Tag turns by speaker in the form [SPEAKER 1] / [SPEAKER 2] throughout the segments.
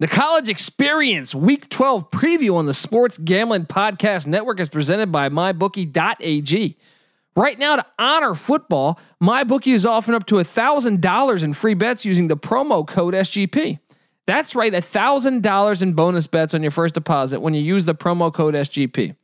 [SPEAKER 1] The college experience week 12 preview on the Sports Gambling Podcast Network is presented by mybookie.ag. Right now, to honor football, MyBookie is offering up to $1,000 in free bets using the promo code SGP. That's right, $1,000 in bonus bets on your first deposit when you use the promo code SGP.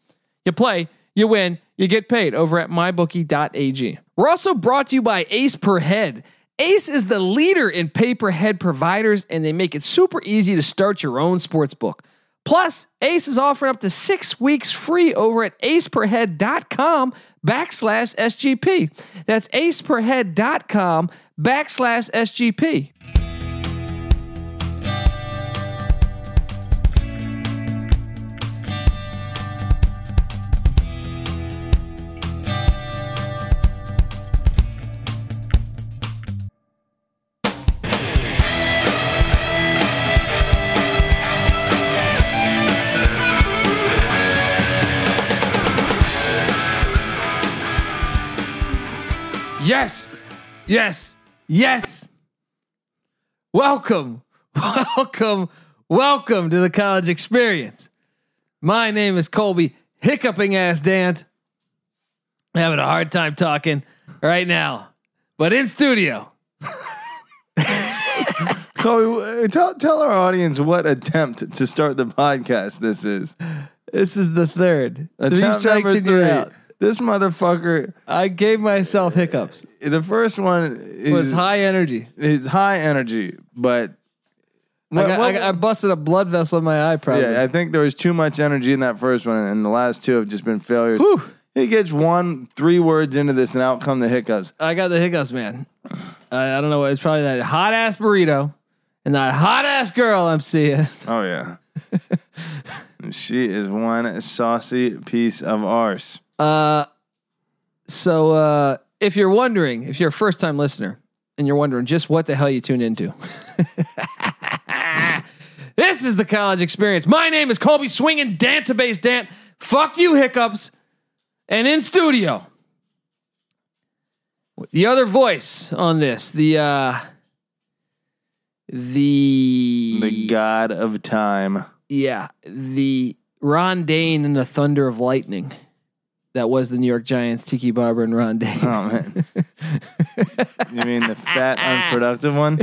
[SPEAKER 1] You play, you win, you get paid over at mybookie.ag. We're also brought to you by Ace Per Head. Ace is the leader in pay per head providers, and they make it super easy to start your own sports book. Plus, Ace is offering up to six weeks free over at aceperhead.com backslash SGP. That's aceperhead.com backslash SGP. Yes, yes, yes. Welcome, welcome, welcome to the college experience. My name is Colby Hiccuping Ass Dant. I'm having a hard time talking right now, but in studio.
[SPEAKER 2] Chloe, uh, tell tell our audience what attempt to start the podcast this is.
[SPEAKER 1] This is the third. three
[SPEAKER 2] Attempt
[SPEAKER 1] strikes
[SPEAKER 2] number
[SPEAKER 1] and you're
[SPEAKER 2] three.
[SPEAKER 1] out.
[SPEAKER 2] This motherfucker.
[SPEAKER 1] I gave myself hiccups.
[SPEAKER 2] The first one
[SPEAKER 1] It was
[SPEAKER 2] is,
[SPEAKER 1] high energy.
[SPEAKER 2] is high energy, but
[SPEAKER 1] I,
[SPEAKER 2] What-
[SPEAKER 1] got,
[SPEAKER 2] what-
[SPEAKER 1] I, got- I busted a blood vessel in my eye, probably.
[SPEAKER 2] yeah, I think there was too much energy in that first one, and the last two have just been failures.
[SPEAKER 1] Whew.
[SPEAKER 2] He gets one, three words into this, and out come the hiccups.
[SPEAKER 1] I got the hiccups, man. I, I don't know. what It's probably that hot ass burrito and that hot ass girl I'm seeing.
[SPEAKER 2] Oh yeah, she is one saucy piece of arse.
[SPEAKER 1] Uh, so uh, if you're wondering, if you're a first time listener and you're wondering just what the hell you tuned into, this is the college experience. My name is Colby Swinging Dantabase Dant. Fuck you, hiccups. And in studio, the other voice on this, the uh, the
[SPEAKER 2] The god of time.
[SPEAKER 1] yeah, the Ron Dane and the Thunder of Lightning. That was the New York Giants, Tiki Barber and Ron Dane.
[SPEAKER 2] Oh man. you mean the fat unproductive one?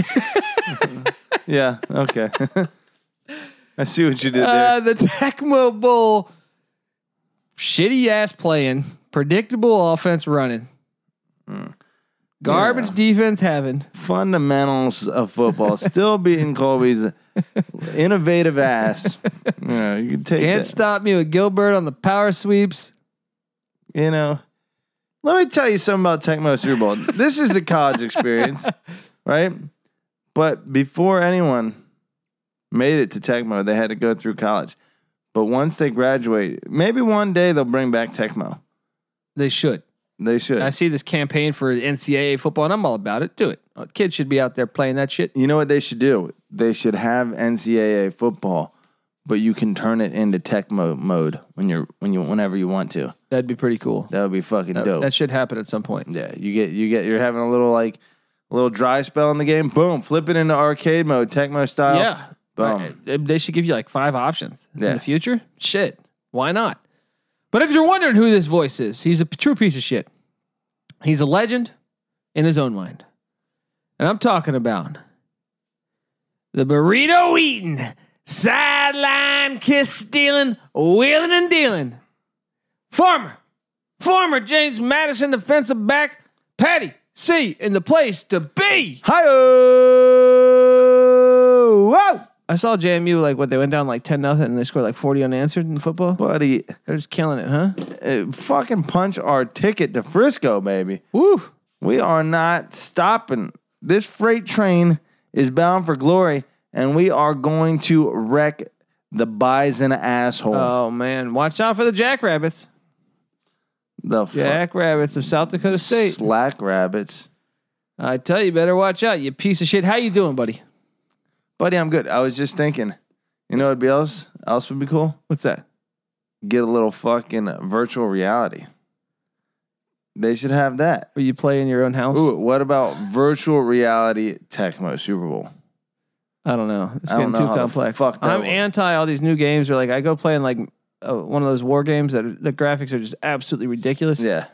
[SPEAKER 2] yeah, okay. I see what you did there.
[SPEAKER 1] Uh, the Tecmo Bowl, shitty ass playing, predictable offense running,
[SPEAKER 2] Hmm.
[SPEAKER 1] garbage defense having.
[SPEAKER 2] Fundamentals of football. Still beating Colby's innovative ass. You know, you can take
[SPEAKER 1] Can't
[SPEAKER 2] that.
[SPEAKER 1] stop me with Gilbert on the power sweeps.
[SPEAKER 2] you know. Let me tell you something about Tecmo Super Bowl. this is the college experience, right? But before anyone made it to Tecmo, they had to go through college. But once they graduate, maybe one day they'll bring back Tecmo.
[SPEAKER 1] They should.
[SPEAKER 2] They should.
[SPEAKER 1] I see this campaign for NCAA football, and I'm all about it. Do it. Kids should be out there playing that shit.
[SPEAKER 2] you know what they should do? They should have NCAA football, but you can turn it into Tecmo mode when you're when you whenever you want to.
[SPEAKER 1] That'd be pretty cool.
[SPEAKER 2] That would be fucking
[SPEAKER 1] That-
[SPEAKER 2] dope.
[SPEAKER 1] that should happen at some point.
[SPEAKER 2] Yeah, you get you get you're having a little like a little dry spell in the game. Boom, flip it into arcade mode, Tecmo style.
[SPEAKER 1] Yeah.
[SPEAKER 2] Boom.
[SPEAKER 1] Right. They- They should give you like five options
[SPEAKER 2] Yeah.
[SPEAKER 1] in the future. Shit. Why not? But if you're wondering who this voice is, he's a p- true piece of shit. He's a legend in his own mind. And I'm talking about the burrito eating, sideline kiss stealing, wheeling and dealing. Former, former James Madison defensive back, Patty C in the place to be.
[SPEAKER 2] Hi-oh! Whoa!
[SPEAKER 1] I saw JMU like what they went down like ten nothing and they scored like forty unanswered in football.
[SPEAKER 2] Buddy,
[SPEAKER 1] They're just killing it, huh?
[SPEAKER 2] uh, fucking punch our ticket to Frisco, baby.
[SPEAKER 1] Woo!
[SPEAKER 2] We are not stopping. This freight train is bound for glory, and we are going to wreck the bison asshole.
[SPEAKER 1] Oh man, watch out for the Jackrabbits.
[SPEAKER 2] the fuck
[SPEAKER 1] Jackrabbits of South Dakota State.
[SPEAKER 2] slack rabbits.
[SPEAKER 1] I tell you, better watch out, you piece of shit. How you doing, buddy?
[SPEAKER 2] Buddy, I'm good. I was just thinking, you know what else else would be cool?
[SPEAKER 1] What's that?
[SPEAKER 2] get a little fucking virtual reality. They should have that.
[SPEAKER 1] Were you playing your own house?
[SPEAKER 2] Ooh, what about virtual reality Tecmo Super Bowl?
[SPEAKER 1] I don't know. It's
[SPEAKER 2] I
[SPEAKER 1] getting
[SPEAKER 2] don't
[SPEAKER 1] too
[SPEAKER 2] know how the
[SPEAKER 1] complex.
[SPEAKER 2] fuck that
[SPEAKER 1] I'm
[SPEAKER 2] works.
[SPEAKER 1] anti all these new games. Or like I go playing like uh, one of those war games that are, the graphics are just absolutely ridiculous.
[SPEAKER 2] Yeah.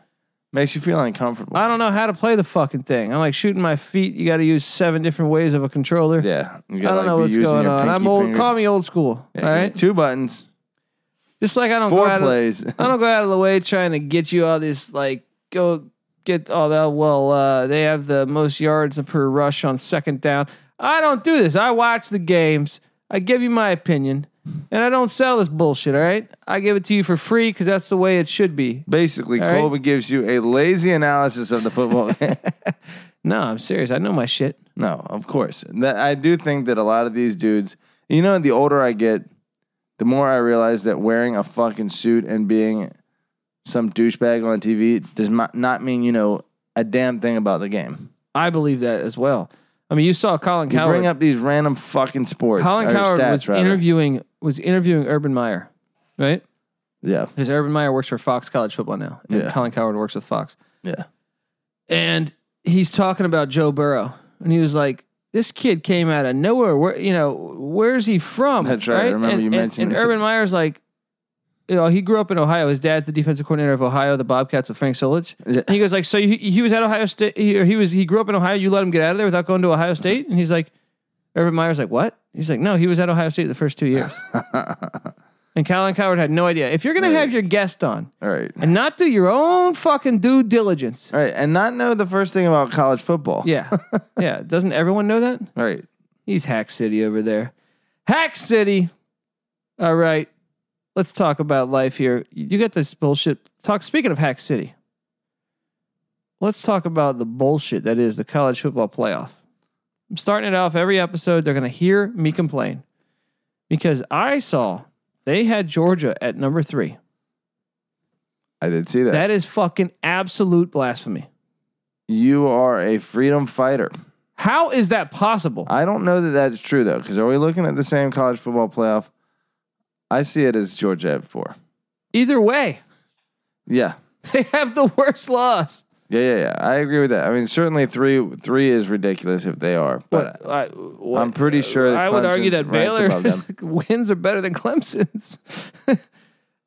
[SPEAKER 2] Makes you feel uncomfortable.
[SPEAKER 1] I don't know how to play the fucking thing. I'm like shooting my feet. You got to use seven different ways of a controller.
[SPEAKER 2] yeah. You
[SPEAKER 1] I don't know what's going on. I'm old. Call me old school. all right.
[SPEAKER 2] Two buttons,
[SPEAKER 1] Just like I don't go
[SPEAKER 2] four
[SPEAKER 1] out. Of,
[SPEAKER 2] plays.
[SPEAKER 1] I don't go out of the way trying to get you all this like go get all that. Well, uh, they have the most yards per rush on second down. I don't do this. I watch the games. I give you my opinion, and I don't sell this bullshit. All right. I give it to you for free because that's the way it should be.
[SPEAKER 2] Basically,
[SPEAKER 1] All right.
[SPEAKER 2] Colby gives you a lazy analysis of the football game.
[SPEAKER 1] No, I'm serious. I know my shit.
[SPEAKER 2] No, of course. That I do think that a lot of these dudes, you know, the older I get, the more I realize that wearing a fucking suit and being some douchebag on TV does not, not mean you know a damn thing about the game.
[SPEAKER 1] I believe that as well. I mean, you saw Colin
[SPEAKER 2] You
[SPEAKER 1] Coward.
[SPEAKER 2] bring up these random fucking sports.
[SPEAKER 1] Colin
[SPEAKER 2] or
[SPEAKER 1] Coward
[SPEAKER 2] stats,
[SPEAKER 1] was
[SPEAKER 2] rather.
[SPEAKER 1] interviewing was interviewing Urban Meyer, right?
[SPEAKER 2] Yeah,
[SPEAKER 1] Because Urban Meyer works for Fox College Football now, and
[SPEAKER 2] Yeah.
[SPEAKER 1] Colin Coward works with Fox.
[SPEAKER 2] yeah,
[SPEAKER 1] And he's talking about Joe Burrow, and he was like, "This kid came out of nowhere. Where you know, where's he from?"
[SPEAKER 2] That's right. I remember
[SPEAKER 1] and,
[SPEAKER 2] you
[SPEAKER 1] and-
[SPEAKER 2] mentioned
[SPEAKER 1] And,
[SPEAKER 2] this.
[SPEAKER 1] Urban Meyer's like, "You know, he grew up in Ohio. His dad's the defensive coordinator of Ohio, the Bobcats with Frank Solich."
[SPEAKER 2] yeah.
[SPEAKER 1] And he goes like, so he, he was at Ohio State. He, or he was he grew up in Ohio. You let him get out of there without going to Ohio State. And he's like, Urban Meyer's like, what? He's like, no, he was at Ohio State the first two years. and Colin Coward had no idea. If you're gonna have your guest on
[SPEAKER 2] All right,
[SPEAKER 1] and not do your own fucking due diligence,
[SPEAKER 2] all right, and not know the first thing about college football.
[SPEAKER 1] yeah, yeah. Doesn't everyone know that?
[SPEAKER 2] All right,
[SPEAKER 1] He's Hack City over there. Hack City. All right. Let's talk about life here. You got this bullshit. Talk speaking of Hack City. Let's talk about the bullshit that is the college football playoff. I'm starting it off every episode. They're gonna hear me complain. Because I saw they had Georgia at number three.
[SPEAKER 2] I did see that.
[SPEAKER 1] That is fucking absolute blasphemy.
[SPEAKER 2] You are a freedom fighter.
[SPEAKER 1] How is that possible?
[SPEAKER 2] I don't know that that's true though, because are we looking at the same college football playoff? I see it as Georgia at four.
[SPEAKER 1] Either way,
[SPEAKER 2] Yeah,
[SPEAKER 1] they have the worst loss.
[SPEAKER 2] yeah, yeah, yeah. I agree with that. I mean, certainly three three is ridiculous if they are, but uh,
[SPEAKER 1] But I, what- uh,
[SPEAKER 2] I'm pretty sure. That
[SPEAKER 1] I would argue
[SPEAKER 2] Clemson's
[SPEAKER 1] that
[SPEAKER 2] ranked
[SPEAKER 1] Baylor
[SPEAKER 2] above them.
[SPEAKER 1] wins are better than Clemson's.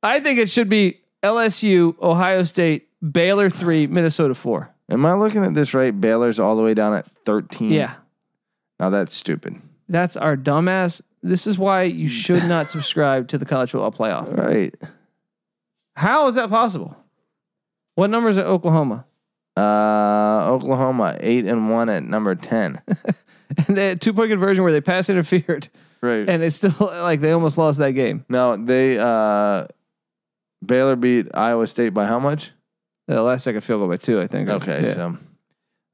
[SPEAKER 1] I think it should be LSU, Ohio State, Baylor three, Minnesota four.
[SPEAKER 2] Am I looking at this right? Baylor's all the way down at thirteen.
[SPEAKER 1] Yeah,
[SPEAKER 2] Now that's stupid.
[SPEAKER 1] that's our dumbass. This is why you
[SPEAKER 2] Hmm.
[SPEAKER 1] should not subscribe to the college football playoff.
[SPEAKER 2] Right.
[SPEAKER 1] How is that possible? What numbers at Oklahoma?
[SPEAKER 2] Uh, Oklahoma eight and one at number ten.
[SPEAKER 1] And they had two point conversion where they pass interfered,
[SPEAKER 2] right.
[SPEAKER 1] and it's still like they almost lost that game.
[SPEAKER 2] no, they uh, Baylor beat Iowa State by how much?
[SPEAKER 1] The last second field goal by two, I think.
[SPEAKER 2] Okay,
[SPEAKER 1] Yeah.
[SPEAKER 2] so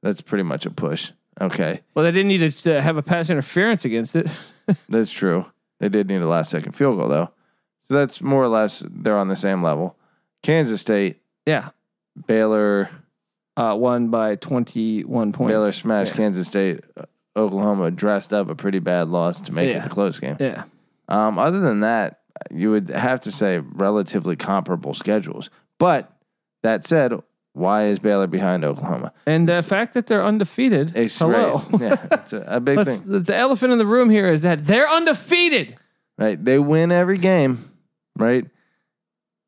[SPEAKER 2] that's pretty much a push. Okay,
[SPEAKER 1] Well, they didn't need to uh, have a pass interference against it.
[SPEAKER 2] that's true. They did need a last second field goal though, so that's more or less they're on the same level. Kansas State,
[SPEAKER 1] yeah.
[SPEAKER 2] Baylor,
[SPEAKER 1] uh, won by 21 points.
[SPEAKER 2] Baylor smashed
[SPEAKER 1] Yeah.
[SPEAKER 2] Kansas State. Oklahoma dressed up a pretty bad loss to make
[SPEAKER 1] Yeah.
[SPEAKER 2] it a close game.
[SPEAKER 1] Yeah.
[SPEAKER 2] Um, other than that, you would have to say relatively comparable schedules. But that said, why is Baylor behind Oklahoma?
[SPEAKER 1] And the fact that they're undefeated.
[SPEAKER 2] It's
[SPEAKER 1] hello.
[SPEAKER 2] right- yeah, it's a, a big
[SPEAKER 1] Let's,
[SPEAKER 2] thing.
[SPEAKER 1] the, the elephant in the room here is that they're undefeated.
[SPEAKER 2] right? They win every game, right?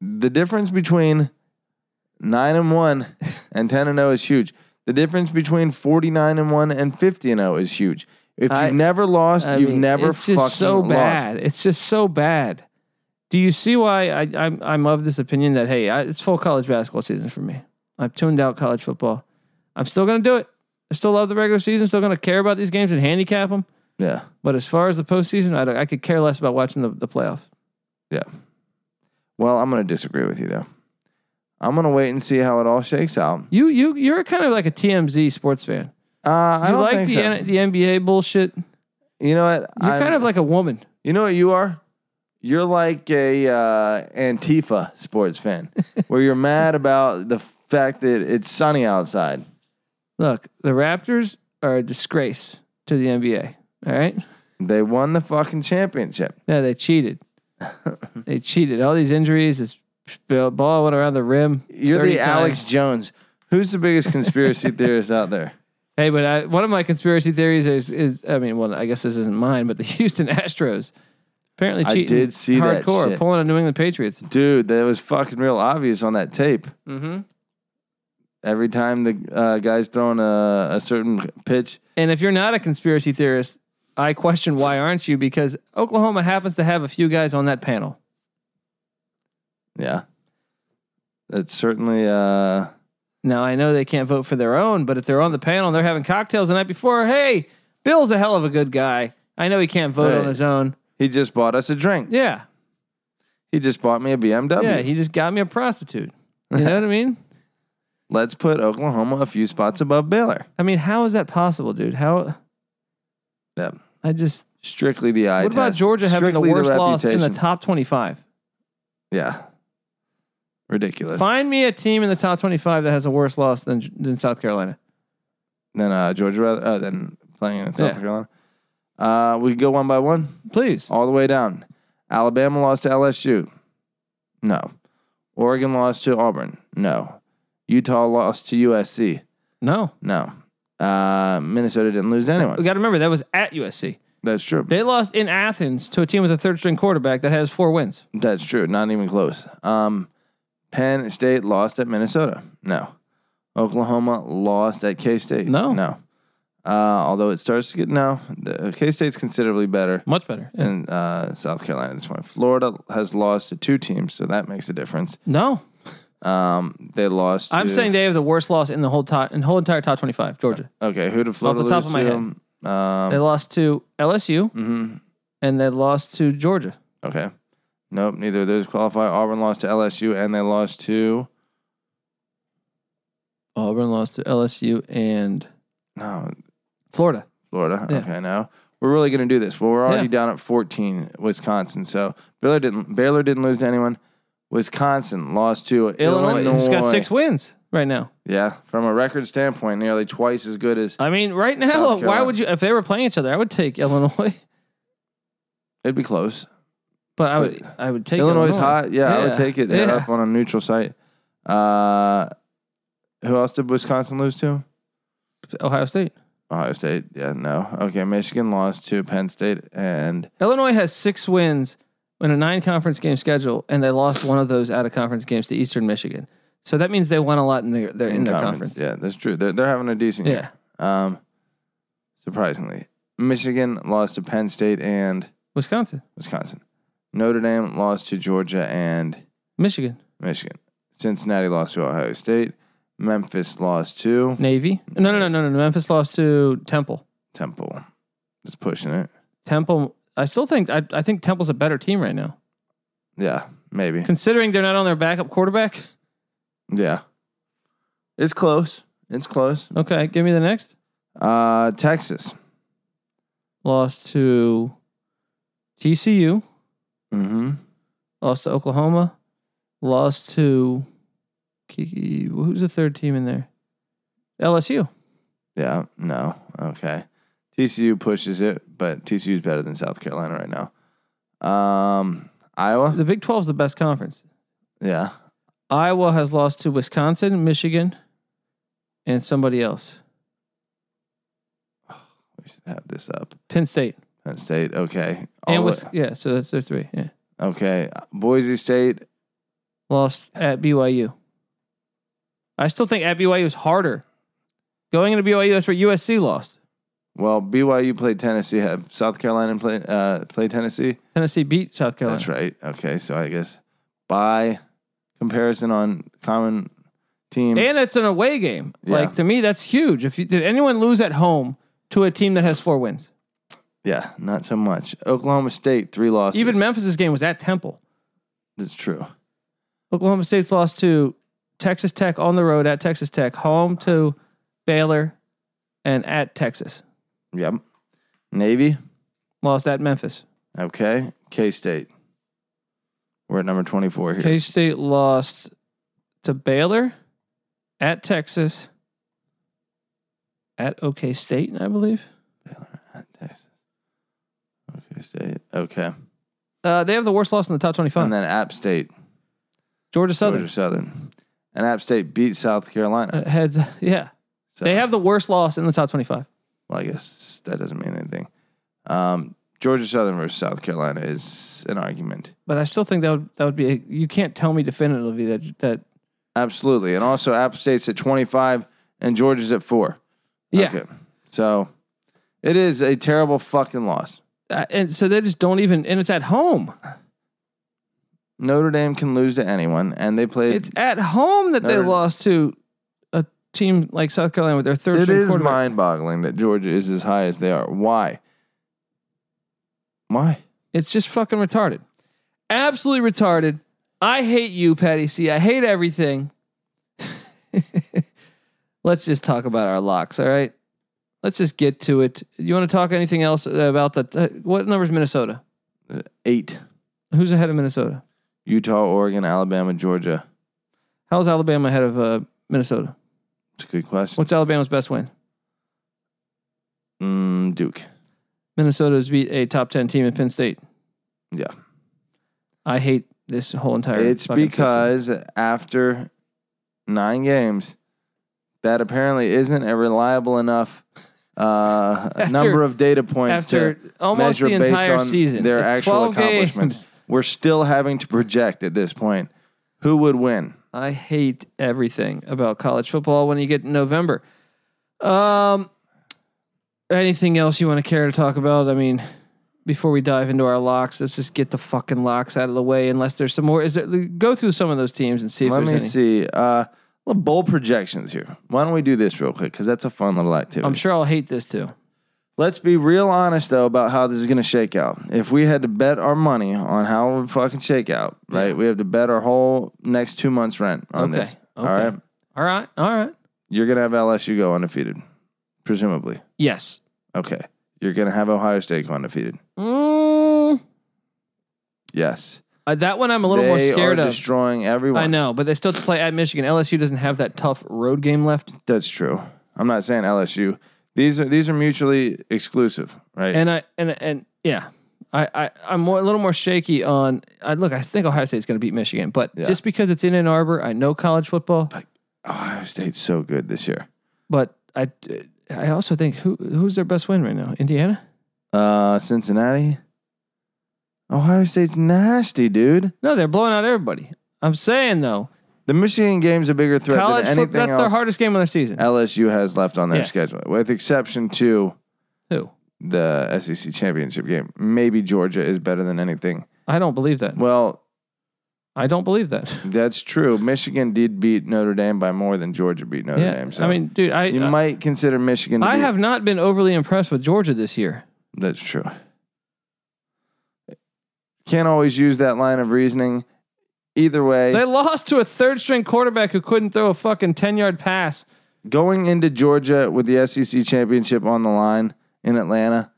[SPEAKER 2] The difference between nine and one and ten and zero is huge. The difference between forty nine and one and fifty and zero is huge. If you've
[SPEAKER 1] I-
[SPEAKER 2] never lost,
[SPEAKER 1] I
[SPEAKER 2] you've
[SPEAKER 1] mean,
[SPEAKER 2] never
[SPEAKER 1] it's
[SPEAKER 2] fucking
[SPEAKER 1] just so
[SPEAKER 2] lost.
[SPEAKER 1] bad. It's just so bad. Do you see why I, I'm, I'm of this opinion that, hey, I, it's full college basketball season for me. I've tuned out college football. I'm still going to do it. I still love the regular season, still going to care about these games and handicap them.
[SPEAKER 2] Yeah,
[SPEAKER 1] But as far as the postseason, I, don't- I could care less about watching the, the playoffs.
[SPEAKER 2] yeah. Well, I'm gonna disagree with you though. I'm gonna wait and see how it all shakes out.
[SPEAKER 1] You, you, you're kind of like a TMZ sports fan.
[SPEAKER 2] Uh, I
[SPEAKER 1] you
[SPEAKER 2] don't
[SPEAKER 1] like
[SPEAKER 2] think
[SPEAKER 1] the
[SPEAKER 2] so.
[SPEAKER 1] N- the NBA bullshit? You're
[SPEAKER 2] you know what? I'm-
[SPEAKER 1] kind of like a woman.
[SPEAKER 2] You know what you are? You're like a uh, Antifa sports fan, where you're mad about the fact that it's sunny outside.
[SPEAKER 1] Look, the Raptors are a disgrace to the NBA. All right,
[SPEAKER 2] They won the fucking championship.
[SPEAKER 1] yeah, they cheated. they cheated. All these injuries. This ball went around the rim.
[SPEAKER 2] You're
[SPEAKER 1] 30
[SPEAKER 2] the Alex
[SPEAKER 1] times.
[SPEAKER 2] Jones. Who's the biggest conspiracy theorist out there?
[SPEAKER 1] Hey, but I, one of my conspiracy theories is, is I mean, well, I guess this isn't mine, but the Houston Astros apparently
[SPEAKER 2] I
[SPEAKER 1] cheating.
[SPEAKER 2] did see that
[SPEAKER 1] hardcore,
[SPEAKER 2] shit.
[SPEAKER 1] pulling on New England Patriots.
[SPEAKER 2] Dude, that was fucking real obvious on that tape.
[SPEAKER 1] Mm-hmm.
[SPEAKER 2] Every time the uh, guy's throwing a, a certain pitch,
[SPEAKER 1] And if you're not a conspiracy theorist, I question why aren't you? Because Oklahoma happens to have a few guys on that panel.
[SPEAKER 2] yeah, that's certainly uh,
[SPEAKER 1] Now I know they can't vote for their own, but if they're on the panel and they're having cocktails the night before, hey, Bill's a hell of a good guy. I know he can't vote on
[SPEAKER 2] Right.
[SPEAKER 1] his own.
[SPEAKER 2] he just bought us a drink.
[SPEAKER 1] Yeah,
[SPEAKER 2] He just bought me a BMW.
[SPEAKER 1] yeah, he just got me a prostitute. You know what I mean?
[SPEAKER 2] Let's put Oklahoma a few spots above Baylor.
[SPEAKER 1] I mean, how is that possible, dude? How?
[SPEAKER 2] Yeah.
[SPEAKER 1] I just.
[SPEAKER 2] Strictly the eye.
[SPEAKER 1] What about
[SPEAKER 2] test.
[SPEAKER 1] Georgia having the
[SPEAKER 2] Strictly
[SPEAKER 1] worst loss in the
[SPEAKER 2] reputation.
[SPEAKER 1] top twenty-five?
[SPEAKER 2] Yeah, ridiculous.
[SPEAKER 1] Find me a team in the top twenty-five that has a worse loss than than South Carolina.
[SPEAKER 2] Then uh, Georgia rather uh, than playing in South
[SPEAKER 1] Yeah.
[SPEAKER 2] Carolina. Uh, we go one by one,
[SPEAKER 1] Please.
[SPEAKER 2] all the way down. Alabama lost to LSU. No. Oregon lost to Auburn. No. Utah lost to USC.
[SPEAKER 1] No.
[SPEAKER 2] No. Uh, Minnesota didn't lose to
[SPEAKER 1] We
[SPEAKER 2] anyone.
[SPEAKER 1] got to remember that was at USC.
[SPEAKER 2] That's true.
[SPEAKER 1] They lost in Athens to a team with a third string quarterback that has four wins.
[SPEAKER 2] That's true. Not even close. Um, Penn State lost at Minnesota. No. Oklahoma lost at K State.
[SPEAKER 1] No.
[SPEAKER 2] No. Uh, although it starts to get no, K State's considerably better.
[SPEAKER 1] Much better. Yeah.
[SPEAKER 2] in uh, South Carolina at this point. Florida has lost to two teams, so that makes a difference.
[SPEAKER 1] No.
[SPEAKER 2] Um, they lost.
[SPEAKER 1] I'm
[SPEAKER 2] to-
[SPEAKER 1] saying they have the worst loss in the whole top in the whole entire top 25. Georgia.
[SPEAKER 2] okay. Who did Florida
[SPEAKER 1] Off the top
[SPEAKER 2] lose
[SPEAKER 1] of my
[SPEAKER 2] to?
[SPEAKER 1] head. They
[SPEAKER 2] Um,
[SPEAKER 1] lost to LSU
[SPEAKER 2] mhm.
[SPEAKER 1] and they lost to Georgia.
[SPEAKER 2] Okay. Nope. Neither of those qualify. Auburn lost to LSU, and they lost to.
[SPEAKER 1] Auburn lost to LSU and
[SPEAKER 2] No,
[SPEAKER 1] Florida.
[SPEAKER 2] Florida.
[SPEAKER 1] Yeah.
[SPEAKER 2] Okay, no. We're really gonna do this. Well, we're already
[SPEAKER 1] Yeah.
[SPEAKER 2] down at 14, Wisconsin. So Baylor didn't Baylor didn't lose to anyone. Wisconsin lost to
[SPEAKER 1] Illinois,
[SPEAKER 2] Illinois.
[SPEAKER 1] who's got six wins right now.
[SPEAKER 2] Yeah, from a record standpoint, nearly twice as good as
[SPEAKER 1] I mean, right now,
[SPEAKER 2] South
[SPEAKER 1] why
[SPEAKER 2] Carolina.
[SPEAKER 1] would you if they were playing each other, I would take Illinois.
[SPEAKER 2] it'd be close.
[SPEAKER 1] But I would I would take
[SPEAKER 2] Illinois is
[SPEAKER 1] Illinois.
[SPEAKER 2] hot. Yeah, I
[SPEAKER 1] Yeah.
[SPEAKER 2] would take it They're
[SPEAKER 1] Yeah.
[SPEAKER 2] up on a neutral site. Uh, who else did Wisconsin lose to?
[SPEAKER 1] Ohio State.
[SPEAKER 2] Ohio State. Yeah, no. Okay, Michigan lost to Penn State, and
[SPEAKER 1] Illinois has six wins in a nine conference game schedule, and they lost one of those out of conference games to Eastern Michigan. So that means they won a lot in their, their in their conference.
[SPEAKER 2] Yeah, that's true. They're they're having a decent
[SPEAKER 1] Yeah.
[SPEAKER 2] year. Um, surprisingly, Michigan lost to Penn State and
[SPEAKER 1] Wisconsin,
[SPEAKER 2] Wisconsin. Notre Dame lost to Georgia and
[SPEAKER 1] Michigan,
[SPEAKER 2] Michigan. Cincinnati lost to Ohio State. Memphis lost to
[SPEAKER 1] Navy. No, no, no, no, no. Memphis lost to Temple.
[SPEAKER 2] Temple. Just pushing it.
[SPEAKER 1] Temple. I still think I, I think Temple's a better team right now,
[SPEAKER 2] Yeah, maybe.
[SPEAKER 1] considering they're not on their backup quarterback.
[SPEAKER 2] Yeah. It's close. It's close.
[SPEAKER 1] Okay, give me the next.
[SPEAKER 2] Uh Texas.
[SPEAKER 1] Lost to TCU.
[SPEAKER 2] Mm-hmm.
[SPEAKER 1] Lost to Oklahoma. Lost to Kiki. Who's the third team in there? LSU.
[SPEAKER 2] Yeah. No. Okay. TCU pushes it, but TCU is better than South Carolina right now. Um Iowa.
[SPEAKER 1] The Big 12 is the best conference.
[SPEAKER 2] Yeah.
[SPEAKER 1] Iowa has lost to Wisconsin, Michigan, and somebody else.
[SPEAKER 2] We should have this up.
[SPEAKER 1] Penn State.
[SPEAKER 2] Penn State. Okay.
[SPEAKER 1] and
[SPEAKER 2] All-
[SPEAKER 1] was yeah, so that's their three. Yeah.
[SPEAKER 2] okay. Boise State.
[SPEAKER 1] Lost at BYU. I still think at BYU is harder. Going into BYU, that's where USC lost.
[SPEAKER 2] Well, BYU played Tennessee. Have South Carolina played uh played Tennessee?
[SPEAKER 1] Tennessee beat South Carolina.
[SPEAKER 2] That's right. Okay. So I guess by comparison on common teams.
[SPEAKER 1] And it's an away game.
[SPEAKER 2] Yeah.
[SPEAKER 1] Like to me, that's huge. If you, did anyone lose at home to a team that has four wins?
[SPEAKER 2] Yeah, not so much. Oklahoma State three losses.
[SPEAKER 1] Even Memphis's game was at Temple.
[SPEAKER 2] that's true.
[SPEAKER 1] Oklahoma State's lost to Texas Tech on the road at Texas Tech, home to Baylor, and at Texas.
[SPEAKER 2] Yep. Navy.
[SPEAKER 1] Lost at Memphis.
[SPEAKER 2] Okay. K State. We're at number twenty four here.
[SPEAKER 1] K State lost to Baylor, at Texas, at OK State, I believe.
[SPEAKER 2] Texas. Okay, State. Okay.
[SPEAKER 1] Uh, they have the worst loss in the top twenty-five.
[SPEAKER 2] And then App State.
[SPEAKER 1] Georgia Southern
[SPEAKER 2] Georgia Southern. And App State beat South Carolina.
[SPEAKER 1] Uh, heads. Yeah,
[SPEAKER 2] So,
[SPEAKER 1] They have the worst loss in the top 25.
[SPEAKER 2] Well, I guess that doesn't mean anything. Um, Georgia Southern versus South Carolina is an argument.
[SPEAKER 1] But I still think that would that would be a, you can't tell me definitively that that
[SPEAKER 2] Absolutely. And also, App State's at 25 and Georgia's at four.
[SPEAKER 1] yeah
[SPEAKER 2] Okay. So it is a terrible fucking loss.
[SPEAKER 1] Uh, and so they just don't even and it's at home
[SPEAKER 2] Notre Dame can lose to anyone, and they played.
[SPEAKER 1] it's at home that they
[SPEAKER 2] Notre-
[SPEAKER 1] lost to a team like South Carolina with their third
[SPEAKER 2] It
[SPEAKER 1] string
[SPEAKER 2] is
[SPEAKER 1] quarterback.
[SPEAKER 2] mind boggling that Georgia is as high as they are. Why? Why?
[SPEAKER 1] It's just fucking retarded. Absolutely retarded. I hate you, Patty C. I hate everything. Let's just talk about our locks, all right? Let's just get to it. You want to talk anything else about the uh, what number is Minnesota?
[SPEAKER 2] Eight.
[SPEAKER 1] Who's ahead of Minnesota?
[SPEAKER 2] Utah, Oregon, Alabama, Georgia.
[SPEAKER 1] How's Alabama ahead of uh, Minnesota?
[SPEAKER 2] It's a good question.
[SPEAKER 1] What's Alabama's best win?
[SPEAKER 2] Mm, Duke.
[SPEAKER 1] Minnesota's beat a top ten team in Penn State.
[SPEAKER 2] Yeah.
[SPEAKER 1] I hate this whole entire.
[SPEAKER 2] It's
[SPEAKER 1] fucking system.
[SPEAKER 2] because after nine games, that apparently isn't a reliable enough uh,
[SPEAKER 1] After-
[SPEAKER 2] number of data points
[SPEAKER 1] after
[SPEAKER 2] to.
[SPEAKER 1] almost the
[SPEAKER 2] measure based
[SPEAKER 1] entire
[SPEAKER 2] on
[SPEAKER 1] season,
[SPEAKER 2] their
[SPEAKER 1] it's
[SPEAKER 2] actual
[SPEAKER 1] 12
[SPEAKER 2] accomplishments.
[SPEAKER 1] games.
[SPEAKER 2] We're still having to project at this point who would win.
[SPEAKER 1] I hate everything about college football when you get in November. Um, anything else you want to care to talk about? I mean, before we dive into our locks, let's just get the fucking locks out of the way. Unless there's some more, is there? Go through some of those teams and see if
[SPEAKER 2] Let
[SPEAKER 1] there's
[SPEAKER 2] me
[SPEAKER 1] any.
[SPEAKER 2] see. Uh, little bowl projections here. Why don't we do this real quick? Because that's a fun little activity.
[SPEAKER 1] I'm sure I'll hate this too.
[SPEAKER 2] Let's be real honest though about how this is going to shake out. If we had to bet our money on how it would fucking shake out, right?
[SPEAKER 1] Yeah.
[SPEAKER 2] We have to bet our whole next two months rent on
[SPEAKER 1] okay.
[SPEAKER 2] this.
[SPEAKER 1] okay.
[SPEAKER 2] All right.
[SPEAKER 1] All right. All right.
[SPEAKER 2] You're going to have LSU go undefeated, presumably.
[SPEAKER 1] Yes.
[SPEAKER 2] Okay. You're going to have Ohio State go undefeated.
[SPEAKER 1] Mm,
[SPEAKER 2] Yes.
[SPEAKER 1] uh, that one I'm a little more
[SPEAKER 2] They
[SPEAKER 1] scared
[SPEAKER 2] are
[SPEAKER 1] of.
[SPEAKER 2] Destroying everyone.
[SPEAKER 1] I know, but they still have to play at Michigan. LSU doesn't have that tough road game left.
[SPEAKER 2] That's true. I'm not saying LSU. These are these are mutually exclusive, right?
[SPEAKER 1] And I and and yeah, I, I I'm more, a little more shaky on. I look, I think Ohio State's going to beat Michigan, but
[SPEAKER 2] Yeah.
[SPEAKER 1] just because it's in Ann Arbor, I know college football,
[SPEAKER 2] Ohio State's so good this year.
[SPEAKER 1] but I I also think who who's their best win right now? Indiana.
[SPEAKER 2] Uh, Cincinnati. Ohio State's nasty, dude.
[SPEAKER 1] No, they're blowing out everybody. I'm saying though,
[SPEAKER 2] The Michigan game's a bigger threat
[SPEAKER 1] college
[SPEAKER 2] than
[SPEAKER 1] football
[SPEAKER 2] anything
[SPEAKER 1] that's
[SPEAKER 2] else Uh,
[SPEAKER 1] their hardest game of their season.
[SPEAKER 2] LSU has left on their
[SPEAKER 1] Yes.
[SPEAKER 2] schedule, with exception to
[SPEAKER 1] Who?
[SPEAKER 2] the SEC championship game. Maybe Georgia is better than anything.
[SPEAKER 1] I don't believe that.
[SPEAKER 2] Well,
[SPEAKER 1] I don't believe that.
[SPEAKER 2] that's true. Michigan did beat Notre Dame by more than Georgia beat Notre
[SPEAKER 1] yeah,
[SPEAKER 2] Dame. So
[SPEAKER 1] I mean, dude, I
[SPEAKER 2] you might consider Michigan. To
[SPEAKER 1] I
[SPEAKER 2] be-
[SPEAKER 1] have not been overly impressed with Georgia this year.
[SPEAKER 2] That's true. Can't always use that line of reasoning. Either way,
[SPEAKER 1] They lost to a third string quarterback who couldn't throw a fucking 10 yard pass.
[SPEAKER 2] going into Georgia with the SEC championship on the line in Atlanta,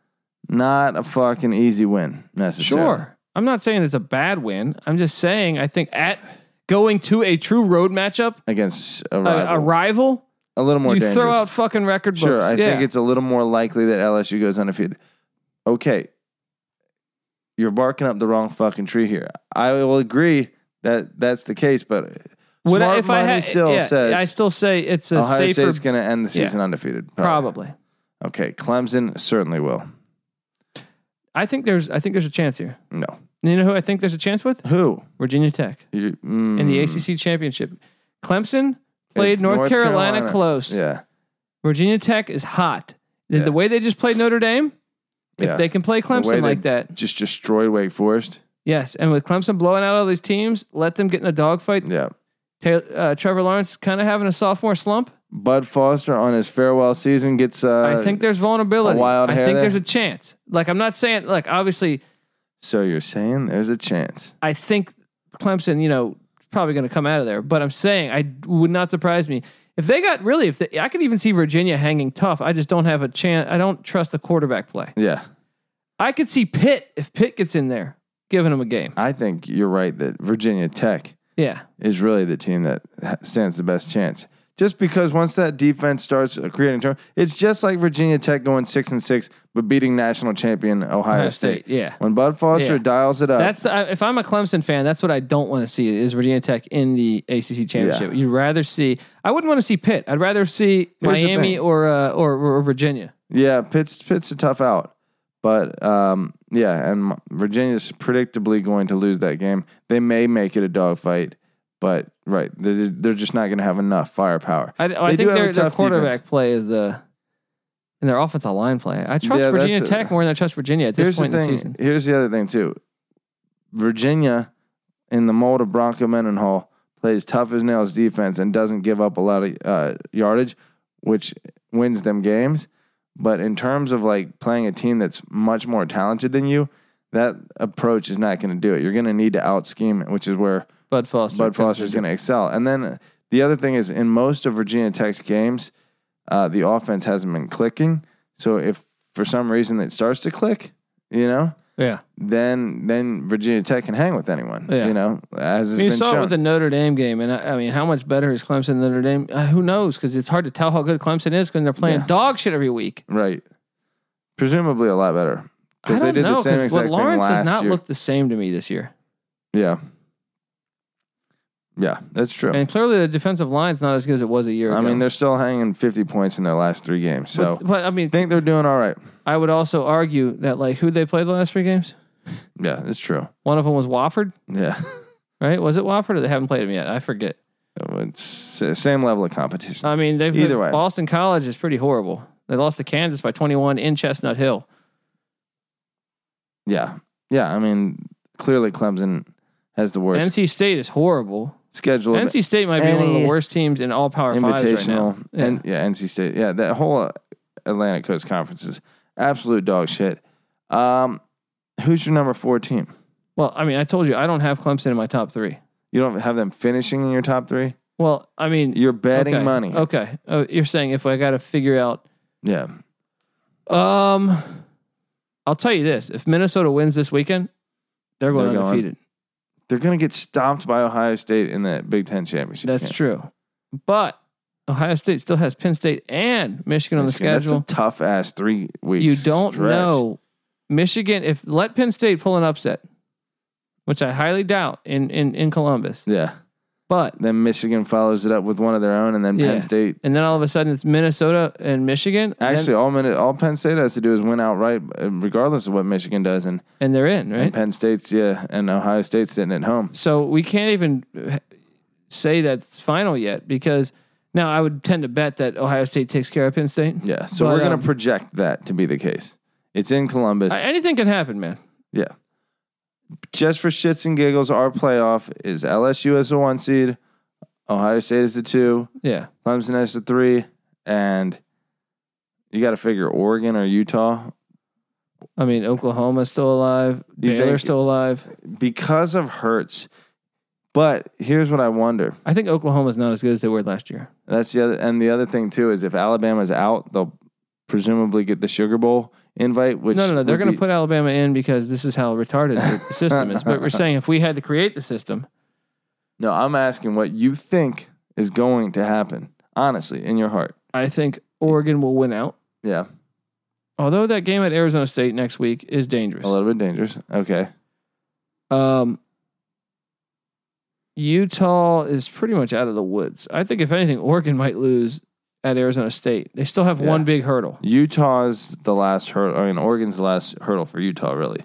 [SPEAKER 2] not a fucking easy win necessarily.
[SPEAKER 1] Sure. I'm not saying it's a bad win. I'm just saying I think at going to a true road matchup,
[SPEAKER 2] Against a
[SPEAKER 1] a,
[SPEAKER 2] rival.
[SPEAKER 1] a rival,
[SPEAKER 2] A little more
[SPEAKER 1] you
[SPEAKER 2] dangerous.
[SPEAKER 1] throw out fucking record
[SPEAKER 2] sure,
[SPEAKER 1] books.
[SPEAKER 2] I
[SPEAKER 1] yeah.
[SPEAKER 2] think it's a little more likely that LSU goes undefeated. Okay. You're barking up the wrong fucking tree here. I will agree that that's the case, but
[SPEAKER 1] Would I-
[SPEAKER 2] smart
[SPEAKER 1] if I
[SPEAKER 2] money
[SPEAKER 1] had,
[SPEAKER 2] still
[SPEAKER 1] yeah,
[SPEAKER 2] says
[SPEAKER 1] I still say it's a
[SPEAKER 2] Ohio
[SPEAKER 1] safer
[SPEAKER 2] State's going to end the
[SPEAKER 1] Yeah.
[SPEAKER 2] season undefeated.
[SPEAKER 1] probably.
[SPEAKER 2] Okay, Clemson certainly will.
[SPEAKER 1] I think there's I think there's a chance here.
[SPEAKER 2] No.
[SPEAKER 1] And You know who I think there's a chance with?
[SPEAKER 2] Who?
[SPEAKER 1] Virginia Tech
[SPEAKER 2] You,
[SPEAKER 1] in the
[SPEAKER 2] mm,
[SPEAKER 1] ACC championship. Clemson played
[SPEAKER 2] It's
[SPEAKER 1] North,
[SPEAKER 2] North
[SPEAKER 1] Carolina,
[SPEAKER 2] Carolina.
[SPEAKER 1] close.
[SPEAKER 2] Yeah.
[SPEAKER 1] Virginia Tech is hot. The-
[SPEAKER 2] Yeah.
[SPEAKER 1] The way they just played Notre Dame, if
[SPEAKER 2] Yeah.
[SPEAKER 1] they can play
[SPEAKER 2] way
[SPEAKER 1] Clemson
[SPEAKER 2] they-
[SPEAKER 1] like that,
[SPEAKER 2] Just destroyed Wake Forest.
[SPEAKER 1] yes. And with Clemson blowing out all these teams, let them get in a dogfight.
[SPEAKER 2] Yeah.
[SPEAKER 1] Taylor, uh, Trevor Lawrence kind of having a sophomore slump.
[SPEAKER 2] Bud Foster on his farewell season gets uh
[SPEAKER 1] I think there's vulnerability.
[SPEAKER 2] a wild
[SPEAKER 1] I
[SPEAKER 2] hair
[SPEAKER 1] think
[SPEAKER 2] there?
[SPEAKER 1] there's a chance. Like I'm not saying like obviously
[SPEAKER 2] So you're saying there's a chance.
[SPEAKER 1] I think Clemson, you know, probably going to come out of there, but I'm saying I would not surprise me if they got really if they, I could even see Virginia hanging tough. I just don't have a chance. I don't trust the quarterback play.
[SPEAKER 2] Yeah.
[SPEAKER 1] I could see Pitt if Pitt gets in there, giving them a game.
[SPEAKER 2] I think you're right that Virginia Tech
[SPEAKER 1] Yeah.
[SPEAKER 2] is really the team that ha- stands the best chance. Just because once that defense starts creating turn, it's just like Virginia Tech going six and six, but beating national champion Ohio, State.
[SPEAKER 1] Yeah.
[SPEAKER 2] When Bud Foster
[SPEAKER 1] Yeah.
[SPEAKER 2] dials it up,
[SPEAKER 1] That's I if I'm a Clemson fan, that's what I don't want to see is Virginia Tech in the ACC championship. You'd rather see I wouldn't want to see Pitt. I'd rather see
[SPEAKER 2] Here's the
[SPEAKER 1] Miami
[SPEAKER 2] thing.
[SPEAKER 1] or, uh, or or Virginia.
[SPEAKER 2] yeah, Pitt's Pitt's a tough out, but um, yeah, and M- Virginia's predictably going to lose that game. They may make it a dogfight, but right, they're they're just not going to have enough firepower.
[SPEAKER 1] I, I
[SPEAKER 2] They do
[SPEAKER 1] think
[SPEAKER 2] have a
[SPEAKER 1] their, their
[SPEAKER 2] tough
[SPEAKER 1] quarterback
[SPEAKER 2] defense.
[SPEAKER 1] play is the and their offensive line play. I trust
[SPEAKER 2] Yeah,
[SPEAKER 1] Virginia
[SPEAKER 2] that's-
[SPEAKER 1] Tech more than I trust Virginia at this
[SPEAKER 2] Here's
[SPEAKER 1] point
[SPEAKER 2] the
[SPEAKER 1] in
[SPEAKER 2] thing.
[SPEAKER 1] the season.
[SPEAKER 2] Here's the other thing too. Virginia, in the mold of Bronco Mendenhall, plays tough as nails defense and doesn't give up a lot of uh, yardage, which wins them games. But in terms of like playing a team that's much more talented than you, that approach is not going to do it. You're going to need to out scheme, which is where
[SPEAKER 1] Bud Foster.
[SPEAKER 2] Bud Foster is going to excel. And then uh, the other thing is, in most of Virginia Tech's games, uh, the offense hasn't been clicking. So if for some reason it starts to click, you know,
[SPEAKER 1] Yeah.
[SPEAKER 2] then then Virginia Tech can hang with anyone.
[SPEAKER 1] Yeah.
[SPEAKER 2] You know, as has
[SPEAKER 1] I mean, you
[SPEAKER 2] been
[SPEAKER 1] saw
[SPEAKER 2] shown.
[SPEAKER 1] it with the Notre Dame game, and I, I mean, how much better is Clemson than Notre Dame? Uh, who knows? Because it's hard to tell how good Clemson is when they're playing
[SPEAKER 2] Yeah.
[SPEAKER 1] dog shit every week.
[SPEAKER 2] right, presumably a lot better
[SPEAKER 1] I
[SPEAKER 2] because they
[SPEAKER 1] don't
[SPEAKER 2] did
[SPEAKER 1] know
[SPEAKER 2] the same
[SPEAKER 1] because
[SPEAKER 2] exact
[SPEAKER 1] what
[SPEAKER 2] thing
[SPEAKER 1] Lawrence
[SPEAKER 2] last
[SPEAKER 1] does not
[SPEAKER 2] year.
[SPEAKER 1] look the same to me this year,
[SPEAKER 2] yeah, yeah, that's true.
[SPEAKER 1] and clearly the defensive line's not as good as it was a year
[SPEAKER 2] I
[SPEAKER 1] ago.
[SPEAKER 2] mean, they're still hanging fifty points in their last three games, so
[SPEAKER 1] but, but I mean,
[SPEAKER 2] I think they're doing all right.
[SPEAKER 1] I would also argue that like who they played the last three games.
[SPEAKER 2] Yeah, it's true.
[SPEAKER 1] One of them was Wofford,
[SPEAKER 2] Yeah.
[SPEAKER 1] right? Was it Wofford or they haven't played him yet? I forget.
[SPEAKER 2] It's s- same level of competition.
[SPEAKER 1] I mean, they've
[SPEAKER 2] Either way.
[SPEAKER 1] Boston College is pretty horrible. They lost to Kansas by 21 in Chestnut Hill.
[SPEAKER 2] Yeah. Yeah. I mean, clearly Clemson has the worst
[SPEAKER 1] NC State is horrible.
[SPEAKER 2] schedule. of
[SPEAKER 1] NC State might be one of the
[SPEAKER 2] any
[SPEAKER 1] worst teams in all Power Fives right now.
[SPEAKER 2] invitational. And yeah, NC State. Yeah. That whole uh, Atlantic Coast Conference is absolute dog shit. Um, who's your number four team?
[SPEAKER 1] Well, I mean, I told you I don't have Clemson in my top three.
[SPEAKER 2] You don't have them finishing in your top three?
[SPEAKER 1] Well, I mean,
[SPEAKER 2] You're betting
[SPEAKER 1] okay,
[SPEAKER 2] money.
[SPEAKER 1] Okay, oh, you're saying if I got to figure out,
[SPEAKER 2] Yeah.
[SPEAKER 1] um, I'll tell you this: if Minnesota wins this weekend, they're going
[SPEAKER 2] They're going.
[SPEAKER 1] undefeated.
[SPEAKER 2] They're going to get stomped by Ohio State in that Big Ten championship.
[SPEAKER 1] That's
[SPEAKER 2] game.
[SPEAKER 1] true, but Ohio State still has Penn State and Michigan on the
[SPEAKER 2] Michigan,
[SPEAKER 1] schedule.
[SPEAKER 2] That's a tough ass three weeks.
[SPEAKER 1] You don't
[SPEAKER 2] stretch.
[SPEAKER 1] know Michigan if let Penn State pull an upset, which I highly doubt in in in Columbus,
[SPEAKER 2] Yeah.
[SPEAKER 1] but.
[SPEAKER 2] Then Michigan follows it up with one of their own, and then
[SPEAKER 1] Yeah.
[SPEAKER 2] Penn State.
[SPEAKER 1] And then all of a sudden, it's Minnesota and Michigan, and then-
[SPEAKER 2] Actually, all Min- all Penn State has to do is win outright, uh, regardless of what Michigan does, and,
[SPEAKER 1] and they're in, right?
[SPEAKER 2] and Penn State's yeah, and Ohio State's sitting at home.
[SPEAKER 1] So we can't even say that it's final yet because now I would tend to bet that Ohio State takes care of Penn State.
[SPEAKER 2] Yeah, so
[SPEAKER 1] But,
[SPEAKER 2] we're gonna
[SPEAKER 1] um,
[SPEAKER 2] project that to be the case. It's in Columbus.
[SPEAKER 1] I- anything can happen, man.
[SPEAKER 2] Just for shits and giggles, our playoff is LSU as the one seed, Ohio State is the two,
[SPEAKER 1] Yeah.
[SPEAKER 2] Clemson as the three, and you got to figure Oregon or Utah
[SPEAKER 1] I mean, Oklahoma's still alive.
[SPEAKER 2] You
[SPEAKER 1] Baylor's
[SPEAKER 2] think-
[SPEAKER 1] still alive.
[SPEAKER 2] because of Hertz. But here's what I wonder.
[SPEAKER 1] I think Oklahoma's not as good as they were last year.
[SPEAKER 2] That's the other, and the other thing too is if Alabama's out, they'll presumably get the Sugar Bowl invite. Which
[SPEAKER 1] no, no, no. They're
[SPEAKER 2] would
[SPEAKER 1] going
[SPEAKER 2] be-
[SPEAKER 1] to put Alabama in because this is how retarded the system is. But we're saying if we had to create the system,
[SPEAKER 2] No, I'm asking what you think is going to happen, honestly, in your heart.
[SPEAKER 1] I think Oregon will win out.
[SPEAKER 2] Yeah,
[SPEAKER 1] Although that game at Arizona State next week is dangerous.
[SPEAKER 2] a little bit dangerous. Okay,
[SPEAKER 1] Um, Utah is pretty much out of the woods. I think if anything, Oregon might lose at Arizona State. They still have
[SPEAKER 2] Yeah.
[SPEAKER 1] one big hurdle.
[SPEAKER 2] Utah's the last hurdle. I mean, Oregon's the last hurdle for Utah, really,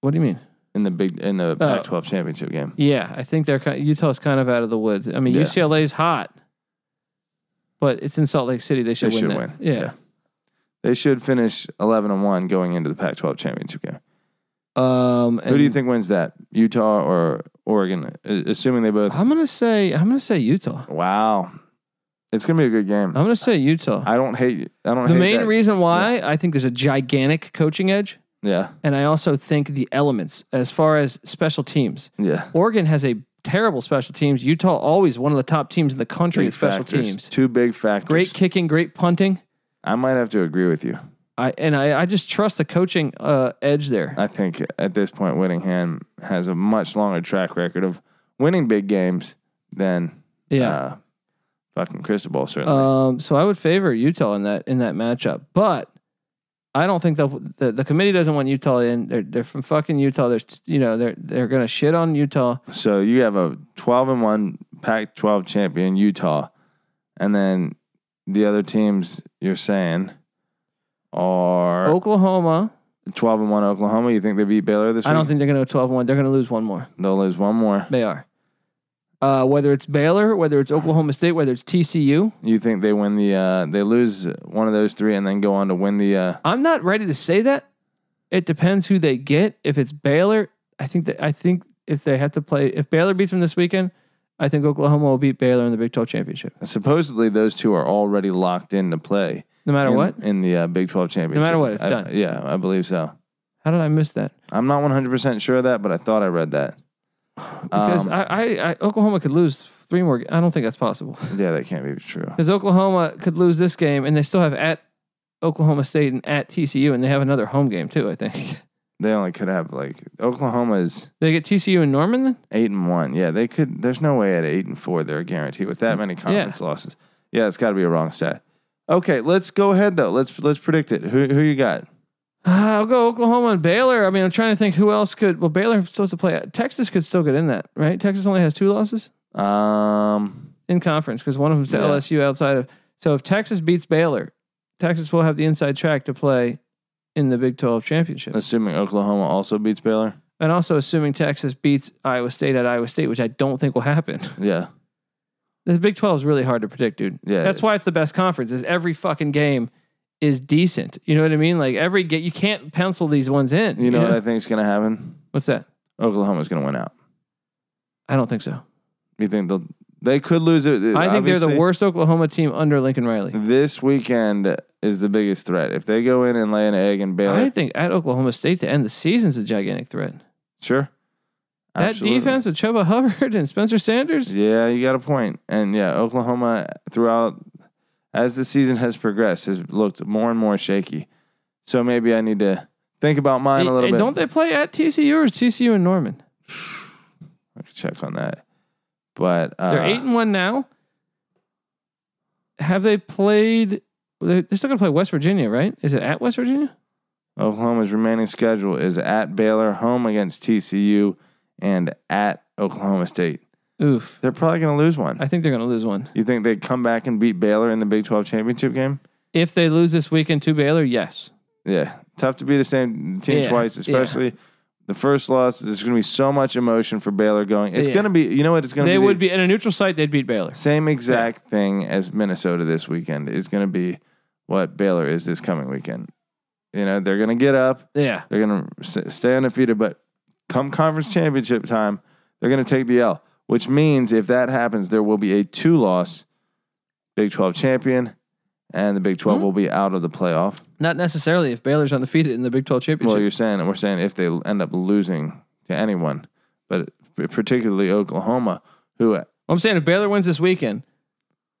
[SPEAKER 1] What do you mean?
[SPEAKER 2] in the big in
[SPEAKER 1] Oh.
[SPEAKER 2] the Pac-12 championship game.
[SPEAKER 1] Yeah, I think they're kind Utah's kind of out of the woods. I mean,
[SPEAKER 2] Yeah.
[SPEAKER 1] UCLA's hot, but it's in Salt Lake City. They should
[SPEAKER 2] They
[SPEAKER 1] win.
[SPEAKER 2] should
[SPEAKER 1] that.
[SPEAKER 2] win.
[SPEAKER 1] Yeah.
[SPEAKER 2] Yeah. They should finish 11 and one going into the Pac-12 championship game.
[SPEAKER 1] Um,
[SPEAKER 2] Who do you
[SPEAKER 1] and
[SPEAKER 2] think wins that, Utah or Oregon? A- Assuming they both.
[SPEAKER 1] I'm gonna say I'm gonna say Utah.
[SPEAKER 2] Wow, it's gonna be a good game.
[SPEAKER 1] I'm gonna say Utah.
[SPEAKER 2] I don't hate. I don't.
[SPEAKER 1] the
[SPEAKER 2] hate
[SPEAKER 1] main
[SPEAKER 2] that.
[SPEAKER 1] reason why I think there's a gigantic coaching edge,
[SPEAKER 2] Yeah,
[SPEAKER 1] and I also think the elements as far as special teams.
[SPEAKER 2] yeah.
[SPEAKER 1] Oregon has a terrible special teams. Utah always one of the top teams in the country in
[SPEAKER 2] Big
[SPEAKER 1] special
[SPEAKER 2] factors.
[SPEAKER 1] teams.
[SPEAKER 2] Two big factors.
[SPEAKER 1] Great kicking, great punting.
[SPEAKER 2] I might have to agree with you.
[SPEAKER 1] I and I, I just trust the coaching uh, edge there.
[SPEAKER 2] I think at this point, Whittingham has a much longer track record of winning big games than
[SPEAKER 1] Yeah,
[SPEAKER 2] uh, Fucking Cristobal certainly.
[SPEAKER 1] Um, so I would favor Utah in that in that matchup, but I don't think they'll, the the committee doesn't want Utah in. They're, they're from fucking Utah. There's you know they're they're gonna shit on Utah.
[SPEAKER 2] so you have a 12 and 1 Pac-12 champion Utah and then the other teams you're saying are
[SPEAKER 1] Oh. Oklahoma.
[SPEAKER 2] 12 and 1 Oklahoma. You think they beat Baylor this week?
[SPEAKER 1] I don't think they're gonna go 12-1. They're gonna lose one more.
[SPEAKER 2] they'll lose one more.
[SPEAKER 1] They are. Uh, whether it's Baylor, whether it's Oklahoma State, whether it's TCU,
[SPEAKER 2] You think they win the uh they lose one of those three and then go on to win the uh
[SPEAKER 1] I'm not ready to say that. It depends who they get. If it's Baylor, I think that I think if they have to play, if Baylor beats them this weekend, I think Oklahoma will beat Baylor in the Big 12 championship.
[SPEAKER 2] supposedly those two are already locked in to play.
[SPEAKER 1] No matter
[SPEAKER 2] in,
[SPEAKER 1] what.
[SPEAKER 2] in the uh, Big 12 championship.
[SPEAKER 1] what, it's
[SPEAKER 2] I-
[SPEAKER 1] done.
[SPEAKER 2] Yeah, I believe so.
[SPEAKER 1] How did I miss that?
[SPEAKER 2] I'm not 100% sure of that, but I thought I read that.
[SPEAKER 1] Because
[SPEAKER 2] Um,
[SPEAKER 1] I, I, I Oklahoma could lose three more. I don't think that's possible
[SPEAKER 2] yeah, that can't be true.
[SPEAKER 1] because Oklahoma could lose this game and they still have at Oklahoma State and at TCU and they have another home game too. I think
[SPEAKER 2] They only could have like Oklahoma's
[SPEAKER 1] they get TCU and Norman. Then?
[SPEAKER 2] 8 and 1. Yeah, they could there's no way at 8 and 4 they're guaranteed with that many conference losses. Yeah, it's got to be a wrong stat. Okay, let's go ahead though. Let's let's predict it. Who who you got?
[SPEAKER 1] Ah, I'll go Oklahoma and Baylor. I mean, I'm trying to think who else could. Well, Baylor supposed to play. Texas could still get in that, right? Texas only has two losses
[SPEAKER 2] Um
[SPEAKER 1] in conference because one of them's to
[SPEAKER 2] Yeah.
[SPEAKER 1] LSU outside of. So if Texas beats Baylor, Texas will have the inside track to play in the Big 12 championship.
[SPEAKER 2] assuming Oklahoma also beats Baylor.
[SPEAKER 1] and also assuming Texas beats Iowa State at Iowa State, which I don't think will happen.
[SPEAKER 2] Yeah.
[SPEAKER 1] The Big 12 is really hard to predict, dude.
[SPEAKER 2] Yeah, it
[SPEAKER 1] That's
[SPEAKER 2] is.
[SPEAKER 1] why it's the best conference. Is every fucking game is decent. You know what I mean? Like every get you can't pencil these ones in.
[SPEAKER 2] You know what I think is going to happen?
[SPEAKER 1] What's that?
[SPEAKER 2] Oklahoma's going to win out.
[SPEAKER 1] I don't think so.
[SPEAKER 2] You think they'll they could lose it?
[SPEAKER 1] I think they're the
[SPEAKER 2] Obviously,
[SPEAKER 1] worst Oklahoma team under Lincoln Riley.
[SPEAKER 2] This weekend is the biggest threat. If they go in and lay an egg and Baylor,
[SPEAKER 1] I think at Oklahoma State to end the season's a gigantic threat.
[SPEAKER 2] sure.
[SPEAKER 1] That
[SPEAKER 2] Absolutely.
[SPEAKER 1] defense with Chuba Hubbard and Spencer Sanders.
[SPEAKER 2] Yeah, you got a point. And yeah, Oklahoma throughout as the season has progressed has looked more and more shaky. So maybe I need to think about mine
[SPEAKER 1] Hey,
[SPEAKER 2] a little
[SPEAKER 1] hey,
[SPEAKER 2] bit.
[SPEAKER 1] Don't they play at TCU or is TCU and Norman?
[SPEAKER 2] I could check on that. But uh,
[SPEAKER 1] They're eight and one now. Have they played? They're they're still going to play West Virginia, right? Is it at West Virginia?
[SPEAKER 2] Oklahoma's remaining schedule is at Baylor, home against TCU, and at Oklahoma State.
[SPEAKER 1] Oof.
[SPEAKER 2] They're probably going to lose one.
[SPEAKER 1] I think they're going to lose one.
[SPEAKER 2] You think they come back and beat Baylor in the Big 12 championship game?
[SPEAKER 1] If they lose this weekend to Baylor, yes.
[SPEAKER 2] Yeah. Tough to be the same team
[SPEAKER 1] Yeah,
[SPEAKER 2] twice,
[SPEAKER 1] yeah.
[SPEAKER 2] especially the first loss. There's going to be so much emotion for Baylor going. It's
[SPEAKER 1] Yeah.
[SPEAKER 2] going to be, you know what? It's going to
[SPEAKER 1] They
[SPEAKER 2] be. the
[SPEAKER 1] would be at a neutral site. They'd beat Baylor.
[SPEAKER 2] Same exact thing as Minnesota this weekend is going to be what Baylor is this coming weekend. You know, they're going to get up,
[SPEAKER 1] Yeah.
[SPEAKER 2] they're going to stay undefeated, but come conference championship time, they're going to take the L, which means if that happens, there will be a two loss Big 12 champion, and the Big 12
[SPEAKER 1] Hmm.
[SPEAKER 2] will be out of the playoff.
[SPEAKER 1] Not necessarily if Baylor's undefeated in the Big 12
[SPEAKER 2] Well,
[SPEAKER 1] championship.
[SPEAKER 2] you're saying we're saying if they end up losing to anyone, but particularly Oklahoma, who
[SPEAKER 1] I'm saying if Baylor wins this weekend,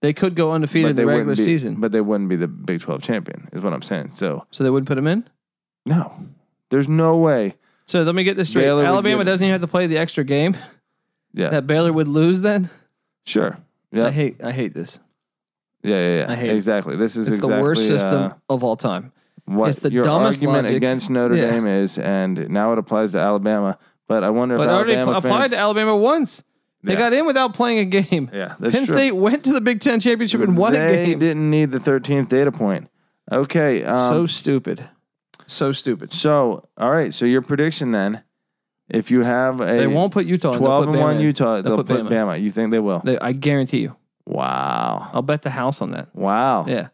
[SPEAKER 1] they could go undefeated
[SPEAKER 2] but
[SPEAKER 1] in the
[SPEAKER 2] wouldn't
[SPEAKER 1] regular
[SPEAKER 2] be,
[SPEAKER 1] season.
[SPEAKER 2] but they wouldn't be the Big 12 champion, is what I'm saying. So
[SPEAKER 1] so they wouldn't put them in.
[SPEAKER 2] no, there's no way.
[SPEAKER 1] So let me get this straight.
[SPEAKER 2] Baylor would
[SPEAKER 1] Alabama
[SPEAKER 2] give-
[SPEAKER 1] doesn't even have to play the extra game
[SPEAKER 2] Yeah,
[SPEAKER 1] that Baylor would lose then.
[SPEAKER 2] sure. Yeah,
[SPEAKER 1] I hate I hate this.
[SPEAKER 2] yeah, yeah, yeah.
[SPEAKER 1] I hate it.
[SPEAKER 2] exactly. This is
[SPEAKER 1] It's
[SPEAKER 2] exactly
[SPEAKER 1] the worst system
[SPEAKER 2] uh,
[SPEAKER 1] of all time.
[SPEAKER 2] what
[SPEAKER 1] it's the
[SPEAKER 2] your
[SPEAKER 1] dumbest
[SPEAKER 2] argument
[SPEAKER 1] logic.
[SPEAKER 2] against Notre
[SPEAKER 1] Yeah.
[SPEAKER 2] Dame is, and now it applies to Alabama. But I wonder if
[SPEAKER 1] But they already
[SPEAKER 2] Alabama
[SPEAKER 1] pl-
[SPEAKER 2] fans,
[SPEAKER 1] applied to Alabama once. They
[SPEAKER 2] Yeah.
[SPEAKER 1] got in without playing a game.
[SPEAKER 2] yeah, that's
[SPEAKER 1] Penn
[SPEAKER 2] true.
[SPEAKER 1] State went to the Big Ten championship and won a
[SPEAKER 2] they
[SPEAKER 1] game.
[SPEAKER 2] didn't need the 13th data point. Okay, um,
[SPEAKER 1] so stupid. So stupid.
[SPEAKER 2] So, all right. So your prediction then, if you have a
[SPEAKER 1] They won't put Utah. in. They'll
[SPEAKER 2] twelve
[SPEAKER 1] put
[SPEAKER 2] and
[SPEAKER 1] Bama
[SPEAKER 2] one
[SPEAKER 1] in.
[SPEAKER 2] Utah,
[SPEAKER 1] They'll
[SPEAKER 2] they'll,
[SPEAKER 1] put
[SPEAKER 2] put
[SPEAKER 1] Bama.
[SPEAKER 2] Bama. You think they will?
[SPEAKER 1] They, I guarantee you.
[SPEAKER 2] Wow.
[SPEAKER 1] I'll bet the house on that.
[SPEAKER 2] Wow.
[SPEAKER 1] Yeah,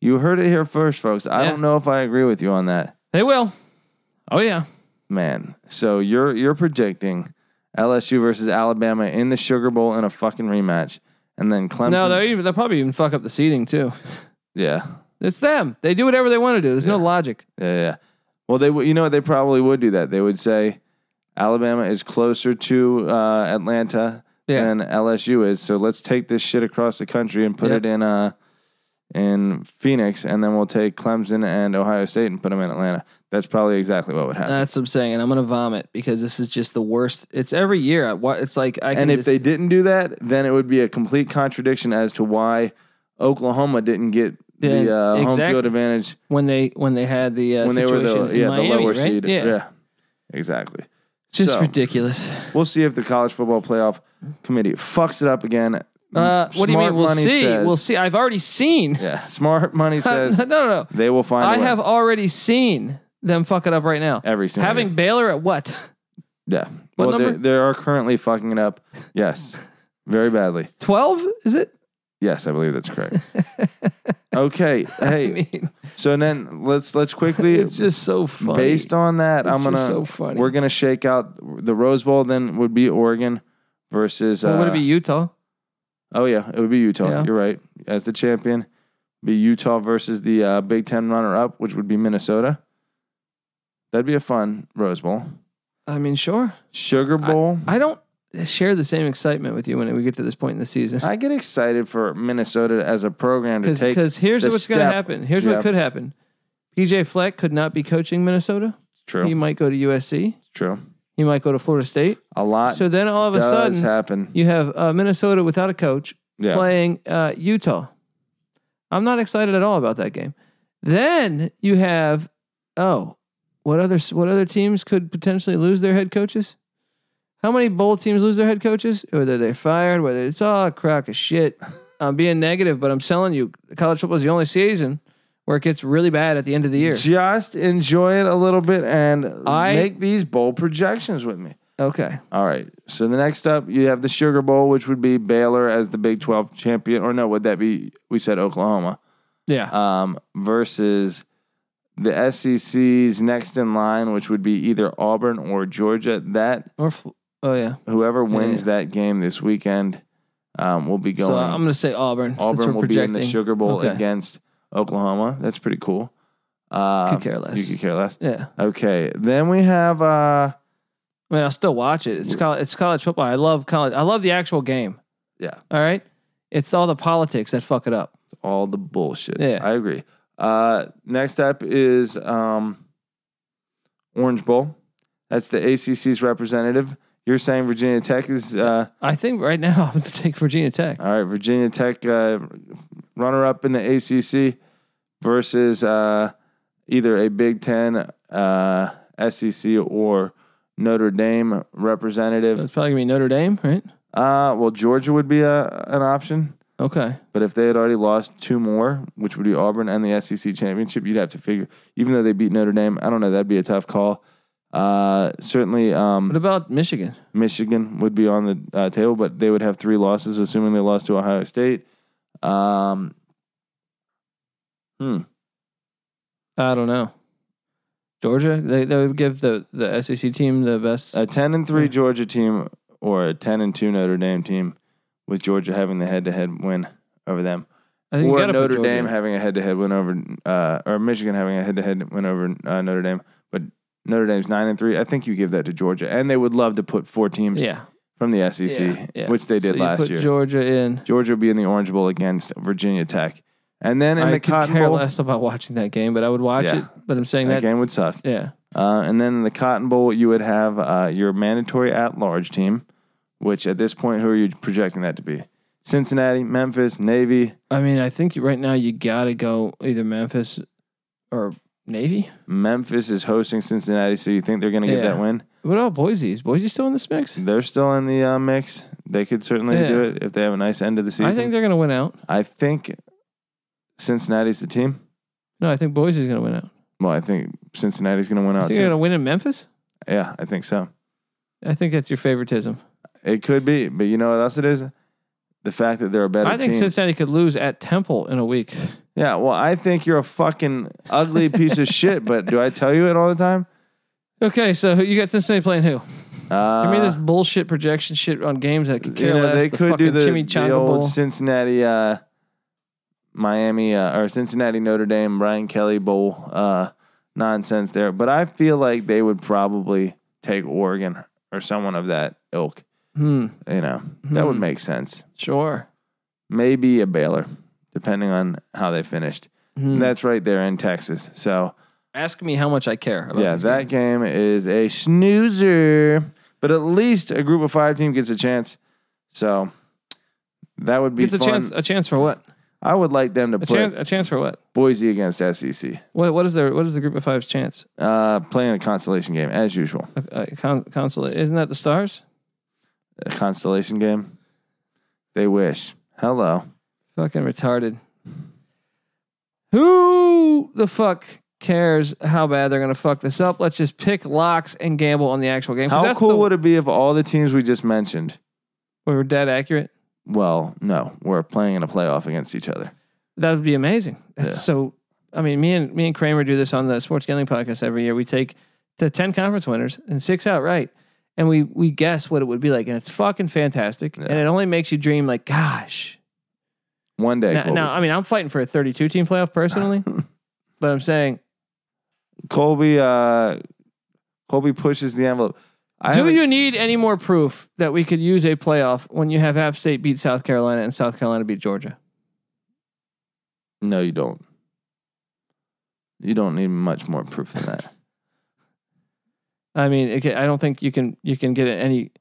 [SPEAKER 2] You heard it here first, folks. I
[SPEAKER 1] Yeah.
[SPEAKER 2] don't know if I agree with you on that,
[SPEAKER 1] they will. Oh yeah.
[SPEAKER 2] man. So you're you're predicting LSU versus Alabama in the Sugar Bowl in a fucking rematch, and then Clemson.
[SPEAKER 1] No, they'll even they'll probably even fuck up the seating too.
[SPEAKER 2] yeah,
[SPEAKER 1] It's them. They do whatever they want to do. There's no
[SPEAKER 2] Yeah.
[SPEAKER 1] logic.
[SPEAKER 2] yeah, yeah. Well, they would- you know what? they probably would do that. They would say Alabama is closer to uh, Atlanta
[SPEAKER 1] Yeah.
[SPEAKER 2] than LSU is, so let's take this shit across the country and put
[SPEAKER 1] Yep.
[SPEAKER 2] it in uh in Phoenix, and then we'll take Clemson and Ohio State and put them in Atlanta. That's probably exactly what would happen.
[SPEAKER 1] That's what I'm saying, and I'm gonna vomit because this is just the worst. It's every year. I- What it's like. I can
[SPEAKER 2] and if
[SPEAKER 1] just-
[SPEAKER 2] they didn't do that, then it would be a complete contradiction as to why Oklahoma didn't get
[SPEAKER 1] Yeah,
[SPEAKER 2] the uh, home
[SPEAKER 1] exactly.
[SPEAKER 2] field advantage
[SPEAKER 1] when they when they had the uh,
[SPEAKER 2] when they were
[SPEAKER 1] situation
[SPEAKER 2] the
[SPEAKER 1] in
[SPEAKER 2] yeah
[SPEAKER 1] Miami,
[SPEAKER 2] the lower
[SPEAKER 1] right?
[SPEAKER 2] seed.
[SPEAKER 1] Yeah,
[SPEAKER 2] exactly.
[SPEAKER 1] just
[SPEAKER 2] So-
[SPEAKER 1] ridiculous.
[SPEAKER 2] We'll see if the college football playoff committee fucks it up again.
[SPEAKER 1] Uh, what do you
[SPEAKER 2] Smart
[SPEAKER 1] mean? We'll
[SPEAKER 2] money
[SPEAKER 1] see.
[SPEAKER 2] says-
[SPEAKER 1] We'll see. I've already seen.
[SPEAKER 2] Yeah, smart money says
[SPEAKER 1] no, no, no.
[SPEAKER 2] they will find.
[SPEAKER 1] I
[SPEAKER 2] a way.
[SPEAKER 1] have already seen them fuck it up right now.
[SPEAKER 2] every single
[SPEAKER 1] Having
[SPEAKER 2] year.
[SPEAKER 1] Baylor at what?
[SPEAKER 2] yeah.
[SPEAKER 1] what
[SPEAKER 2] well, they
[SPEAKER 1] number?
[SPEAKER 2] they are currently fucking it up. Yes, very badly.
[SPEAKER 1] Twelve? Is it?
[SPEAKER 2] Yes, I believe that's correct. okay,
[SPEAKER 1] I
[SPEAKER 2] hey.
[SPEAKER 1] mean,
[SPEAKER 2] So then let's let's quickly
[SPEAKER 1] it's just so funny.
[SPEAKER 2] based on that.
[SPEAKER 1] It's
[SPEAKER 2] I'm gonna
[SPEAKER 1] just so funny.
[SPEAKER 2] we're gonna shake out the Rose Bowl. Then would be Oregon versus.
[SPEAKER 1] Well, would it
[SPEAKER 2] uh,
[SPEAKER 1] be Utah?
[SPEAKER 2] Oh yeah, it would be Utah.
[SPEAKER 1] Yeah.
[SPEAKER 2] You're right. As the champion, be Utah versus the uh, Big Ten runner-up, which would be Minnesota. That'd be a fun Rose Bowl,
[SPEAKER 1] I mean, sure.
[SPEAKER 2] Sugar Bowl. I,
[SPEAKER 1] I don't share the same excitement with you when we get to this point in the season.
[SPEAKER 2] get excited for Minnesota as a program to take.
[SPEAKER 1] Because here's
[SPEAKER 2] the
[SPEAKER 1] what's going to
[SPEAKER 2] step.
[SPEAKER 1] happen. Here's
[SPEAKER 2] Yeah.
[SPEAKER 1] what could happen. PJ Fleck could not be coaching Minnesota. He
[SPEAKER 2] True,
[SPEAKER 1] might go to USC.
[SPEAKER 2] true.
[SPEAKER 1] He might go to Florida State.
[SPEAKER 2] A lot
[SPEAKER 1] So then all of a
[SPEAKER 2] does
[SPEAKER 1] sudden,
[SPEAKER 2] happen.
[SPEAKER 1] you have uh, Minnesota without a coach
[SPEAKER 2] Yeah,
[SPEAKER 1] playing uh, Utah. I'm not excited at all about that game. Then you have oh, what other what other teams could potentially lose their head coaches? How many bowl teams lose their head coaches? Whether they're fired, whether it's all a crock of shit. I'm being negative, but I'm telling you, college football is the only season where it gets really bad at the end of the year.
[SPEAKER 2] just enjoy it a little bit and
[SPEAKER 1] I-
[SPEAKER 2] make these bowl projections with me.
[SPEAKER 1] Okay,
[SPEAKER 2] All right. So the next up, you have the Sugar Bowl, which would be Baylor as the Big 12 champion, or no, would that be? We said Oklahoma
[SPEAKER 1] yeah,
[SPEAKER 2] um, versus the SEC's next in line, which would be either Auburn or Georgia. That
[SPEAKER 1] or Fl- oh yeah.
[SPEAKER 2] whoever wins that game this weekend um, will be going.
[SPEAKER 1] So I'm gonna say Auburn. since
[SPEAKER 2] Auburn
[SPEAKER 1] we're
[SPEAKER 2] will be in the
[SPEAKER 1] projecting.
[SPEAKER 2] Sugar Bowl
[SPEAKER 1] Okay.
[SPEAKER 2] against Oklahoma. That's pretty cool. Uh,
[SPEAKER 1] Could care less.
[SPEAKER 2] You could care less.
[SPEAKER 1] Yeah,
[SPEAKER 2] Okay. Then we have. Uh,
[SPEAKER 1] I mean, I'll still watch it. It's college, it's college football. I love college. I love the actual game.
[SPEAKER 2] Yeah.
[SPEAKER 1] All right. It's all the politics that fuck it up.
[SPEAKER 2] all the bullshit.
[SPEAKER 1] Yeah.
[SPEAKER 2] I agree. Uh, next up is um, Orange Bowl. That's the ACC's representative. You're saying Virginia Tech is uh,
[SPEAKER 1] I think right now I'm going to take Virginia Tech.
[SPEAKER 2] all right. Virginia Tech uh, runner up in the ACC versus uh, either a Big Ten, uh, SEC, or Notre Dame representative.
[SPEAKER 1] It's probably going to be Notre Dame, right?
[SPEAKER 2] Uh, well, Georgia would be a, an option.
[SPEAKER 1] Okay.
[SPEAKER 2] But if they had already lost two more, which would be Auburn and the SEC championship, you'd have to figure. Even though they beat Notre Dame, I don't know. That'd be a tough call. Uh, certainly,
[SPEAKER 1] What
[SPEAKER 2] um,
[SPEAKER 1] about Michigan?
[SPEAKER 2] Michigan would be on the uh, table, but they would have three losses, assuming they lost to Ohio State. Um, hmm.
[SPEAKER 1] I don't know. Georgia, they, they would give the, the SEC team the best.
[SPEAKER 2] A ten and three Georgia team or a ten and two Notre Dame team, with Georgia having the head to head win over them,
[SPEAKER 1] I think you
[SPEAKER 2] or
[SPEAKER 1] gotta put
[SPEAKER 2] Notre
[SPEAKER 1] Georgia.
[SPEAKER 2] Dame having a head to head win over, uh, or Michigan having a head to head win over uh, Notre Dame. But Notre Dame's nine and three. I think you give that to Georgia, and they would love to put four teams
[SPEAKER 1] Yeah.
[SPEAKER 2] from the SEC,
[SPEAKER 1] Yeah, yeah.
[SPEAKER 2] E which they
[SPEAKER 1] So
[SPEAKER 2] did
[SPEAKER 1] you
[SPEAKER 2] last
[SPEAKER 1] put
[SPEAKER 2] year.
[SPEAKER 1] Georgia in.
[SPEAKER 2] Georgia would be in the Orange Bowl against Virginia Tech, and then in
[SPEAKER 1] I
[SPEAKER 2] the
[SPEAKER 1] could
[SPEAKER 2] Cotton
[SPEAKER 1] care
[SPEAKER 2] Bowl,
[SPEAKER 1] less about watching that game, but I would watch
[SPEAKER 2] Yeah.
[SPEAKER 1] it. But I'm saying that.
[SPEAKER 2] that game would suck.
[SPEAKER 1] yeah.
[SPEAKER 2] Uh, and then in the Cotton Bowl, you would have uh, your mandatory at-large team, which at this point, who are you projecting that to be? Cincinnati, Memphis, Navy,
[SPEAKER 1] I mean, I think right now you got to go either Memphis or Navy.
[SPEAKER 2] Memphis is hosting Cincinnati, so you think they're going to get
[SPEAKER 1] Yeah.
[SPEAKER 2] that win?
[SPEAKER 1] What about Boise? Is Boise still in this mix?
[SPEAKER 2] They're still in the uh, mix. They could certainly
[SPEAKER 1] Yeah.
[SPEAKER 2] do it if they have a nice end of the season.
[SPEAKER 1] I think they're going to win out.
[SPEAKER 2] I think Cincinnati's the team.
[SPEAKER 1] No, I think Boise's going to win out.
[SPEAKER 2] Well, I think Cincinnati's going to win
[SPEAKER 1] I
[SPEAKER 2] out
[SPEAKER 1] think they're going
[SPEAKER 2] too.
[SPEAKER 1] to win in Memphis.
[SPEAKER 2] Yeah, I think so.
[SPEAKER 1] I think that's your favoritism.
[SPEAKER 2] It could be, but you know what else it is? The fact that they're a better
[SPEAKER 1] I think
[SPEAKER 2] team.
[SPEAKER 1] Cincinnati could lose at Temple in a week.
[SPEAKER 2] yeah, well, I think you're a fucking ugly piece of shit, but do I tell you it all the time?
[SPEAKER 1] Okay, so who- you got Cincinnati playing who?
[SPEAKER 2] Uh,
[SPEAKER 1] Give me this bullshit projection shit on games that could care
[SPEAKER 2] you know,
[SPEAKER 1] less.
[SPEAKER 2] they
[SPEAKER 1] the
[SPEAKER 2] could
[SPEAKER 1] fucking
[SPEAKER 2] do the,
[SPEAKER 1] Jimmy
[SPEAKER 2] the
[SPEAKER 1] Chonga
[SPEAKER 2] old
[SPEAKER 1] Bowl.
[SPEAKER 2] Cincinnati, uh, Miami, uh, or Cincinnati Notre Dame Brian Kelly Bowl uh, nonsense there. But I feel like they would probably take Oregon or someone of that ilk.
[SPEAKER 1] Hmm,
[SPEAKER 2] You know, that would
[SPEAKER 1] Hmm.
[SPEAKER 2] make sense.
[SPEAKER 1] sure.
[SPEAKER 2] Maybe a Baylor. depending on how they finished.
[SPEAKER 1] Hmm.
[SPEAKER 2] And that's right there in Texas. So
[SPEAKER 1] Ask me how much I care. About
[SPEAKER 2] yeah,
[SPEAKER 1] this
[SPEAKER 2] that game is a snoozer. But at least a group of five team gets a chance. So that would be
[SPEAKER 1] game. gets a
[SPEAKER 2] fun.
[SPEAKER 1] chance. A chance for what?
[SPEAKER 2] I would like them to
[SPEAKER 1] A
[SPEAKER 2] put
[SPEAKER 1] chance. A chance for what?
[SPEAKER 2] Boise against SEC.
[SPEAKER 1] What? What is their? What is the group of five's chance?
[SPEAKER 2] Uh, playing a constellation game as usual.
[SPEAKER 1] Uh, Uh, con- consulate. Isn't that the stars?
[SPEAKER 2] A constellation game. They wish. Hello.
[SPEAKER 1] Fucking retarded. Who the fuck cares how bad they're gonna fuck this up? Let's just pick locks and gamble on the actual game. 'Cause
[SPEAKER 2] How
[SPEAKER 1] that's
[SPEAKER 2] cool
[SPEAKER 1] the-
[SPEAKER 2] would it be if all the teams we just mentioned?
[SPEAKER 1] we were dead accurate?
[SPEAKER 2] Well, no, we're playing in a playoff against each other.
[SPEAKER 1] That would be amazing. That's
[SPEAKER 2] Yeah.
[SPEAKER 1] so. I mean, me and me and Kramer do this on the Sports Gambling Podcast every year. We take the ten conference winners and six outright, and we we guess what it would be like, and it's fucking fantastic. And
[SPEAKER 2] Yeah.
[SPEAKER 1] it only makes you dream like, gosh.
[SPEAKER 2] One day,
[SPEAKER 1] Now,
[SPEAKER 2] Colby.
[SPEAKER 1] now, I mean, I'm fighting for a 32 team playoff personally, but I'm saying,
[SPEAKER 2] Colby, uh, Colby pushes the envelope. I
[SPEAKER 1] do
[SPEAKER 2] haven't-
[SPEAKER 1] you need any more proof that we could use a playoff when you have App State beat South Carolina and South Carolina beat Georgia?
[SPEAKER 2] No, you don't. You don't need much more proof than that.
[SPEAKER 1] I mean, it, ca- I don't think you can you can get it any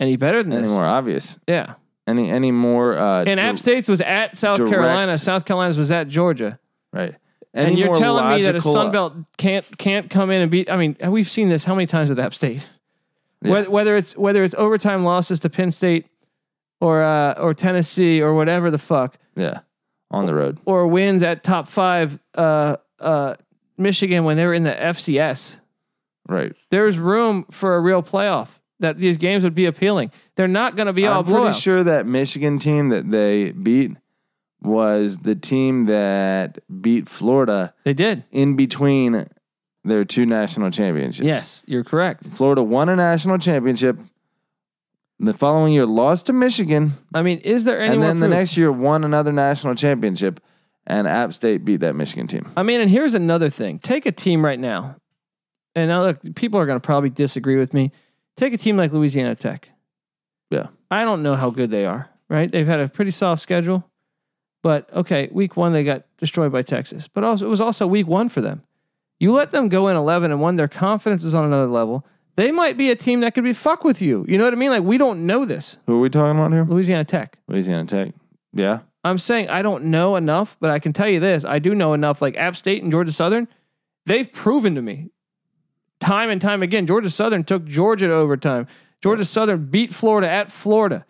[SPEAKER 1] any better than
[SPEAKER 2] Any
[SPEAKER 1] this.
[SPEAKER 2] more obvious?
[SPEAKER 1] Yeah.
[SPEAKER 2] Any any more? Uh,
[SPEAKER 1] And
[SPEAKER 2] dir-
[SPEAKER 1] App State's was at South
[SPEAKER 2] direct-
[SPEAKER 1] Carolina. South Carolina's was at Georgia.
[SPEAKER 2] right? Any
[SPEAKER 1] And you're
[SPEAKER 2] more
[SPEAKER 1] telling me that a
[SPEAKER 2] logical-
[SPEAKER 1] Sun Belt can't can't come in and beat. I mean, we've seen this how many times with App State.
[SPEAKER 2] Yeah.
[SPEAKER 1] Whether, whether it's whether it's overtime losses to Penn State or uh, or Tennessee or whatever the fuck,
[SPEAKER 2] Yeah, on the road.
[SPEAKER 1] or wins at top five uh, uh, Michigan when they were in the FCS.
[SPEAKER 2] Right.
[SPEAKER 1] There's room for a real playoff. That these games would be appealing. They're not going to be all
[SPEAKER 2] I'm pretty
[SPEAKER 1] blowouts.
[SPEAKER 2] sure that Michigan team that they beat was the team that beat Florida
[SPEAKER 1] they did.
[SPEAKER 2] in between their two national championships.
[SPEAKER 1] Yes, you're correct.
[SPEAKER 2] Florida won a national championship. The following year, lost to Michigan,
[SPEAKER 1] I mean, is there any
[SPEAKER 2] and
[SPEAKER 1] more
[SPEAKER 2] then the
[SPEAKER 1] proof?
[SPEAKER 2] next year won another national championship. And App State beat that Michigan team.
[SPEAKER 1] I mean, and here's another thing. Take a team right now. And now look, people are going to probably disagree with me. Take a team like Louisiana Tech.
[SPEAKER 2] Yeah.
[SPEAKER 1] I don't know how good they are, right? They've had a pretty soft schedule. But okay, week 1 they got destroyed by Texas. But also it was also week 1 for them. You let them go in 11 and 1, their confidence is on another level. They might be a team that could be fuck with you. You know what I mean? Like we don't know this.
[SPEAKER 2] Who are we talking about here?
[SPEAKER 1] Louisiana Tech.
[SPEAKER 2] Louisiana Tech. Yeah.
[SPEAKER 1] I'm saying I don't know enough, but I can tell you this: I do know enough. Like App State and Georgia Southern, they've proven to me time and time again. Georgia Southern took Georgia to overtime. Georgia Southern beat Florida at Florida.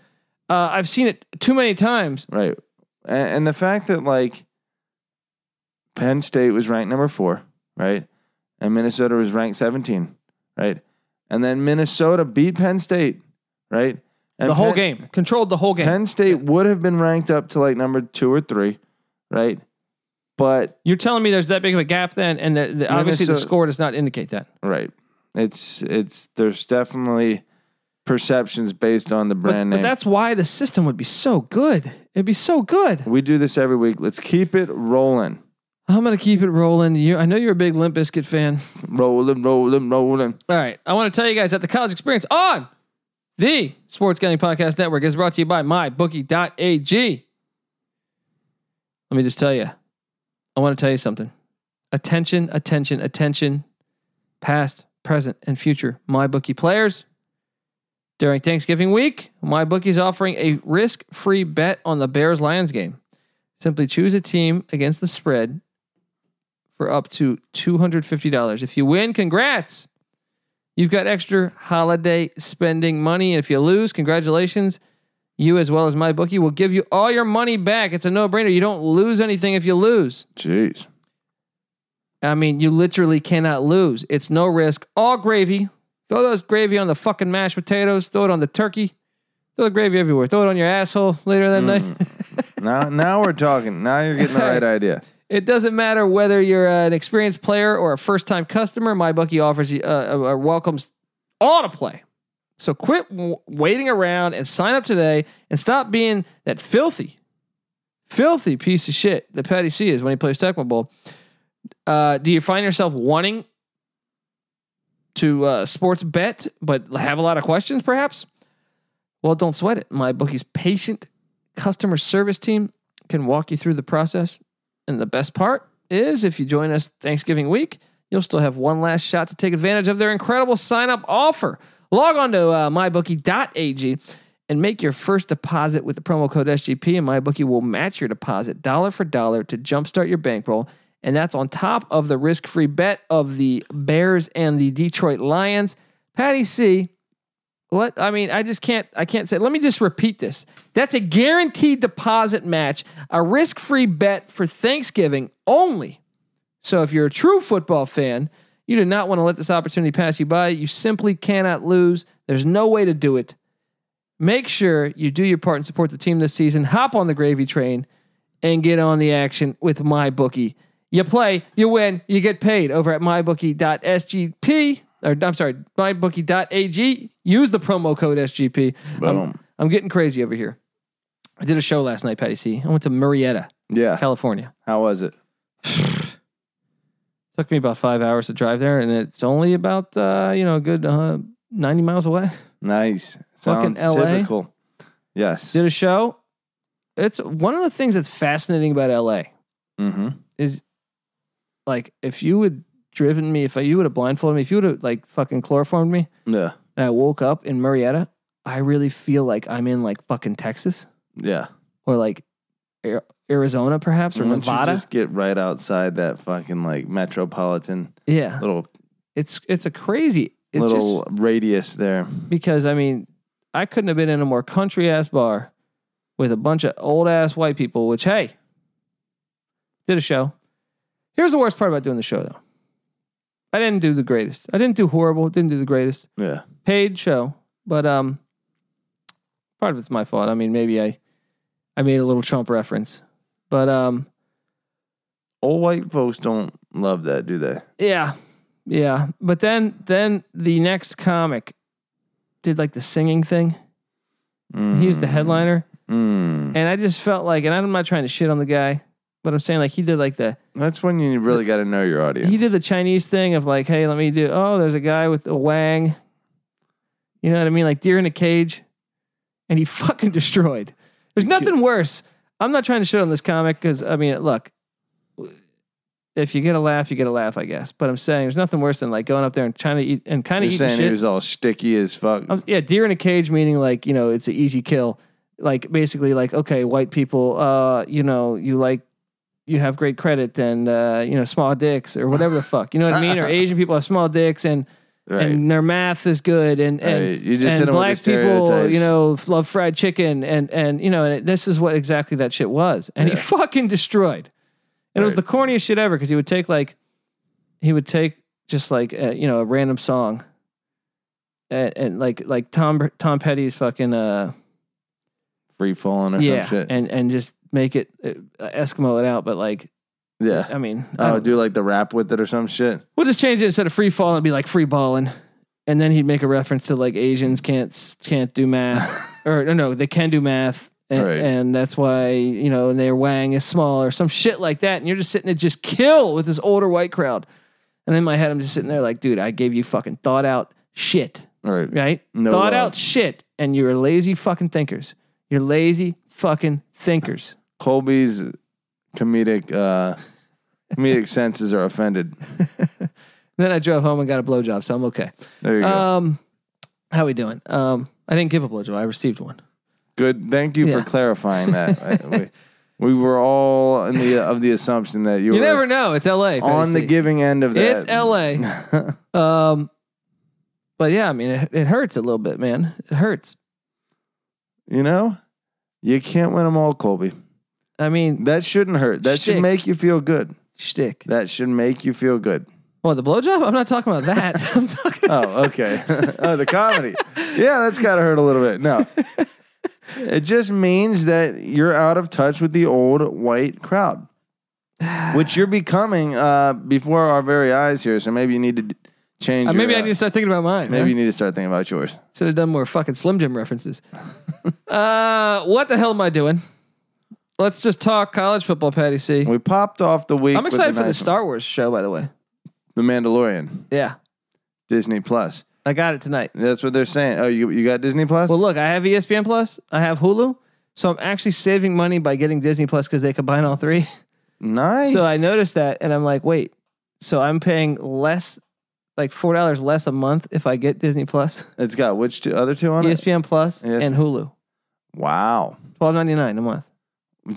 [SPEAKER 1] Uh, I've seen it too many times.
[SPEAKER 2] Right. And, and the fact that like Penn State was ranked number four, right? And Minnesota was ranked 17, right? And then Minnesota beat Penn State, right? And
[SPEAKER 1] the whole
[SPEAKER 2] Penn-
[SPEAKER 1] game controlled the whole game.
[SPEAKER 2] Penn State would have been ranked up to like number two or three, right? But
[SPEAKER 1] You're telling me there's that big of a gap then, and the, the, obviously the
[SPEAKER 2] Minnesota-
[SPEAKER 1] score does not indicate that.
[SPEAKER 2] right, it's it's there's definitely perceptions based on the
[SPEAKER 1] But,
[SPEAKER 2] brand
[SPEAKER 1] but
[SPEAKER 2] name.
[SPEAKER 1] that's why the system would be so good. It'd be so good.
[SPEAKER 2] we do this every week. Let's keep it rolling,
[SPEAKER 1] I'm gonna keep it rolling. You, I know you're a big Limp Bizkit fan.
[SPEAKER 2] rolling, rolling, rolling.
[SPEAKER 1] All right. I want to tell you guys that the college experience on the Sports Gambling Podcast Network is brought to you by mybookie.ag. Let me just tell you, I want to tell you something. Attention, attention, attention, past, present, and future MyBookie players. During Thanksgiving week, MyBookie is offering a risk free bet on the Bears Lions game. Simply choose a team against the spread for up to $250. If you win, congrats. You've got extra holiday spending money. And if you lose, congratulations. You, as well as my bookie, will give you all your money back. It's a no brainer. You don't lose anything if you lose.
[SPEAKER 2] Jeez,
[SPEAKER 1] I mean, you literally cannot lose. It's no risk. All gravy. Throw those gravy on the fucking mashed potatoes. Throw it on the turkey. Throw the gravy everywhere. Throw it on your asshole later that night.
[SPEAKER 2] now now we're talking. Now you're getting the right idea.
[SPEAKER 1] It doesn't matter whether you're uh, an experienced player or a first time customer. MyBookie offers you, uh, uh, welcomes all to play. So quit w- waiting around and sign up today and stop being that filthy, filthy piece of shit that Patty C is when he plays Tecmo Bowl. Uh, do you find yourself wanting to uh, sports bet but have a lot of questions perhaps? Well, don't sweat it. My bookie's patient customer service team can walk you through the process. And the best part is if you join us Thanksgiving week, you'll still have one last shot to take advantage of their incredible sign up offer. Log on to uh, mybookie.ag and make your first deposit with the promo code SGP, and MyBookie will match your deposit dollar for dollar to jumpstart your bankroll. And that's on top of the risk free bet of the Bears and the Detroit Lions. Patty C, let I mean, I just can't I can't say. Let me just repeat this. That's a guaranteed deposit match, a risk-free bet for Thanksgiving only. So if you're a true football fan, you do not want to let this opportunity pass you by. You simply cannot lose. There's no way to do it. Make sure you do your part and support the team this season. Hop on the gravy train and get on the action with my bookie. You play, you win, you get paid over at mybookie.sgp or I'm sorry, mybookie.ag. Use the promo code SGP. I'm,
[SPEAKER 2] Boom.
[SPEAKER 1] I'm getting crazy over here. I did a show last night, Patty C. I went to Murrieta,
[SPEAKER 2] Yeah.
[SPEAKER 1] California.
[SPEAKER 2] How was it?
[SPEAKER 1] Took me about five hours to drive there, and it's only about uh, you know a good uh, 90 miles away.
[SPEAKER 2] Nice.
[SPEAKER 1] Fucking
[SPEAKER 2] Sounds
[SPEAKER 1] LA.
[SPEAKER 2] typical. Yes.
[SPEAKER 1] Did a show. It's one of the things that's fascinating about LA.
[SPEAKER 2] Mm-hmm.
[SPEAKER 1] is like if you would driven me, if you would have blindfolded me, if you would have like fucking chloroformed me,
[SPEAKER 2] Yeah.
[SPEAKER 1] and I woke up in Marietta, I really feel like I'm in like fucking Texas
[SPEAKER 2] Yeah.
[SPEAKER 1] or like Ar- Arizona, perhaps or
[SPEAKER 2] Why don't you
[SPEAKER 1] Nevada.
[SPEAKER 2] Mm-hmm. just get right outside that fucking like metropolitan
[SPEAKER 1] yeah,
[SPEAKER 2] little
[SPEAKER 1] it's it's a crazy. It's
[SPEAKER 2] little radius there.
[SPEAKER 1] just because I mean, I couldn't have been in a more country ass bar with a bunch of old ass white people. Which hey, did a show. Here's the worst part about doing the show though. I didn't do the greatest. I didn't do horrible. Didn't do the greatest.
[SPEAKER 2] Yeah.
[SPEAKER 1] paid show, but um, part of it's my fault. I mean, maybe I, I made a little Trump reference, but um,
[SPEAKER 2] Old white folks don't love that, do they?
[SPEAKER 1] yeah, yeah. But then, then the next comic did like the singing thing. He was the
[SPEAKER 2] Mm.
[SPEAKER 1] headliner, and
[SPEAKER 2] Mm.
[SPEAKER 1] I just felt like, and I'm not trying to shit on the guy, but I'm saying like he did like the
[SPEAKER 2] That's when you really got to know your audience.
[SPEAKER 1] he did the Chinese thing of like, hey, let me do. Oh, there's a guy with a wang. You know what I mean? Like deer in a cage, and he fucking destroyed. There's nothing worse. I'm not trying to shit on this comic because I mean, look, if you get a laugh, you get a laugh, I guess. But I'm saying there's nothing worse than like going up there and trying to eat and kind
[SPEAKER 2] You're
[SPEAKER 1] of eating
[SPEAKER 2] saying he
[SPEAKER 1] shit.
[SPEAKER 2] was all sticky as fuck.
[SPEAKER 1] Um, yeah, deer in a cage meaning like you know it's an easy kill. Like basically like okay, white people, uh, you know, you like you have great credit and uh, you know small dicks or whatever the fuck, you know what I mean? Or Asian people have small dicks and
[SPEAKER 2] right.
[SPEAKER 1] and their math is good and and.
[SPEAKER 2] right. You just hit
[SPEAKER 1] and
[SPEAKER 2] him
[SPEAKER 1] black
[SPEAKER 2] with the
[SPEAKER 1] people,
[SPEAKER 2] stereotypes.
[SPEAKER 1] you know, f- love fried chicken, and and you know, and it, this is what exactly that shit was, and he
[SPEAKER 2] Yeah.
[SPEAKER 1] fucking destroyed, and it was the
[SPEAKER 2] Right.
[SPEAKER 1] corniest shit ever because he would take like, he would take just like uh, you know a random song, and, and like like Tom Tom Petty's fucking uh
[SPEAKER 2] free falling or
[SPEAKER 1] yeah,
[SPEAKER 2] some shit.
[SPEAKER 1] and and just make it uh, Eskimo it out, but like
[SPEAKER 2] yeah.
[SPEAKER 1] I mean, I
[SPEAKER 2] Oh,
[SPEAKER 1] don't-
[SPEAKER 2] do like the rap with it or some shit.
[SPEAKER 1] we'll just change it instead of free fall and be like free balling. And then he'd make a reference to like Asians can't s- can't do math, or no, no, they can do math, and,
[SPEAKER 2] Right.
[SPEAKER 1] and that's why you know and their wang is small or some shit like that. And you're just sitting there just kill with this older white crowd. And in my head, I'm just sitting there like, dude, I gave you fucking thought out shit,
[SPEAKER 2] All right.
[SPEAKER 1] right?
[SPEAKER 2] No
[SPEAKER 1] thought
[SPEAKER 2] love.
[SPEAKER 1] out shit, and you're lazy fucking thinkers. You're lazy fucking thinkers.
[SPEAKER 2] Colby's comedic uh comedic senses are offended.
[SPEAKER 1] Then I drove home and got a blowjob, so I'm okay.
[SPEAKER 2] There you go.
[SPEAKER 1] Um, how we doing? Um, I didn't give a blowjob. I received one.
[SPEAKER 2] Good. Thank you
[SPEAKER 1] yeah.
[SPEAKER 2] for clarifying that. I- we, we were all in the uh, of the assumption that you,
[SPEAKER 1] You
[SPEAKER 2] were
[SPEAKER 1] never know. It's L.A.
[SPEAKER 2] on the
[SPEAKER 1] Patty C.
[SPEAKER 2] giving end of that.
[SPEAKER 1] It's L.A. um, but yeah, I mean, it, it hurts a little bit, man. It hurts.
[SPEAKER 2] you know, you can't win them all, Colby.
[SPEAKER 1] I mean,
[SPEAKER 2] That shouldn't hurt. That
[SPEAKER 1] Shtick.
[SPEAKER 2] should make you feel good.
[SPEAKER 1] shtick.
[SPEAKER 2] That should make you feel good.
[SPEAKER 1] Well, the blowjob. I'm not talking about that. I'm talking.
[SPEAKER 2] Oh, okay. oh, the comedy. Yeah, that's got to hurt a little bit. No. It just means that you're out of touch with the old white crowd, which you're becoming uh, before our very eyes here. So maybe you need to d- change.
[SPEAKER 1] Uh, maybe
[SPEAKER 2] your,
[SPEAKER 1] I
[SPEAKER 2] uh,
[SPEAKER 1] need to start thinking about mine.
[SPEAKER 2] Maybe
[SPEAKER 1] Maybe
[SPEAKER 2] you need to start thinking about yours.
[SPEAKER 1] should have done more fucking Slim Jim references. uh, what the hell am I doing? Let's just talk college football, Patty C.
[SPEAKER 2] We popped off the week.
[SPEAKER 1] I'm
[SPEAKER 2] with
[SPEAKER 1] excited for the
[SPEAKER 2] nice-
[SPEAKER 1] Star Wars show, by the way.
[SPEAKER 2] The Mandalorian,
[SPEAKER 1] Yeah,
[SPEAKER 2] Disney Plus.
[SPEAKER 1] I got it tonight.
[SPEAKER 2] That's what they're saying. Oh, you you got Disney Plus?
[SPEAKER 1] E Well, look, I have ESPN Plus. I have Hulu. So I'm actually saving money by getting Disney Plus because they combine all three.
[SPEAKER 2] Nice.
[SPEAKER 1] So I noticed that, and I'm like, wait. So I'm paying less, like four dollars less a month if I get Disney Plus,
[SPEAKER 2] it's got which two, other two
[SPEAKER 1] E
[SPEAKER 2] on it.
[SPEAKER 1] ESPN Plus,
[SPEAKER 2] Yes.
[SPEAKER 1] and Hulu.
[SPEAKER 2] Wow,
[SPEAKER 1] Twelve ninety nine a month.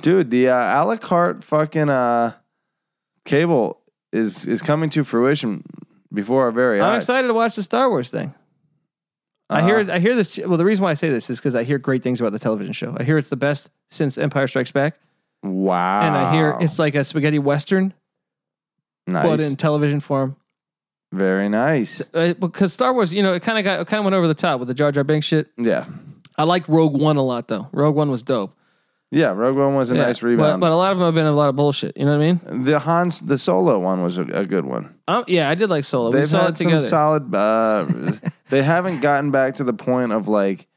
[SPEAKER 2] dude, the uh, a la carte fucking uh, cable is is coming to fruition before our very
[SPEAKER 1] I'm
[SPEAKER 2] eyes.
[SPEAKER 1] excited to watch the Star Wars thing. I
[SPEAKER 2] Uh,
[SPEAKER 1] hear I hear this. Well, the reason why I say this is because I hear great things about the television show. I hear it's the best since Empire Strikes Back,
[SPEAKER 2] Wow.
[SPEAKER 1] and I hear it's like a spaghetti western,
[SPEAKER 2] nice.
[SPEAKER 1] but in television form.
[SPEAKER 2] very nice.
[SPEAKER 1] Uh, because Star Wars, you know, it kind of got kind of went over the top with the Jar Jar Binks shit.
[SPEAKER 2] Yeah.
[SPEAKER 1] I liked Rogue One a lot though. Rogue One was dope.
[SPEAKER 2] Yeah, Rogue One was a
[SPEAKER 1] Yeah,
[SPEAKER 2] nice rebound.
[SPEAKER 1] But, but a lot of them have been a lot of bullshit. You know what I mean?
[SPEAKER 2] the Hans, the solo one was a, a good one.
[SPEAKER 1] Um, yeah, I did like Solo. we
[SPEAKER 2] They've
[SPEAKER 1] saw it
[SPEAKER 2] had some
[SPEAKER 1] together.
[SPEAKER 2] solid. Uh, they haven't gotten back to the point of like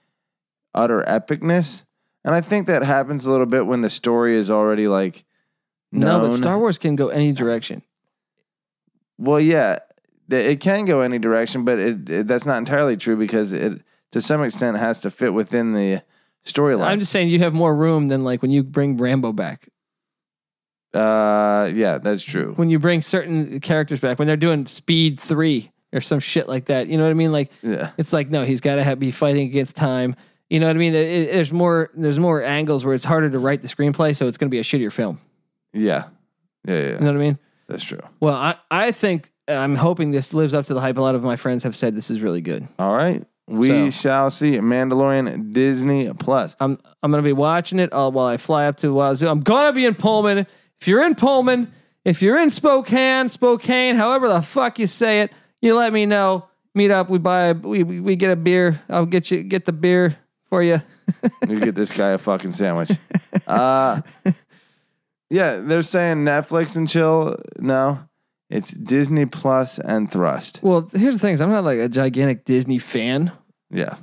[SPEAKER 2] utter epicness, and I think that happens a little bit when the story is already like.
[SPEAKER 1] no,
[SPEAKER 2] known.
[SPEAKER 1] but Star Wars can go any direction.
[SPEAKER 2] Well, yeah, th- it can go any direction, but it, it that's not entirely true because it to some extent has to fit within the
[SPEAKER 1] I'm
[SPEAKER 2] storyline.
[SPEAKER 1] just saying you have more room than like when you bring Rambo back.
[SPEAKER 2] Uh, yeah, that's true.
[SPEAKER 1] When you bring certain characters back, when they're doing Speed Three or some shit like that. You know what I mean? Like
[SPEAKER 2] Yeah.
[SPEAKER 1] it's like no, he's got to be fighting against time. You know what I mean? It- it- there's more. There's more angles where it's harder to write the screenplay, so it's going to be a shittier film.
[SPEAKER 2] Yeah. Yeah, yeah,
[SPEAKER 1] You know what I mean?
[SPEAKER 2] that's true.
[SPEAKER 1] Well, I, I think uh, I'm hoping this lives up to the hype. A lot of my friends have said this is really good.
[SPEAKER 2] All right, we shall see. Mandalorian Disney Plus.
[SPEAKER 1] I'm I'm gonna be watching it uh, while I fly up to Wazoo. I'm gonna be in Pullman. If you're in Pullman, if you're in Spokane, Spokane, however the fuck you say it, you let me know. Meet up. We buy. a- We we, we get a beer. I'll get you get the beer for you.
[SPEAKER 2] You get this guy a fucking sandwich. Uh, yeah, they're saying Netflix and chill. No, it's Disney Plus and Thrust.
[SPEAKER 1] Well, here's the things. I'm not like a gigantic Disney fan.
[SPEAKER 2] Yeah.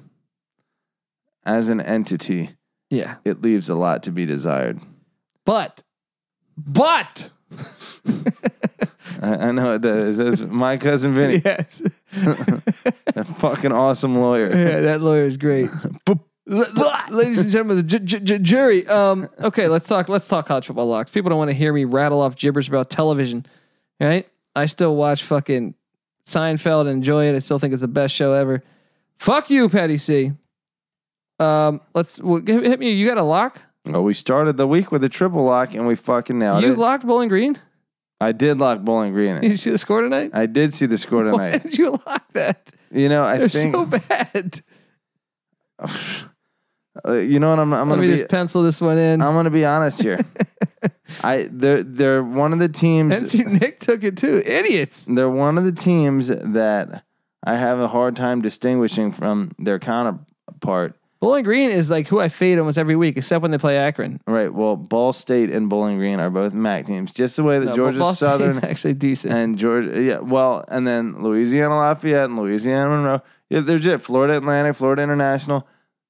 [SPEAKER 2] As an entity,
[SPEAKER 1] Yeah,
[SPEAKER 2] it leaves a lot to be desired.
[SPEAKER 1] but but
[SPEAKER 2] I, I know it does. That's my cousin Vinny,
[SPEAKER 1] yes,
[SPEAKER 2] a fucking awesome lawyer.
[SPEAKER 1] yeah, that lawyer is great.
[SPEAKER 2] Boop.
[SPEAKER 1] L- l- Ladies and gentlemen, the ju- ju- ju- jury. Um, okay, let's talk. Let's talk college football locks. People don't want to hear me rattle off gibberish about television, right? I still watch fucking Seinfeld and enjoy it. I still think it's the best show ever. Fuck you, Patty C. Um, let's well, hit hit me. You got a lock?
[SPEAKER 2] Well, we started the week with a triple lock and we fucking nailed
[SPEAKER 1] you
[SPEAKER 2] it.
[SPEAKER 1] locked Bowling Green?
[SPEAKER 2] I did lock Bowling Green.
[SPEAKER 1] Did you see the score tonight?
[SPEAKER 2] I did see the score
[SPEAKER 1] Why
[SPEAKER 2] tonight.
[SPEAKER 1] did you lock that?
[SPEAKER 2] You know, I
[SPEAKER 1] They're
[SPEAKER 2] think
[SPEAKER 1] so bad.
[SPEAKER 2] Uh, you know what I'm, I'm
[SPEAKER 1] Let
[SPEAKER 2] gonna
[SPEAKER 1] me
[SPEAKER 2] be.
[SPEAKER 1] just pencil this one in.
[SPEAKER 2] I'm gonna be honest here. I they're they're one of the teams.
[SPEAKER 1] And see, Nick took it too. Idiots.
[SPEAKER 2] they're one of the teams that I have a hard time distinguishing from their counterpart.
[SPEAKER 1] Bowling Green is like who I fade almost every week, except when they play Akron.
[SPEAKER 2] Right. Well, Ball State and Bowling Green are both MAC teams, just the way that
[SPEAKER 1] No, but
[SPEAKER 2] Georgia
[SPEAKER 1] Ball State's
[SPEAKER 2] Southern
[SPEAKER 1] actually decent.
[SPEAKER 2] and Georgia. Yeah. Well, and then Louisiana Lafayette and Louisiana Monroe. Yeah, they're just Florida Atlantic, Florida International.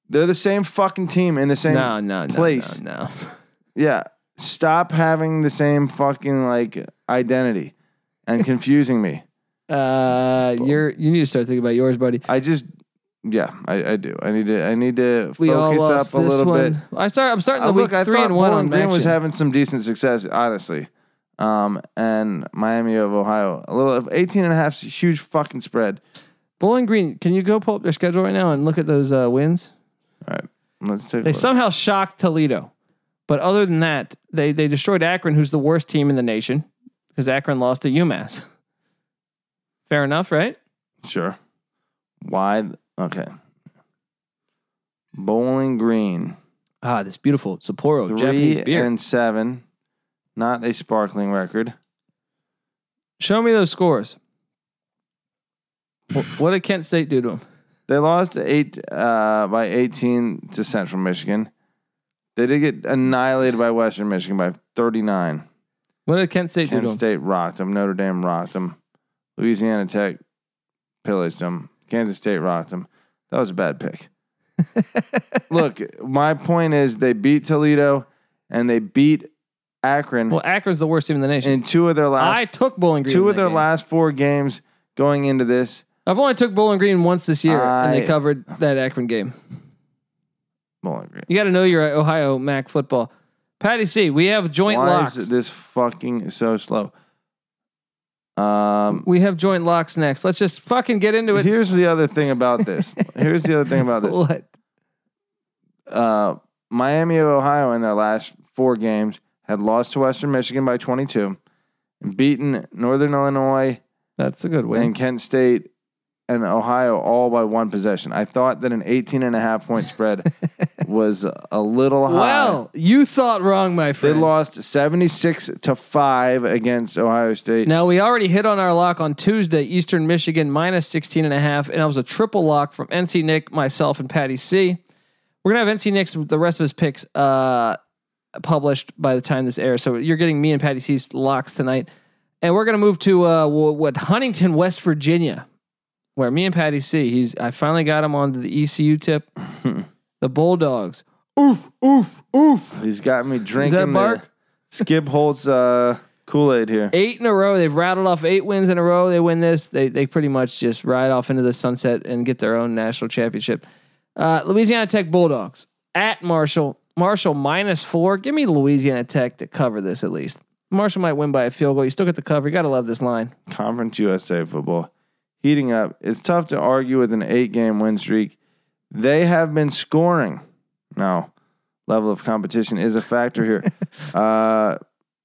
[SPEAKER 2] They're the same fucking team in the same
[SPEAKER 1] no, no, no,
[SPEAKER 2] place.
[SPEAKER 1] No, no.
[SPEAKER 2] Yeah. Stop having the same fucking like identity and confusing me.
[SPEAKER 1] Uh, you're you need to start thinking about yours, buddy.
[SPEAKER 2] I just yeah, I, I do. I need to I need to
[SPEAKER 1] We all
[SPEAKER 2] focus
[SPEAKER 1] lost
[SPEAKER 2] up a
[SPEAKER 1] this
[SPEAKER 2] little
[SPEAKER 1] one.
[SPEAKER 2] bit.
[SPEAKER 1] I start. I'm starting the
[SPEAKER 2] Uh, look,
[SPEAKER 1] week
[SPEAKER 2] I
[SPEAKER 1] three
[SPEAKER 2] thought
[SPEAKER 1] and one
[SPEAKER 2] Bowling
[SPEAKER 1] on
[SPEAKER 2] Green was
[SPEAKER 1] Maction.
[SPEAKER 2] having some decent success, honestly. Um, and Miami of Ohio, a little 18 and a half 's a huge fucking spread.
[SPEAKER 1] Bowling Green. Can you go pull up their schedule right now and look at those uh, wins?
[SPEAKER 2] Let's take a
[SPEAKER 1] They
[SPEAKER 2] look.
[SPEAKER 1] somehow shocked Toledo, but other than that, they they destroyed Akron, who's the worst team in the nation, because Akron lost to UMass. Fair enough, right?
[SPEAKER 2] sure. Why? th- Okay. Bowling Green,
[SPEAKER 1] Ah, this beautiful Sapporo Oh, Japanese
[SPEAKER 2] three
[SPEAKER 1] beer.
[SPEAKER 2] and seven, not a sparkling record.
[SPEAKER 1] Show me those scores. Wh- what did Kent State do to them?
[SPEAKER 2] They lost eight uh, by eighteen to Central Michigan. They did get annihilated by Western Michigan by thirty nine.
[SPEAKER 1] What did Kent State do to
[SPEAKER 2] Kent
[SPEAKER 1] them?
[SPEAKER 2] State rocked them. Notre Dame rocked them. Louisiana Tech pillaged them. Kansas State rocked them. That was a bad pick. Look, my point is they beat Toledo and they beat Akron
[SPEAKER 1] Well, Akron's the worst team in the nation.
[SPEAKER 2] in two of their
[SPEAKER 1] I
[SPEAKER 2] last
[SPEAKER 1] took Bowling Green. in
[SPEAKER 2] two of
[SPEAKER 1] that
[SPEAKER 2] their
[SPEAKER 1] game.
[SPEAKER 2] last four games going into this.
[SPEAKER 1] I've only took Bowling Green once this year, and
[SPEAKER 2] I-
[SPEAKER 1] they covered that Akron game.
[SPEAKER 2] Bowling Green.
[SPEAKER 1] You got to know your uh, Ohio Mac football. Patty C, we have joint
[SPEAKER 2] Why
[SPEAKER 1] locks.
[SPEAKER 2] is this fucking so slow? Um,
[SPEAKER 1] we have joint locks next. Let's just fucking get into it.
[SPEAKER 2] here's the other thing about this. here's the other thing about this.
[SPEAKER 1] What?
[SPEAKER 2] uh, Miami of Ohio in their last four games had lost to Western Michigan by 22 and beaten Northern Illinois
[SPEAKER 1] That's a good win.
[SPEAKER 2] and Kent State and Ohio all by one possession. I thought that an 18 and a half point spread was a little high.
[SPEAKER 1] Well, you thought wrong, my
[SPEAKER 2] they
[SPEAKER 1] friend.
[SPEAKER 2] lost 76 to 5 against Ohio State.
[SPEAKER 1] Now we already hit on our lock on Tuesday, Eastern Michigan minus 16 and a half, and I was a triple lock from NC Nick, myself, and Patty C. We're gonna have NC Nick's the rest of his picks uh published by the time this airs. So you're getting me and Patty C's locks tonight. And we're gonna move to uh wh- what Huntington, West Virginia, where me and Patty C, he's I finally got him onto the ECU tip. the Bulldogs. Oof, oof, oof.
[SPEAKER 2] He's got me
[SPEAKER 1] Is
[SPEAKER 2] drinking
[SPEAKER 1] that Bark?
[SPEAKER 2] the Skip Holtz uh, Kool Aid here.
[SPEAKER 1] eight in a row. They've rattled off eight wins in a row. They win this. They they pretty much just ride off into the sunset and get their own national championship. Uh, Louisiana Tech Bulldogs at Marshall. Marshall minus four. Give me Louisiana Tech to cover this at least. Marshall might win by a field goal. You still get the cover. You got to love this line.
[SPEAKER 2] Conference USA football heating up. It's tough to argue with an eight game win streak. They have been scoring. Now, level of competition is a factor here. uh,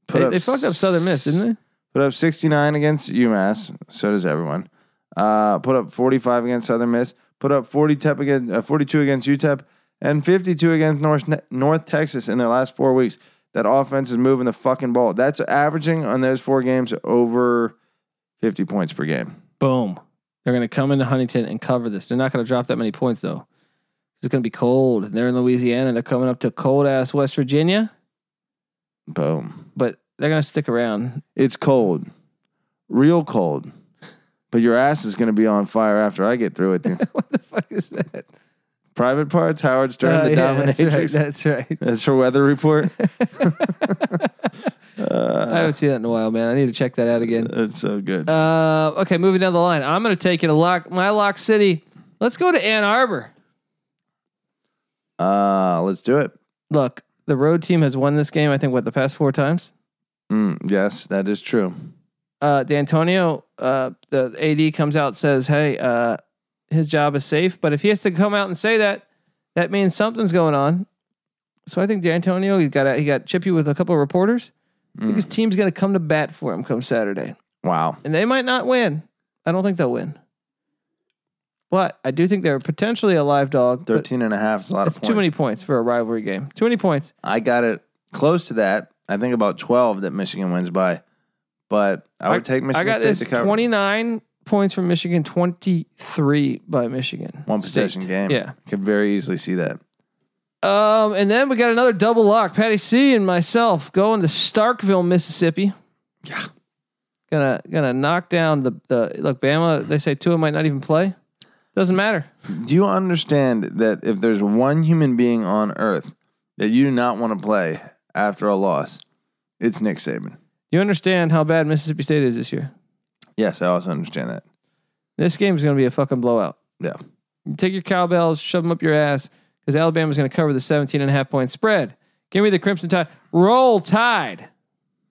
[SPEAKER 2] put
[SPEAKER 1] They,
[SPEAKER 2] up
[SPEAKER 1] they fucked up Southern Miss,
[SPEAKER 2] s-
[SPEAKER 1] didn't they?
[SPEAKER 2] Put up 69 against UMass. So does everyone. Uh, put up 45 against Southern Miss. Put up 40 tep against, uh, 42 against UTEP and 52 against North, Ne- North Texas in their last four weeks. That offense is moving the fucking ball. That's averaging on those four games over 50 points per game.
[SPEAKER 1] Boom. They're going to come into Huntington and cover this. They're not going to drop that many points though. It's going to be cold. They're in Louisiana. They're coming up to cold ass West Virginia,
[SPEAKER 2] Boom.
[SPEAKER 1] but they're going to stick around.
[SPEAKER 2] It's cold, real cold, but your ass is going to be on fire after I get through it. dude.
[SPEAKER 1] what the fuck is that?
[SPEAKER 2] Private parts, Howard Stern,
[SPEAKER 1] Oh,
[SPEAKER 2] the
[SPEAKER 1] yeah,
[SPEAKER 2] dominatrix.
[SPEAKER 1] that's right. That's right.
[SPEAKER 2] That's her weather report.
[SPEAKER 1] I
[SPEAKER 2] uh,
[SPEAKER 1] haven't seen that in a while, man. I need to check that out again.
[SPEAKER 2] that's so good.
[SPEAKER 1] Uh, okay, moving down the line. I'm going to take it a lock. My lock city. Let's go to Ann Arbor.
[SPEAKER 2] Uh, let's do it.
[SPEAKER 1] Look, the road team has won this game. I think what the past four times.
[SPEAKER 2] Mm, yes, that is true.
[SPEAKER 1] Uh, D'Antonio, uh, the AD comes out says, "Hey, uh, his job is safe." But if he has to come out and say that, that means something's going on. So I think D'Antonio, he got he got chippy with a couple of reporters. I think
[SPEAKER 2] Mm.
[SPEAKER 1] his team's going to come to bat for him come Saturday.
[SPEAKER 2] Wow.
[SPEAKER 1] and they might not win. I don't think they'll win. But I do think they're potentially a live dog. but
[SPEAKER 2] 13 and a half is a lot
[SPEAKER 1] It's
[SPEAKER 2] of points.
[SPEAKER 1] too many points for a rivalry game. Too many points.
[SPEAKER 2] I got it close to that. I think about 12 that Michigan wins by, but I would take Michigan
[SPEAKER 1] I got
[SPEAKER 2] State
[SPEAKER 1] this
[SPEAKER 2] to cover
[SPEAKER 1] 29 points from Michigan, 23 by Michigan.
[SPEAKER 2] one
[SPEAKER 1] State.
[SPEAKER 2] possession game.
[SPEAKER 1] Yeah.
[SPEAKER 2] Could very easily see that.
[SPEAKER 1] Um, and then we got another double lock. Patty C and myself going to Starkville, Mississippi.
[SPEAKER 2] Yeah.
[SPEAKER 1] Gonna gonna knock down the the look. Bama. They say Tua might not even play. Doesn't matter.
[SPEAKER 2] Do you understand that if there's one human being on earth that you do not want to play after a loss, it's Nick Saban?
[SPEAKER 1] You understand how bad Mississippi State is this year.
[SPEAKER 2] Yes, I also understand that.
[SPEAKER 1] This game is going to be a fucking blowout.
[SPEAKER 2] Yeah.
[SPEAKER 1] You take your cowbells, shove them up your ass, because Alabama's going to cover the 17 and a half point spread. Give me the Crimson Tide. Roll Tide.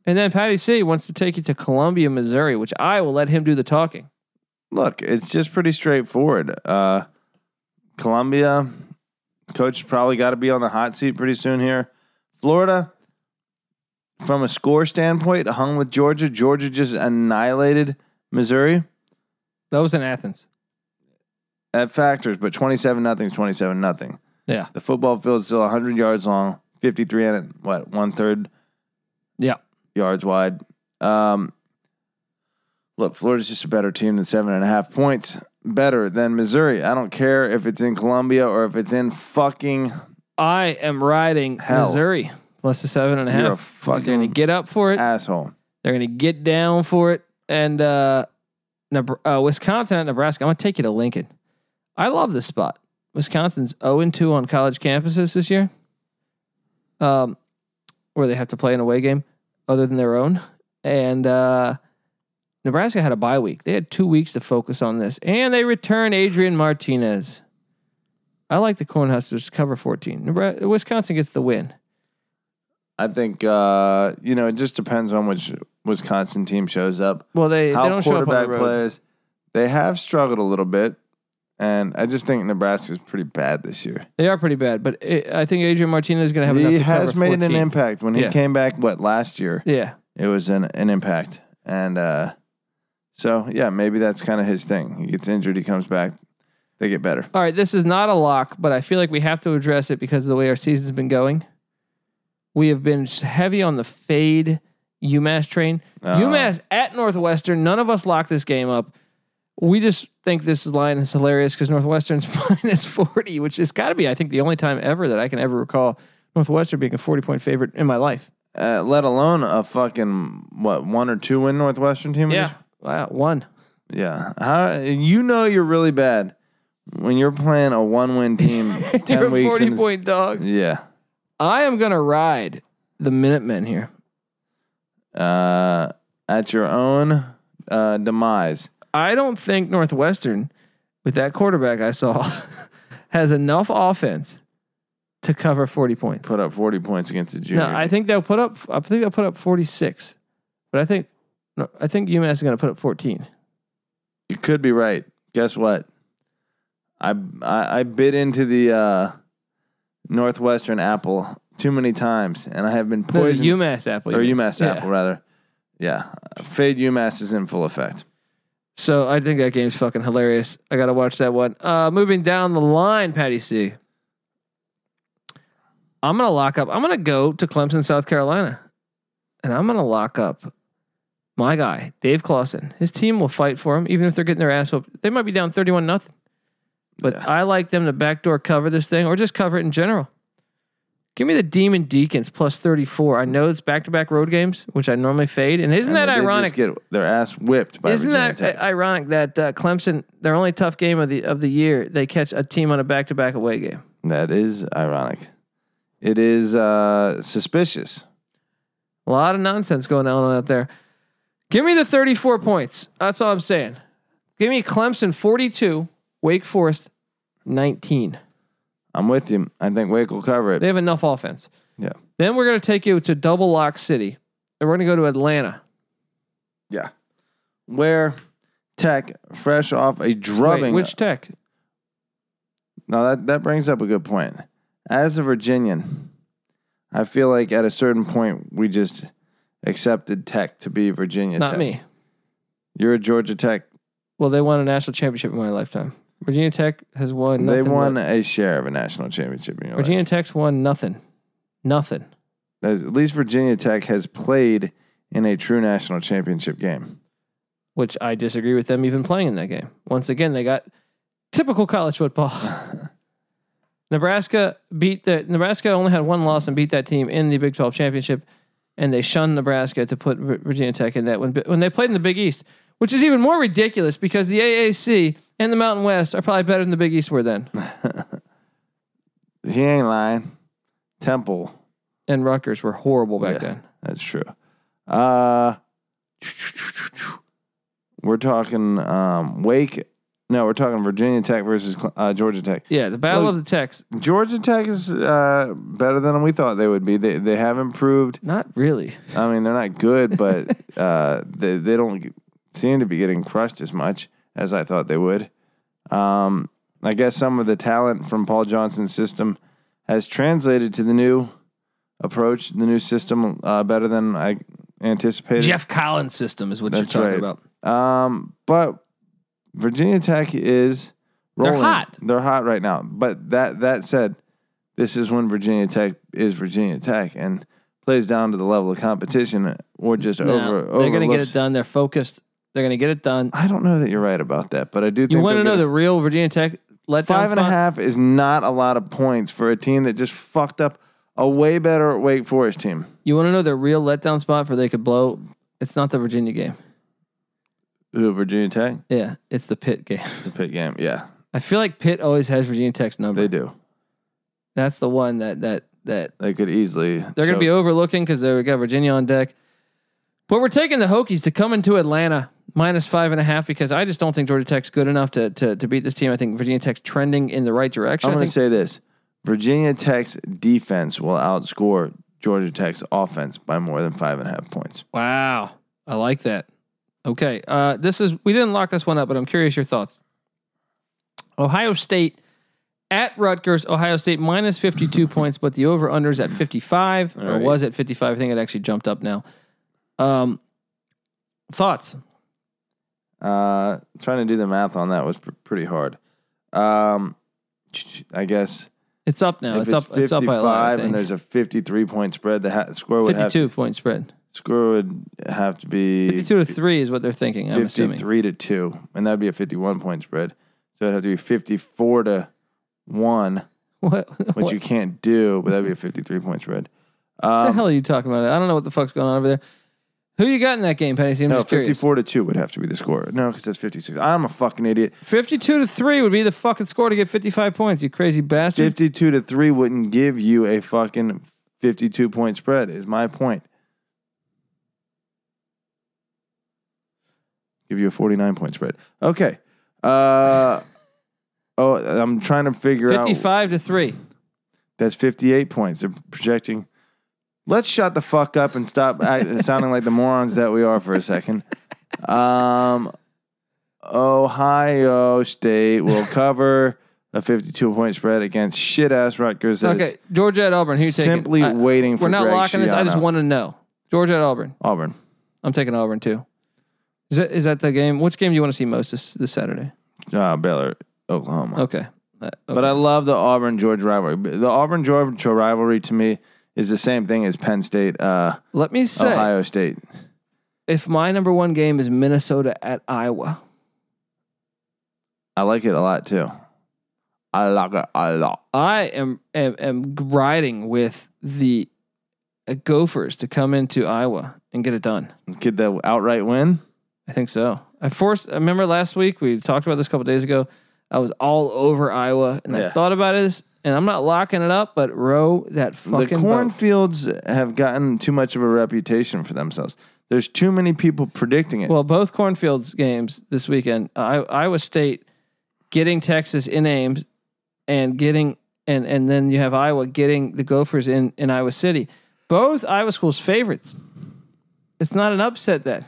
[SPEAKER 1] And then Patty C wants to take you to Columbia, Missouri, which I will let him do the talking.
[SPEAKER 2] look, it's just pretty straightforward. Uh, Columbia, coach probably got to be on the hot seat pretty soon here. Florida, from a score standpoint, hung with Georgia. Georgia just annihilated Missouri
[SPEAKER 1] That was in Athens.
[SPEAKER 2] at factors, but 27 nothing's 27 nothing.
[SPEAKER 1] Yeah.
[SPEAKER 2] The football field's still 100 yards long, 53 and what, one third
[SPEAKER 1] Yeah.
[SPEAKER 2] yards wide. Um, look, Florida's just a better team than seven and a half points. Better than Missouri. I don't care if it's in Columbia or if it's in fucking.
[SPEAKER 1] I am riding
[SPEAKER 2] Hell.
[SPEAKER 1] Missouri plus the seven and a
[SPEAKER 2] You're a
[SPEAKER 1] half. They're going to
[SPEAKER 2] fucking
[SPEAKER 1] get up for it.
[SPEAKER 2] asshole.
[SPEAKER 1] They're going to get down for it. And uh, Nebr- uh, Wisconsin at Nebraska. I'm going to take you to Lincoln. I love this spot. Wisconsin's 0 and 2 on college campuses this year, um, where they have to play an away game other than their own. And uh, Nebraska had a bye week. They had two weeks to focus on this. And they return Adrian Martinez. I like the Cornhuskers to cover 14. Nebra- Wisconsin gets the win.
[SPEAKER 2] I think uh, you know it just depends on which Wisconsin team shows up,
[SPEAKER 1] Well, they, they
[SPEAKER 2] how
[SPEAKER 1] don't show up on
[SPEAKER 2] quarterback
[SPEAKER 1] the road.
[SPEAKER 2] plays. They have struggled a little bit, and I just think Nebraska's pretty bad this year.
[SPEAKER 1] They are pretty bad, but it, I think Adrian Martinez is going to have enough
[SPEAKER 2] he
[SPEAKER 1] to
[SPEAKER 2] has
[SPEAKER 1] cover
[SPEAKER 2] made
[SPEAKER 1] 14.
[SPEAKER 2] an impact when he
[SPEAKER 1] Yeah.
[SPEAKER 2] came back. What last year?
[SPEAKER 1] Yeah,
[SPEAKER 2] It was an an impact, and uh, so yeah, maybe that's kind of his thing. He gets injured, he comes back, they get better.
[SPEAKER 1] All right, this is not a lock, but I feel like we have to address it because of the way our season's been going. We have been s- heavy on the fade UMass train.
[SPEAKER 2] Uh,
[SPEAKER 1] UMass at Northwestern. None of us locked this game up. We just think this line is hilarious because Northwestern's minus 40, which has got to be, I think, the only time ever that I can ever recall Northwestern being a 40 point favorite in my life.
[SPEAKER 2] uh, let alone a fucking what one or two win Northwestern team.
[SPEAKER 1] Wow. One.
[SPEAKER 2] Yeah. How you know you're really bad when you're playing a one win team
[SPEAKER 1] You're
[SPEAKER 2] ten
[SPEAKER 1] a
[SPEAKER 2] weeks.
[SPEAKER 1] 40
[SPEAKER 2] in-
[SPEAKER 1] point dog.
[SPEAKER 2] yeah.
[SPEAKER 1] I am going to ride the Minutemen here.
[SPEAKER 2] Uh, at your own uh, demise.
[SPEAKER 1] I don't think Northwestern, with that quarterback I saw, has enough offense to cover forty points.
[SPEAKER 2] Put up forty points against the
[SPEAKER 1] no,
[SPEAKER 2] junior.
[SPEAKER 1] I think they'll put up. I think they'll put up forty six, but I think no, I think UMass is going to put up fourteen.
[SPEAKER 2] you could be right. Guess what? I I, I bit into the uh, Northwestern apple too many times, and I have been
[SPEAKER 1] No, the
[SPEAKER 2] poisoned.
[SPEAKER 1] UMass apple, you
[SPEAKER 2] or
[SPEAKER 1] mean.
[SPEAKER 2] UMass
[SPEAKER 1] Yeah.
[SPEAKER 2] apple rather. Yeah, fade UMass is in full effect.
[SPEAKER 1] So I think that game's fucking hilarious. I got to watch that one. Uh, moving down the line, Patty C. I'm gonna lock up. I'm gonna go to Clemson, South Carolina, and I'm gonna lock up my guy, Dave Clawson. His team will fight for him, even if they're getting their ass whooped. They might be down 31 nothing, but
[SPEAKER 2] Yeah.
[SPEAKER 1] I like them to backdoor cover this thing or just cover it in general. Give me the Demon Deacons plus 34. I know it's back to back road games, which I normally fade, and isn't
[SPEAKER 2] And
[SPEAKER 1] that
[SPEAKER 2] they did
[SPEAKER 1] ironic?
[SPEAKER 2] Just get their ass whipped by
[SPEAKER 1] Isn't
[SPEAKER 2] Virginia
[SPEAKER 1] that
[SPEAKER 2] Tech.
[SPEAKER 1] uh, ironic that uh, Clemson, their only tough game of the of the year, they catch a team on a back to back away game.
[SPEAKER 2] That is ironic. It is uh, suspicious.
[SPEAKER 1] A lot of nonsense going on out there. Give me the 34 points. That's all I'm saying. Give me Clemson 42, Wake Forest 19.
[SPEAKER 2] I'm with you. I think Wake will cover it.
[SPEAKER 1] They have enough offense.
[SPEAKER 2] Yeah.
[SPEAKER 1] Then we're going to take you to Double Lock City, and we're going to go to Atlanta.
[SPEAKER 2] yeah. Where Tech, fresh off a
[SPEAKER 1] Wait,
[SPEAKER 2] drubbing.
[SPEAKER 1] which Tech?
[SPEAKER 2] now that, that brings up a good point. As a Virginian, I feel like at a certain point we just accepted Tech to be Virginia
[SPEAKER 1] Not
[SPEAKER 2] Tech.
[SPEAKER 1] me.
[SPEAKER 2] You're a Georgia Tech.
[SPEAKER 1] Well, they won a national championship in my lifetime. Virginia Tech has won.
[SPEAKER 2] they
[SPEAKER 1] Nothing
[SPEAKER 2] won
[SPEAKER 1] but-
[SPEAKER 2] a share of a national championship. In your life.
[SPEAKER 1] Virginia Tech's won nothing. Nothing.
[SPEAKER 2] At least Virginia Tech has played in a true national championship game.
[SPEAKER 1] which I disagree with them even playing in that game. Once again, they got typical college football. Nebraska beat the Nebraska only had one loss and beat that team in the Big 12 championship, and they shunned Nebraska to put Vir- Virginia Tech in that when when they played in the Big East, which is even more ridiculous because the AAC and the Mountain West are probably better than the Big East were then.
[SPEAKER 2] He ain't lying. Temple.
[SPEAKER 1] And Rutgers were horrible back
[SPEAKER 2] Yeah.
[SPEAKER 1] then.
[SPEAKER 2] That's true. Uh, we're talking um, Wake. No, we're talking Virginia Tech versus uh, Georgia Tech.
[SPEAKER 1] Yeah, the Battle
[SPEAKER 2] Well,
[SPEAKER 1] of the Techs.
[SPEAKER 2] Georgia Tech is uh, better than we thought they would be. They they have improved.
[SPEAKER 1] Not really.
[SPEAKER 2] I mean, they're not good, but uh, they they don't seem to be getting crushed as much as I thought they would. Um, I guess some of the talent from Paul Johnson's system has translated to the new approach, the new system, uh, better than I anticipated.
[SPEAKER 1] Jeff Collins system is what
[SPEAKER 2] That's
[SPEAKER 1] you're
[SPEAKER 2] right.
[SPEAKER 1] talking about.
[SPEAKER 2] Um, but Virginia Tech is
[SPEAKER 1] They're
[SPEAKER 2] rolling.
[SPEAKER 1] hot.
[SPEAKER 2] They're hot right now. But that that said, this is when Virginia Tech is Virginia Tech and plays down to the level of competition or just
[SPEAKER 1] No,
[SPEAKER 2] over
[SPEAKER 1] they're going to get
[SPEAKER 2] overlooks.
[SPEAKER 1] it done. They're focused. They're going to get it done.
[SPEAKER 2] I don't know that you're right about that, but I do think
[SPEAKER 1] You want to
[SPEAKER 2] they're
[SPEAKER 1] know
[SPEAKER 2] gonna-
[SPEAKER 1] the real Virginia Tech letdown
[SPEAKER 2] five and a half is not a lot of points for a team that just fucked up a way better Wake Forest team.
[SPEAKER 1] You want to know the real letdown spot where they could blow? It's not the Virginia game.
[SPEAKER 2] Who Virginia Tech?
[SPEAKER 1] Yeah, it's the Pitt game.
[SPEAKER 2] The pit game. Yeah,
[SPEAKER 1] I feel like Pitt always has Virginia Tech's number.
[SPEAKER 2] they do.
[SPEAKER 1] That's the one that that that
[SPEAKER 2] They could easily.
[SPEAKER 1] they're going to be overlooking because they got Virginia on deck. But we're taking the Hokies to come into Atlanta. minus five and a half because I just don't think Georgia Tech's good enough to to, to beat this team. I think Virginia Tech's trending in the right direction.
[SPEAKER 2] I'm
[SPEAKER 1] I
[SPEAKER 2] going
[SPEAKER 1] think
[SPEAKER 2] to say this: Virginia Tech's defense will outscore Georgia Tech's offense by more than five and a half points.
[SPEAKER 1] Wow. I like that. Okay. Uh, this is, we didn't lock this one up, but I'm curious your thoughts. Ohio State at Rutgers, Ohio State minus 52 points, but the over unders at 55 or
[SPEAKER 2] Alright.
[SPEAKER 1] was at 55. I think it actually jumped up now. Um, thoughts?
[SPEAKER 2] Uh, trying to do the math on that was pr- pretty hard. Um, I guess
[SPEAKER 1] It's up now.
[SPEAKER 2] if
[SPEAKER 1] It's, up. It's up by a lot. I
[SPEAKER 2] and
[SPEAKER 1] think.
[SPEAKER 2] there's a 53 point spread, the ha- score would have to,
[SPEAKER 1] 52 point spread.
[SPEAKER 2] score would have to be
[SPEAKER 1] 52 to 3 is what they're thinking, I'm assuming.
[SPEAKER 2] 53 to 2 and that'd be a 51 point spread so it'd have to be 54 to 1
[SPEAKER 1] What,
[SPEAKER 2] which
[SPEAKER 1] what
[SPEAKER 2] you can't do but that'd be a 53 point spread
[SPEAKER 1] the
[SPEAKER 2] um,
[SPEAKER 1] hell are you talking about? I don't know what the fuck's going on over there. Who you got in that game, Penny? See, I'm
[SPEAKER 2] no
[SPEAKER 1] just curious.
[SPEAKER 2] 54 to 2 would have to be the score no because that's 56 i'm a fucking idiot
[SPEAKER 1] 52 to 3 would be the fucking score to get 55 points, you crazy bastard.
[SPEAKER 2] 52 to 3 wouldn't give you a fucking 52 point spread is my point give you a 49 point spread okay uh, oh i'm trying to figure out
[SPEAKER 1] 55 to 3.
[SPEAKER 2] That's 58 points. They're projecting. Let's shut the fuck up and stop act, sounding like the morons that we are for a second. Um, Ohio State will cover a 52 point spread against shit ass Rutgers. that is
[SPEAKER 1] Okay, Georgia at Auburn. Who you taking?
[SPEAKER 2] simply
[SPEAKER 1] I-
[SPEAKER 2] waiting for
[SPEAKER 1] we're not
[SPEAKER 2] Greg
[SPEAKER 1] locking this. I just
[SPEAKER 2] Schiano.
[SPEAKER 1] want to know. Georgia at Auburn.
[SPEAKER 2] Auburn.
[SPEAKER 1] I'm taking Auburn too. Is that is that the game? Which game do you want to see most this, this Saturday?
[SPEAKER 2] Uh, Baylor, Oklahoma.
[SPEAKER 1] Okay. Uh, okay.
[SPEAKER 2] But I love the Auburn Georgia rivalry. The Auburn Georgia rivalry to me is the same thing as Penn State, uh,
[SPEAKER 1] let me say
[SPEAKER 2] Ohio State.
[SPEAKER 1] if my number 1 game is Minnesota at Iowa.
[SPEAKER 2] I like it a lot too. I like it a lot.
[SPEAKER 1] I am am, am riding with the uh, Gophers to come into Iowa and get it done.
[SPEAKER 2] Get the outright win.
[SPEAKER 1] I think so. I forced. I remember last week we talked about this a couple days ago. I was all over Iowa, and I
[SPEAKER 2] Yeah.
[SPEAKER 1] thought about this, and I'm not locking it up, but row that fucking
[SPEAKER 2] the
[SPEAKER 1] corn.
[SPEAKER 2] cornfields have gotten too much of a reputation for themselves. There's too many people predicting it.
[SPEAKER 1] Well, both cornfields games this weekend. I, Iowa State getting Texas in Ames, and getting and and then you have Iowa getting the Gophers in in Iowa City. Both Iowa schools favorites. It's not an upset then.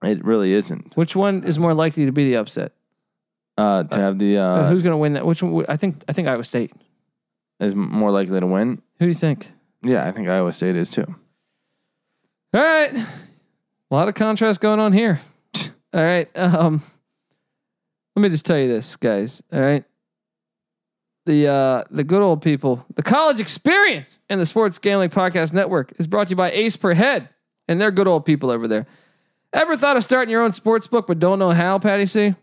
[SPEAKER 2] it really isn't
[SPEAKER 1] Which one is more likely to be the upset?
[SPEAKER 2] uh, to have the uh,
[SPEAKER 1] Who's going to win that? Which one? I think I think Iowa State.
[SPEAKER 2] is more likely to win.
[SPEAKER 1] Who do you think?
[SPEAKER 2] Yeah, I think Iowa State is too.
[SPEAKER 1] All right. A lot of contrast going on here. All right. Um let me just tell you this, guys. All right. The uh the good old people, the college experience and the Sports Gambling Podcast Network is brought to you by Ace Per Head and they're good old people over there. Ever thought of starting your own sports book but don't know how, Patty C?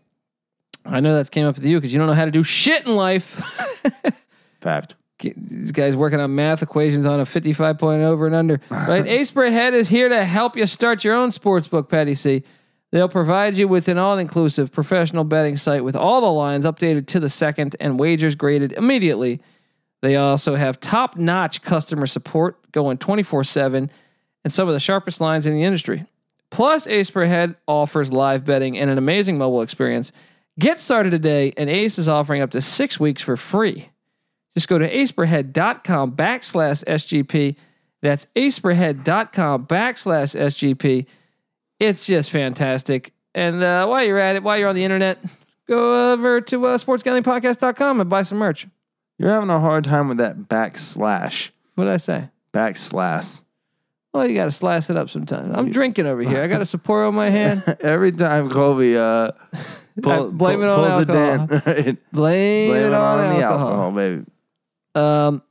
[SPEAKER 1] I know that's came up with you because you don't know how to do shit in life.
[SPEAKER 2] Fact.
[SPEAKER 1] these guys working on math equations on a 55 point over and under, right? Ace Per Head is here to help you start your own sports book, Patty C. They'll provide you with an all inclusive professional betting site with all the lines updated to the second and wagers graded immediately. They also have top notch customer support going 24 7 and some of the sharpest lines in the industry. Plus, Ace Per Head offers live betting and an amazing mobile experience. Get started today, and Ace is offering up to six weeks for free. Just go to aceperhead.com backslash SGP. That's aceperhead.com backslash SGP. It's just fantastic. And uh, while you're at it, while you're on the internet, go over to uh, sportsgamblingpodcast.com and buy some merch.
[SPEAKER 2] You're having a hard time with that backslash.
[SPEAKER 1] What did I say?
[SPEAKER 2] Backslash.
[SPEAKER 1] Well, you got to slice it up sometimes. I'm drinking over here. I got a Sapporo in my hand.
[SPEAKER 2] Every time Colby uh, pull,
[SPEAKER 1] blame
[SPEAKER 2] pull-
[SPEAKER 1] it on
[SPEAKER 2] pulls
[SPEAKER 1] alcohol.
[SPEAKER 2] a Dan, right?
[SPEAKER 1] Blame,
[SPEAKER 2] blame
[SPEAKER 1] it on,
[SPEAKER 2] the
[SPEAKER 1] alcohol.
[SPEAKER 2] alcohol, baby.
[SPEAKER 1] Um.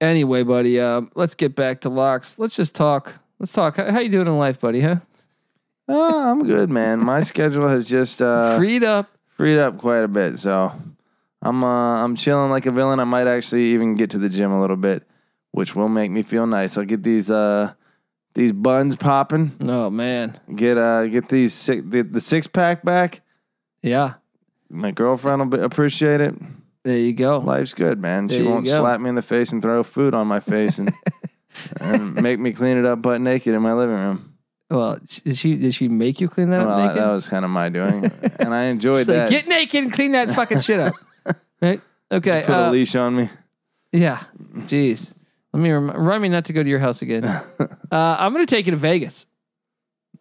[SPEAKER 1] Anyway, buddy. Um. Let's get back to locks. Let's just talk. Let's talk. How, how you doing in life, buddy? Huh?
[SPEAKER 2] Oh, I'm good, man. My schedule has just uh,
[SPEAKER 1] Freed up.
[SPEAKER 2] freed up quite a bit. So I'm uh, I'm chilling like a villain. I might actually even get to the gym a little bit, which will make me feel nice. I'll get these uh these buns popping.
[SPEAKER 1] Oh man.
[SPEAKER 2] Get uh get these six, the, the six pack back.
[SPEAKER 1] Yeah.
[SPEAKER 2] My girlfriend will be, appreciate it.
[SPEAKER 1] There you go.
[SPEAKER 2] Life's good, man.
[SPEAKER 1] There
[SPEAKER 2] she
[SPEAKER 1] you
[SPEAKER 2] won't
[SPEAKER 1] go.
[SPEAKER 2] slap me in the face and throw food on my face and and make me clean it up butt naked in my living room.
[SPEAKER 1] Well, sh- did she did she make you clean that
[SPEAKER 2] Well,
[SPEAKER 1] up naked?
[SPEAKER 2] that was kind of my doing, and I
[SPEAKER 1] She's
[SPEAKER 2] enjoyed
[SPEAKER 1] like,
[SPEAKER 2] that.
[SPEAKER 1] get naked and clean that fucking shit up. Right? Okay.
[SPEAKER 2] Put
[SPEAKER 1] uh,
[SPEAKER 2] a leash on me.
[SPEAKER 1] yeah. Jeez. Let me rem- remind me not to go to your house again. Uh, I'm going to take you to Vegas.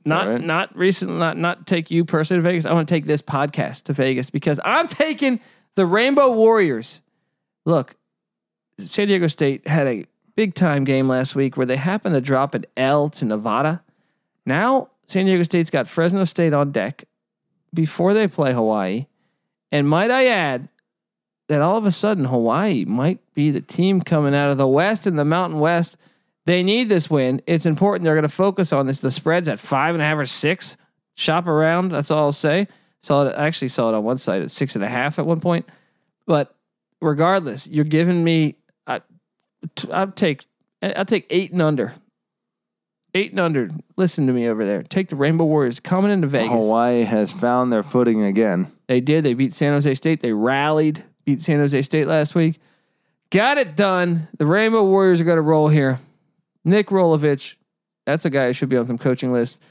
[SPEAKER 1] Not
[SPEAKER 2] All right.
[SPEAKER 1] not recently. Not not take you personally to Vegas. I want to take this podcast to Vegas because I'm taking the Rainbow Warriors. Look, San Diego State had a big time game last week where they happened to drop an L to Nevada. Now San Diego State's got Fresno State on deck before they play Hawaii, and might I add that all of a sudden Hawaii might be the team coming out of the West and the Mountain West. They need this win. It's important. They're going to focus on this. The spread's at five and a half or six. Shop around. That's all I'll say. Saw it. I actually saw it on one site at six and a half at one point. But regardless, you're giving me. I, t- I'll take. I'll take eight and under. Eight and under. Listen to me over there. Take the Rainbow Warriors coming into Vegas.
[SPEAKER 2] Hawaii has found their footing again.
[SPEAKER 1] They did. They beat San Jose State. They rallied, beat San Jose State last week. Got it done. The Rainbow Warriors are going to roll here. Nick Rolovich, that's a guy who should be on some coaching list.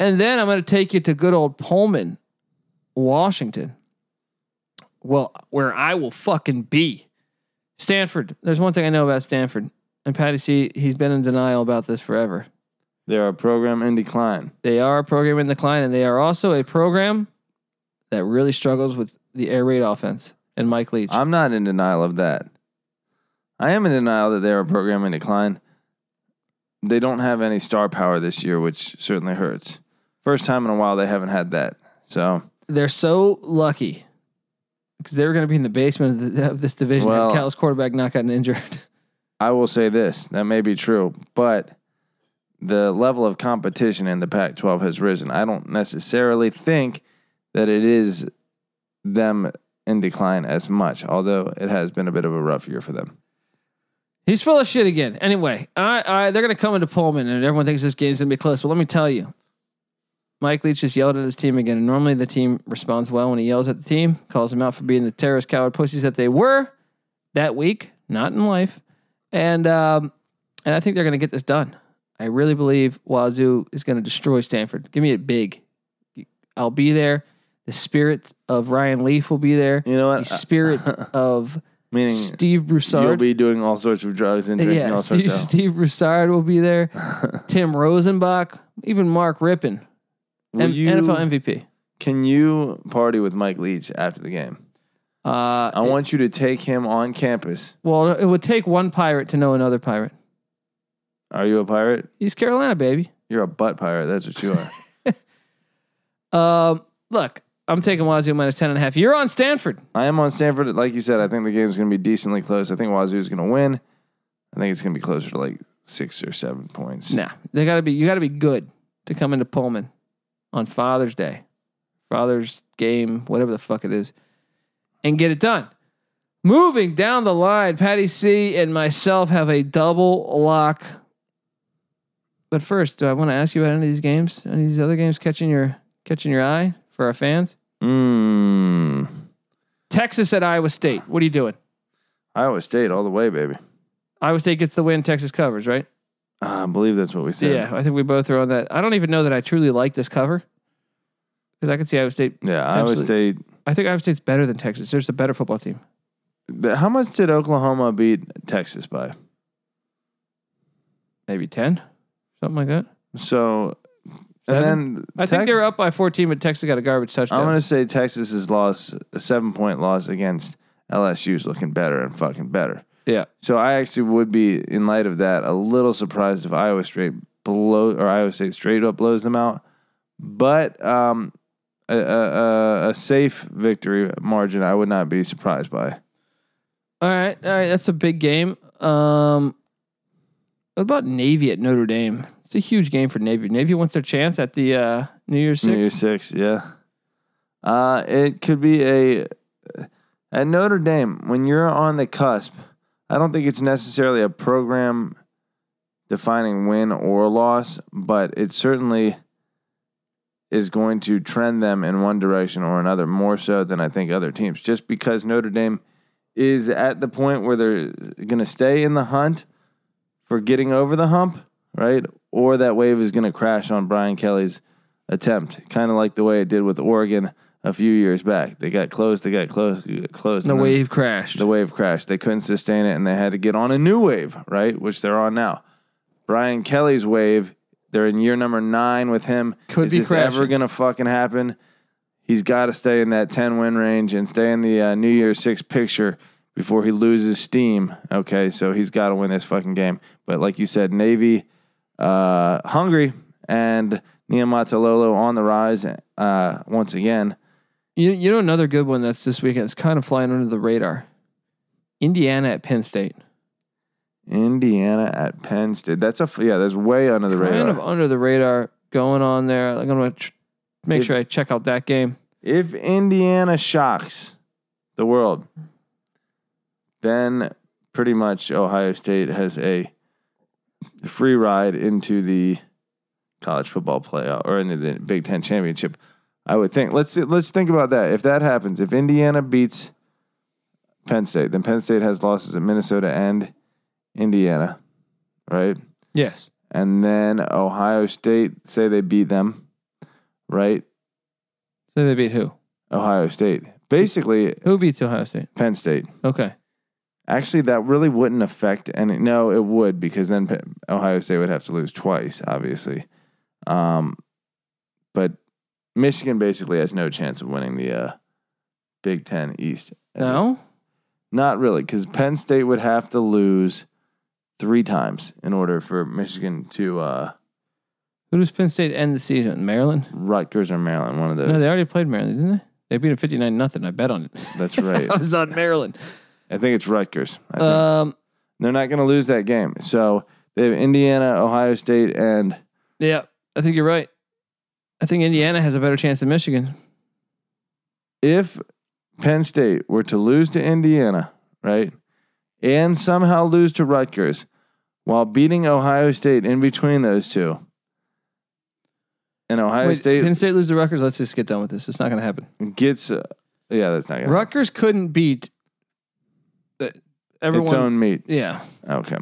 [SPEAKER 1] And then I'm going to take you to good old Pullman, Washington. Well, where I will fucking be. Stanford. There's one thing I know about Stanford. And Patty C, he's been in denial about this forever.
[SPEAKER 2] They're a program in decline.
[SPEAKER 1] They are a program in decline, and they are also a program that really struggles with the air raid offense and Mike Leach.
[SPEAKER 2] I'm not in denial of that. I am in denial that they're a program in decline. They don't have any star power this year, which certainly hurts. First time in a while they haven't had that. So
[SPEAKER 1] they're so lucky because they're going to be in the basement of, the, of this division.
[SPEAKER 2] Well-
[SPEAKER 1] had Cal's quarterback not gotten injured.
[SPEAKER 2] I will say this that may be true, but the level of competition in the Pac 12 has risen. I don't necessarily think that it is them in decline as much, although it has been a bit of a rough year for them.
[SPEAKER 1] He's full of shit again. Anyway, I, I, they're going to come into Pullman, and everyone thinks this game's going to be close. But let me tell you, Mike Leach just yelled at his team again. And normally the team responds well when he yells at the team, calls them out for being the terrorist coward pussies that they were that week, not in life. And um, and I think they're going to get this done. I really believe Wazoo is going to destroy Stanford. Give me it big. I'll be there. The spirit of Ryan Leaf will be there.
[SPEAKER 2] You know
[SPEAKER 1] The
[SPEAKER 2] what? Uh,
[SPEAKER 1] spirit of
[SPEAKER 2] Meaning,
[SPEAKER 1] Steve
[SPEAKER 2] you'll
[SPEAKER 1] Broussard.
[SPEAKER 2] be doing all sorts of drugs and drinking
[SPEAKER 1] Yeah,
[SPEAKER 2] all sorts
[SPEAKER 1] Steve,
[SPEAKER 2] of.
[SPEAKER 1] Steve Broussard will be there. Tim Rosenbach, even Mark Rippon,
[SPEAKER 2] Will
[SPEAKER 1] M-
[SPEAKER 2] you-
[SPEAKER 1] NFL MVP.
[SPEAKER 2] Can you party with Mike Leach after the game?
[SPEAKER 1] Uh,
[SPEAKER 2] I
[SPEAKER 1] it-
[SPEAKER 2] want you to take him on campus.
[SPEAKER 1] well, it would take one pirate to know another pirate.
[SPEAKER 2] Are you a pirate?
[SPEAKER 1] He's Carolina, baby.
[SPEAKER 2] You're a butt pirate. That's what you are.
[SPEAKER 1] Um, look, I'm taking Wazoo minus 10 and a half. You're on Stanford.
[SPEAKER 2] I am on Stanford. Like you said, I think the game's going to be decently close. I think Wazoo's going to win. I think it's going to be closer to like six or seven points.
[SPEAKER 1] Nah, they gotta be. You gotta be good to come into Pullman on Father's Day, Father's game, whatever the fuck it is, and get it done. Moving down the line, Patty C and myself have a double lock. But first, do I want to ask you about any of these games? Any of these other games catching your catching your eye for our fans?
[SPEAKER 2] Mm.
[SPEAKER 1] Texas at Iowa State. What are you doing?
[SPEAKER 2] Iowa State all the way, baby.
[SPEAKER 1] Iowa State gets the win. Texas covers, right?
[SPEAKER 2] Ah, I believe that's what we said.
[SPEAKER 1] Yeah, I think we both are on that. I don't even know that I truly like this cover because I could see Iowa State
[SPEAKER 2] Yeah, Iowa State.
[SPEAKER 1] I think Iowa State's better than Texas. There's a better football team.
[SPEAKER 2] th- How much did Oklahoma beat Texas by?
[SPEAKER 1] Maybe 10, something like that.
[SPEAKER 2] So, and
[SPEAKER 1] Seven?
[SPEAKER 2] then
[SPEAKER 1] I think they're up by 14, but Texas got a garbage touchdown.
[SPEAKER 2] I'm going to say Texas's loss, a seven point loss against LSU's looking better and fucking better.
[SPEAKER 1] yeah.
[SPEAKER 2] So I actually would be, in light of that, a little surprised if Iowa State blow or Iowa State straight up blows them out. But um, a, a, a- a safe victory margin, I would not be surprised by.
[SPEAKER 1] All right. All right. That's a big game. Um, what about Navy at Notre Dame? It's a huge game for Navy. Navy wants their chance at the uh, New Year's Six.
[SPEAKER 2] New Year's six, yeah. Uh, it could be a at Notre Dame when you're on the cusp. I don't think it's necessarily a program defining win or loss, but it certainly is going to trend them in one direction or another more so than I think other teams. Just because Notre Dame is at the point where they're going to stay in the hunt for getting over the hump, right? or that wave is going to crash on Brian Kelly's attempt, kind of like the way it did with Oregon a few years back. They got close, they got close, they got close.
[SPEAKER 1] The
[SPEAKER 2] and then
[SPEAKER 1] wave crashed.
[SPEAKER 2] The wave crashed. They couldn't sustain it, and they had to get on a new wave, right? Which they're on now. Brian Kelly's wave. They're in year number nine with him.
[SPEAKER 1] Could
[SPEAKER 2] Is
[SPEAKER 1] be
[SPEAKER 2] this
[SPEAKER 1] crashing.
[SPEAKER 2] ever gonna fucking happen? He's got to stay in that ten win range and stay in the uh, New Year's Six picture before he loses steam. Okay, so he's got to win this fucking game. But like you said, Navy, uh, hungry, and Niamatololo on the rise uh, once again.
[SPEAKER 1] You, you know another good one that's this weekend. It's kind of flying under the radar. Indiana at Penn State.
[SPEAKER 2] Indiana at Penn State. That's a f- yeah. That's way under the
[SPEAKER 1] kind
[SPEAKER 2] radar.
[SPEAKER 1] of under the radar going on there. I'm gonna tr- make
[SPEAKER 2] If-
[SPEAKER 1] sure I check out that game.
[SPEAKER 2] If Indiana shocks the world, then pretty much Ohio State has a free ride into the college football playoff or into the Big Ten championship. I would think. Let's let's think about that. If that happens, if Indiana beats Penn State, then Penn State has losses at Minnesota and Indiana, right?
[SPEAKER 1] Yes.
[SPEAKER 2] And then Ohio State say they beat them, right?
[SPEAKER 1] So they beat who?
[SPEAKER 2] Ohio State. Basically,
[SPEAKER 1] Who beats Ohio State?
[SPEAKER 2] Penn State.
[SPEAKER 1] Okay.
[SPEAKER 2] Actually, that really wouldn't affect any. No, it would because then Pe- Ohio State would have to lose twice, obviously. Um, but Michigan basically has no chance of winning the uh, Big Ten East.
[SPEAKER 1] No.
[SPEAKER 2] Not really, because Penn State would have to lose three times in order for Michigan to uh,
[SPEAKER 1] Who does Penn State end the season? Maryland.
[SPEAKER 2] Rutgers or Maryland, one of those.
[SPEAKER 1] No, they already played Maryland, didn't they? They beat them 59 nothing. I bet on it.
[SPEAKER 2] That's right.
[SPEAKER 1] I was on Maryland.
[SPEAKER 2] I think it's Rutgers. I think.
[SPEAKER 1] Um,
[SPEAKER 2] They're not going to lose that game. So they have Indiana, Ohio State, and
[SPEAKER 1] yeah, I think you're right. I think Indiana has a better chance than Michigan.
[SPEAKER 2] if Penn State were to lose to Indiana, right, and somehow lose to Rutgers while beating Ohio State in between those two, and Ohio
[SPEAKER 1] Wait,
[SPEAKER 2] State
[SPEAKER 1] Penn State lose the Rutgers. Let's just get done with this. It's not going to happen.
[SPEAKER 2] gets, uh, yeah, that's not going to
[SPEAKER 1] Rutgers couldn't beat the, everyone.
[SPEAKER 2] its own meat.
[SPEAKER 1] yeah.
[SPEAKER 2] Okay.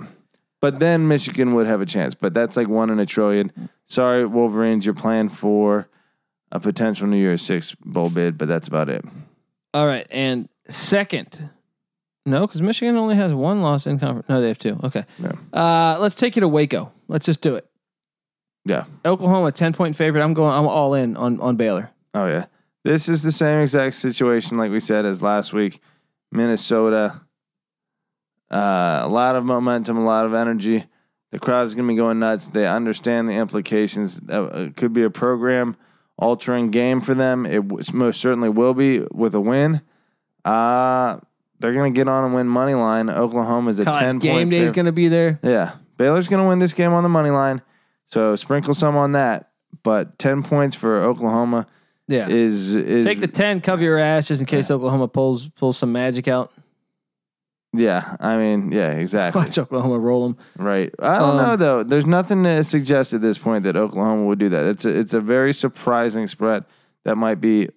[SPEAKER 2] But then Michigan would have a chance, but that's like one in a trillion. Sorry, Wolverines, you're playing for a potential New Year's Six bowl bid, but that's about it.
[SPEAKER 1] All right. And second, no, because Michigan only has one loss in conference. No, they have two. Okay.
[SPEAKER 2] Yeah.
[SPEAKER 1] Uh, let's take you to Waco. Let's just do it.
[SPEAKER 2] Yeah.
[SPEAKER 1] Oklahoma, 10 point favorite. I'm going, I'm all in on, on Baylor.
[SPEAKER 2] Oh yeah. This is the same exact situation like we said as last week. Minnesota. Uh, a lot of momentum, a lot of energy. The crowd is going to be going nuts. They understand the implications. Uh, It could be a program altering game for them. It w- most certainly will be with a win. Uh, they're going to get on and win money line. Oklahoma's a
[SPEAKER 1] College
[SPEAKER 2] 10
[SPEAKER 1] game
[SPEAKER 2] point
[SPEAKER 1] day is
[SPEAKER 2] favorite.
[SPEAKER 1] going to be there.
[SPEAKER 2] Yeah. Baylor's going to win this game on the money line. So sprinkle some on that. But 10 points for Oklahoma
[SPEAKER 1] Yeah.
[SPEAKER 2] is is
[SPEAKER 1] Take the 10, cover your ass just in case Oklahoma pulls pulls some magic out.
[SPEAKER 2] yeah. I mean, yeah, exactly.
[SPEAKER 1] Watch Oklahoma roll them.
[SPEAKER 2] Right. I don't
[SPEAKER 1] Um,
[SPEAKER 2] know though. There's nothing to suggest at this point that Oklahoma would do that. It's a, it's a very surprising spread that might be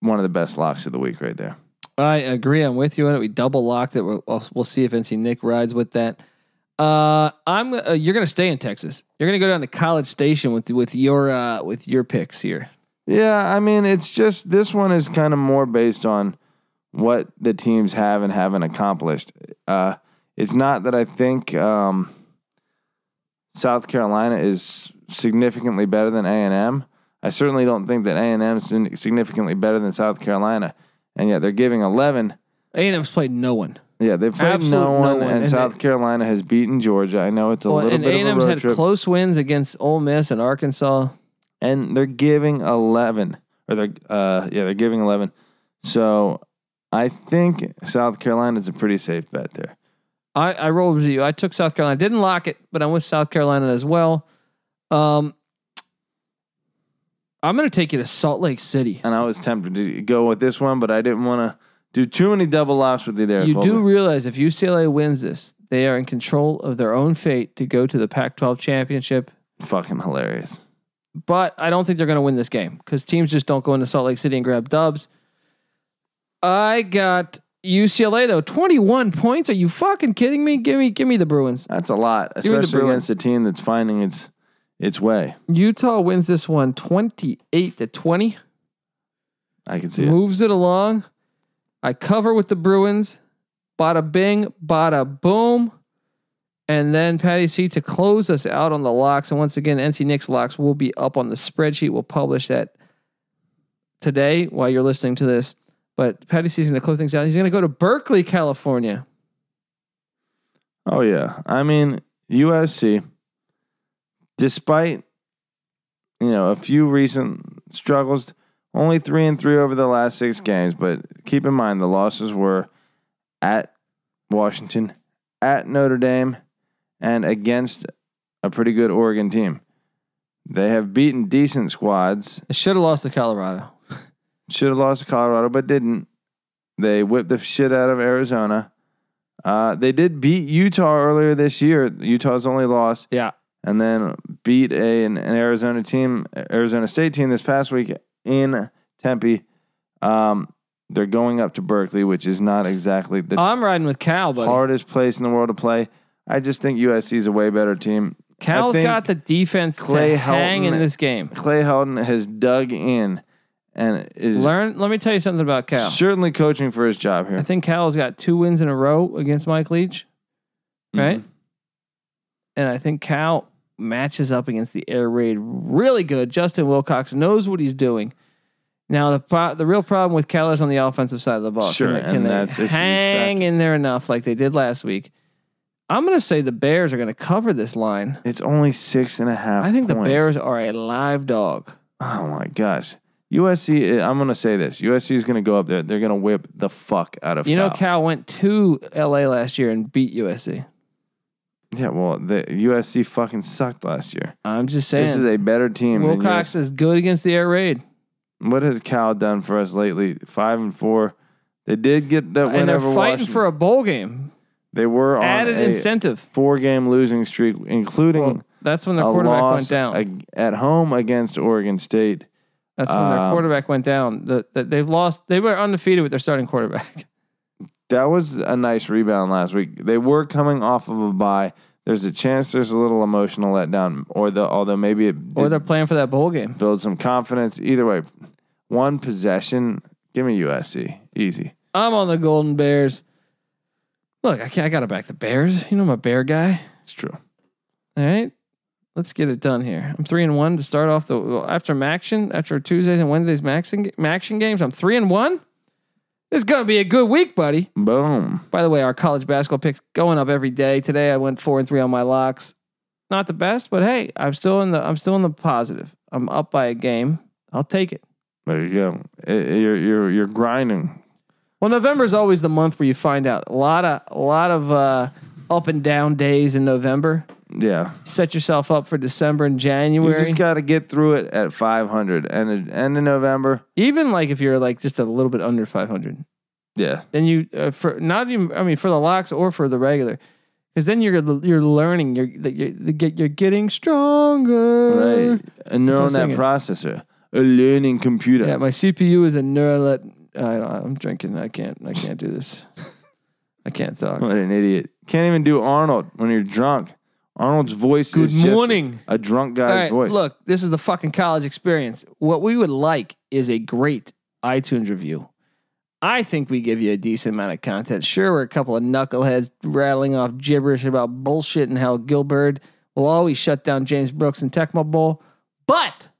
[SPEAKER 2] one of the best locks of the week right there.
[SPEAKER 1] I agree. I'm with you on it. We double locked it. We'll, I'll- we'll see if NC Nick rides with that. Uh, I'm. Uh, you're gonna stay in Texas. You're gonna go down to College Station with with your uh with your picks here.
[SPEAKER 2] Yeah, I mean, it's just this one is kind of more based on what the teams have and haven't accomplished. Uh, it's not that I think um, South Carolina is significantly better than A and M. I certainly don't think that A and M is sin- significantly better than South Carolina, and yet they're giving eleven.
[SPEAKER 1] A and M's played no one.
[SPEAKER 2] Yeah, they've played
[SPEAKER 1] Absolute
[SPEAKER 2] no
[SPEAKER 1] no
[SPEAKER 2] one,
[SPEAKER 1] one,
[SPEAKER 2] and,
[SPEAKER 1] and
[SPEAKER 2] South
[SPEAKER 1] they-
[SPEAKER 2] Carolina has beaten Georgia. I know it's a
[SPEAKER 1] Well,
[SPEAKER 2] little
[SPEAKER 1] and A
[SPEAKER 2] bit
[SPEAKER 1] and
[SPEAKER 2] of a
[SPEAKER 1] M's
[SPEAKER 2] road
[SPEAKER 1] had
[SPEAKER 2] trip,
[SPEAKER 1] close wins against Ole Miss and Arkansas.
[SPEAKER 2] and they're giving eleven, or they're uh, yeah, they're giving eleven. So I think South Carolina's a pretty safe bet there.
[SPEAKER 1] I I rolled with you. I took South Carolina. Didn't lock it, but I'm with South Carolina as well. Um, I'm gonna take you to Salt Lake City.
[SPEAKER 2] And I was tempted to go with this one, but I didn't want to do too many double locks with you there.
[SPEAKER 1] You do
[SPEAKER 2] Colby.
[SPEAKER 1] realize if UCLA wins this, they are in control of their own fate to go to the Pac 12 championship.
[SPEAKER 2] fucking hilarious.
[SPEAKER 1] But I don't think they're going to win this game because teams just don't go into Salt Lake City and grab dubs. I got UCLA though, 21 points. Are you fucking kidding me? Give me, give me the Bruins.
[SPEAKER 2] That's a lot,
[SPEAKER 1] Give me the
[SPEAKER 2] especially
[SPEAKER 1] Bruins.
[SPEAKER 2] against a team that's finding its its way.
[SPEAKER 1] Utah wins this one 28 to 20,
[SPEAKER 2] I can see it.
[SPEAKER 1] moves it along. I cover with the Bruins. Bada bing, bada boom. And then Patty C to close us out on the locks. And once again, NC Knicks locks will be up on the spreadsheet. We'll publish that today while you're listening to this. But Patty C's going to close things out. He's going to go to Berkeley, California.
[SPEAKER 2] Oh yeah. I mean, USC despite you know, a few recent struggles, only 3 and 3 over the last 6 games, but keep in mind the losses were at Washington, at Notre Dame, and against a pretty good Oregon team. They have beaten decent squads
[SPEAKER 1] I should have lost to Colorado.
[SPEAKER 2] should have lost to Colorado, but didn't. They whipped the shit out of Arizona. Uh, they did beat Utah earlier this year. Utah's only loss,
[SPEAKER 1] Yeah.
[SPEAKER 2] and then beat a an, an Arizona team, Arizona State team this past week in Tempe. Um, they're going up to Berkeley, which is not exactly the
[SPEAKER 1] I'm riding with Cal, buddy.
[SPEAKER 2] hardest place in the world to play. I just think USC is a way better team.
[SPEAKER 1] Cal's
[SPEAKER 2] I think
[SPEAKER 1] got the defense
[SPEAKER 2] Clay
[SPEAKER 1] to hang
[SPEAKER 2] Helton-
[SPEAKER 1] in this game.
[SPEAKER 2] Clay Helton has dug in and is
[SPEAKER 1] Learn. Let me tell you something about Cal.
[SPEAKER 2] certainly coaching for his job
[SPEAKER 1] I
[SPEAKER 2] here.
[SPEAKER 1] think Cal's got two wins in a row against Mike Leach,
[SPEAKER 2] Mm-hmm.
[SPEAKER 1] right? And I think Cal matches up against the air raid really good. Justin Wilcox knows what he's doing. Now the pro- the real problem with Cal is on the offensive side of the ball.
[SPEAKER 2] Sure,
[SPEAKER 1] can they, can
[SPEAKER 2] and
[SPEAKER 1] they
[SPEAKER 2] that's a huge
[SPEAKER 1] hang
[SPEAKER 2] factor.
[SPEAKER 1] in there enough like they did last week? I'm going to say the Bears are going to cover this line.
[SPEAKER 2] It's only six and a half.
[SPEAKER 1] I think the
[SPEAKER 2] points.
[SPEAKER 1] Bears are a live dog.
[SPEAKER 2] Oh my gosh, USC. eh, I'm gonna say this. USC is gonna go up there. They're gonna whip the fuck out of.
[SPEAKER 1] You know,
[SPEAKER 2] Cal.
[SPEAKER 1] Cal went to LA last year and beat USC.
[SPEAKER 2] yeah. Well, the USC fucking sucked last year.
[SPEAKER 1] I'm just saying.
[SPEAKER 2] This is a better team. than
[SPEAKER 1] Wilcox is good against the air raid.
[SPEAKER 2] USC. What has Cal done for us lately? Five and four. They did get that win
[SPEAKER 1] and they're
[SPEAKER 2] over
[SPEAKER 1] fighting
[SPEAKER 2] Washington. Oh,
[SPEAKER 1] for a bowl game.
[SPEAKER 2] they were on
[SPEAKER 1] Added
[SPEAKER 2] a
[SPEAKER 1] incentive.
[SPEAKER 2] four-game losing streak, including
[SPEAKER 1] Well, that's when their
[SPEAKER 2] a
[SPEAKER 1] quarterback
[SPEAKER 2] loss
[SPEAKER 1] went down.
[SPEAKER 2] ag- at home against Oregon State.
[SPEAKER 1] that's when their
[SPEAKER 2] um,
[SPEAKER 1] quarterback went down. The, the, they've lost. They were undefeated with their starting quarterback.
[SPEAKER 2] that was a nice rebound last week. They were coming off of a bye. There's a chance there's a little emotional letdown, or the although maybe it
[SPEAKER 1] or
[SPEAKER 2] did
[SPEAKER 1] they're playing for that bowl game.
[SPEAKER 2] build some confidence. Either way, one possession, give me USC easy.
[SPEAKER 1] I'm on the Golden Bears. Look, I, can't- I got to back the Bears. You know, I'm a Bear guy.
[SPEAKER 2] It's true.
[SPEAKER 1] All right. Let's get it done here. I'm three and one to start off the well, after Maction, after Tuesdays and Wednesdays Maxing Maction games. I'm three and one. This is gonna be a good week, buddy.
[SPEAKER 2] Boom.
[SPEAKER 1] By the way, our college basketball picks going up every day. Today I went four and three on my locks. Not the best, but hey, I'm still in the I'm still in the positive. I'm up by a game. I'll take it.
[SPEAKER 2] There you go. I- I- you're you're you're grinding.
[SPEAKER 1] Well, November is always the month where you find out a lot of a lot of uh, up and down days in November.
[SPEAKER 2] Yeah.
[SPEAKER 1] Set yourself up for December and
[SPEAKER 2] You
[SPEAKER 1] January.
[SPEAKER 2] just got to get through it at 500 and end of November.
[SPEAKER 1] even like if you're like just a little bit under 500
[SPEAKER 2] Yeah.
[SPEAKER 1] then you uh, for not even i mean for the locks or for the regular because then you're you're learning you're that you're, the get- you're getting stronger
[SPEAKER 2] Right. A
[SPEAKER 1] Uh, what
[SPEAKER 2] neural
[SPEAKER 1] I'm
[SPEAKER 2] net
[SPEAKER 1] saying.
[SPEAKER 2] processor, a learning computer.
[SPEAKER 1] yeah my cpu is a neural I don't, i'm drinking i can't i can't do this i can't talk
[SPEAKER 2] What an idiot. Can't even do Arnold when you're drunk. Arnold's voice
[SPEAKER 1] good
[SPEAKER 2] is just
[SPEAKER 1] morning
[SPEAKER 2] a drunk
[SPEAKER 1] all
[SPEAKER 2] guy's
[SPEAKER 1] right
[SPEAKER 2] voice.
[SPEAKER 1] look this is the fucking college experience what we would like is a great itunes review I think we give you a decent amount of content. Sure, we're a couple of knuckleheads rattling off gibberish about bullshit and how Gilbert will always shut down James Brooks and Tecmo Bowl, but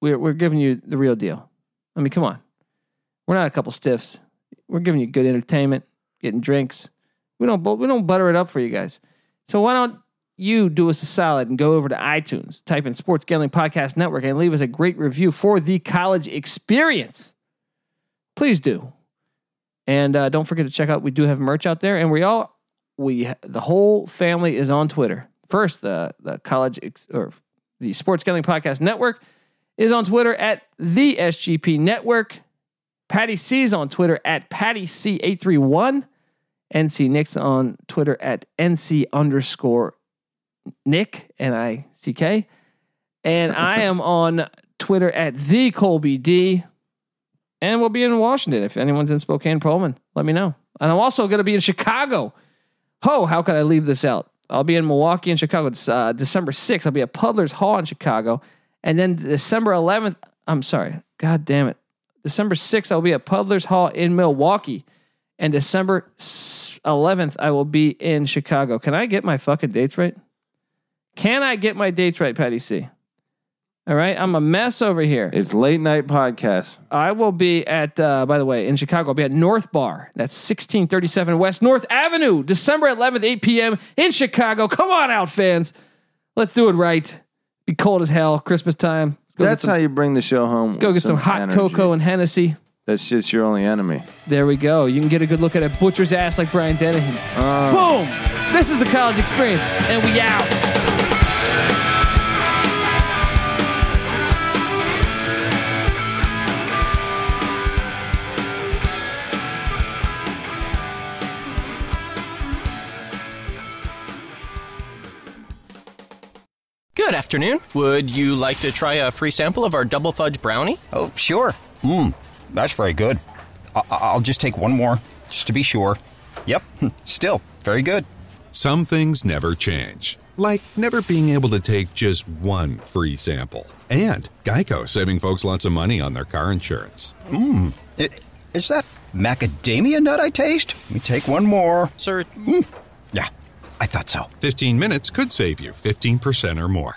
[SPEAKER 1] we're we're giving you the real deal. I mean, come on, we're not a couple stiffs. We're giving you good entertainment, getting drinks. We don't bu- we don't butter it up for you guys. So why don't you do us a solid and go over to iTunes, type in Sports Gambling Podcast Network, and leave us a great review for the college experience please do. And uh, don't forget to check out. We do have merch out there, and we all we the whole family is on Twitter. First, the the college ex, or the Sports Gambling Podcast Network is on Twitter at the SGP Network. Patty C is on Twitter at Patty C eight three one. NC Nick's on Twitter at NC underscore Nick N I C K, and I am on Twitter at the Colby D. And we'll be in Washington. If anyone's in Spokane, Pullman, let me know. And I'm also going to be in Chicago. Ho, how could I leave this out? I'll be in Milwaukee and Chicago. It's, uh, December 6th, I'll be at Puddler's Hall in Chicago. And then December 11th, I'm sorry. God damn it. December 6th, I'll be at Puddler's Hall in Milwaukee. And December s- 11th, I will be in Chicago. Can I get my fucking dates right? Can I get my dates right, Patty C? All right. I'm a mess over here.
[SPEAKER 2] It's late night podcast.
[SPEAKER 1] I will be at, uh, by the way, in Chicago. I'll be at North Bar. That's 1637 West North Avenue, December 11th, 8 p.m. in Chicago. Come on out, fans. Let's do it right. Be cold as hell, Christmas time. Let's go
[SPEAKER 2] That's
[SPEAKER 1] get some,
[SPEAKER 2] how you bring the show home.
[SPEAKER 1] go get some, hot cocoa and Hennessy.
[SPEAKER 2] That's just your only enemy.
[SPEAKER 1] There we go. You can get a good look at a butcher's ass like Brian Dennehy.
[SPEAKER 2] Uh,
[SPEAKER 1] Boom! This is the college experience, and we out.
[SPEAKER 3] Good afternoon. Would you like to try a free sample of our double fudge brownie?
[SPEAKER 4] Oh, sure. Mmm, that's very good. I- I- I'll just take one more, just to be sure. Yep, still very good.
[SPEAKER 5] Some things never change, like never being able to take just one free sample. And Geico saving folks lots of money on their car insurance.
[SPEAKER 4] I- Is that macadamia nut I taste? Let me take one more. Hmm.
[SPEAKER 3] Sir,
[SPEAKER 4] Yeah, I thought so.
[SPEAKER 5] 15 minutes could save you 15% or more.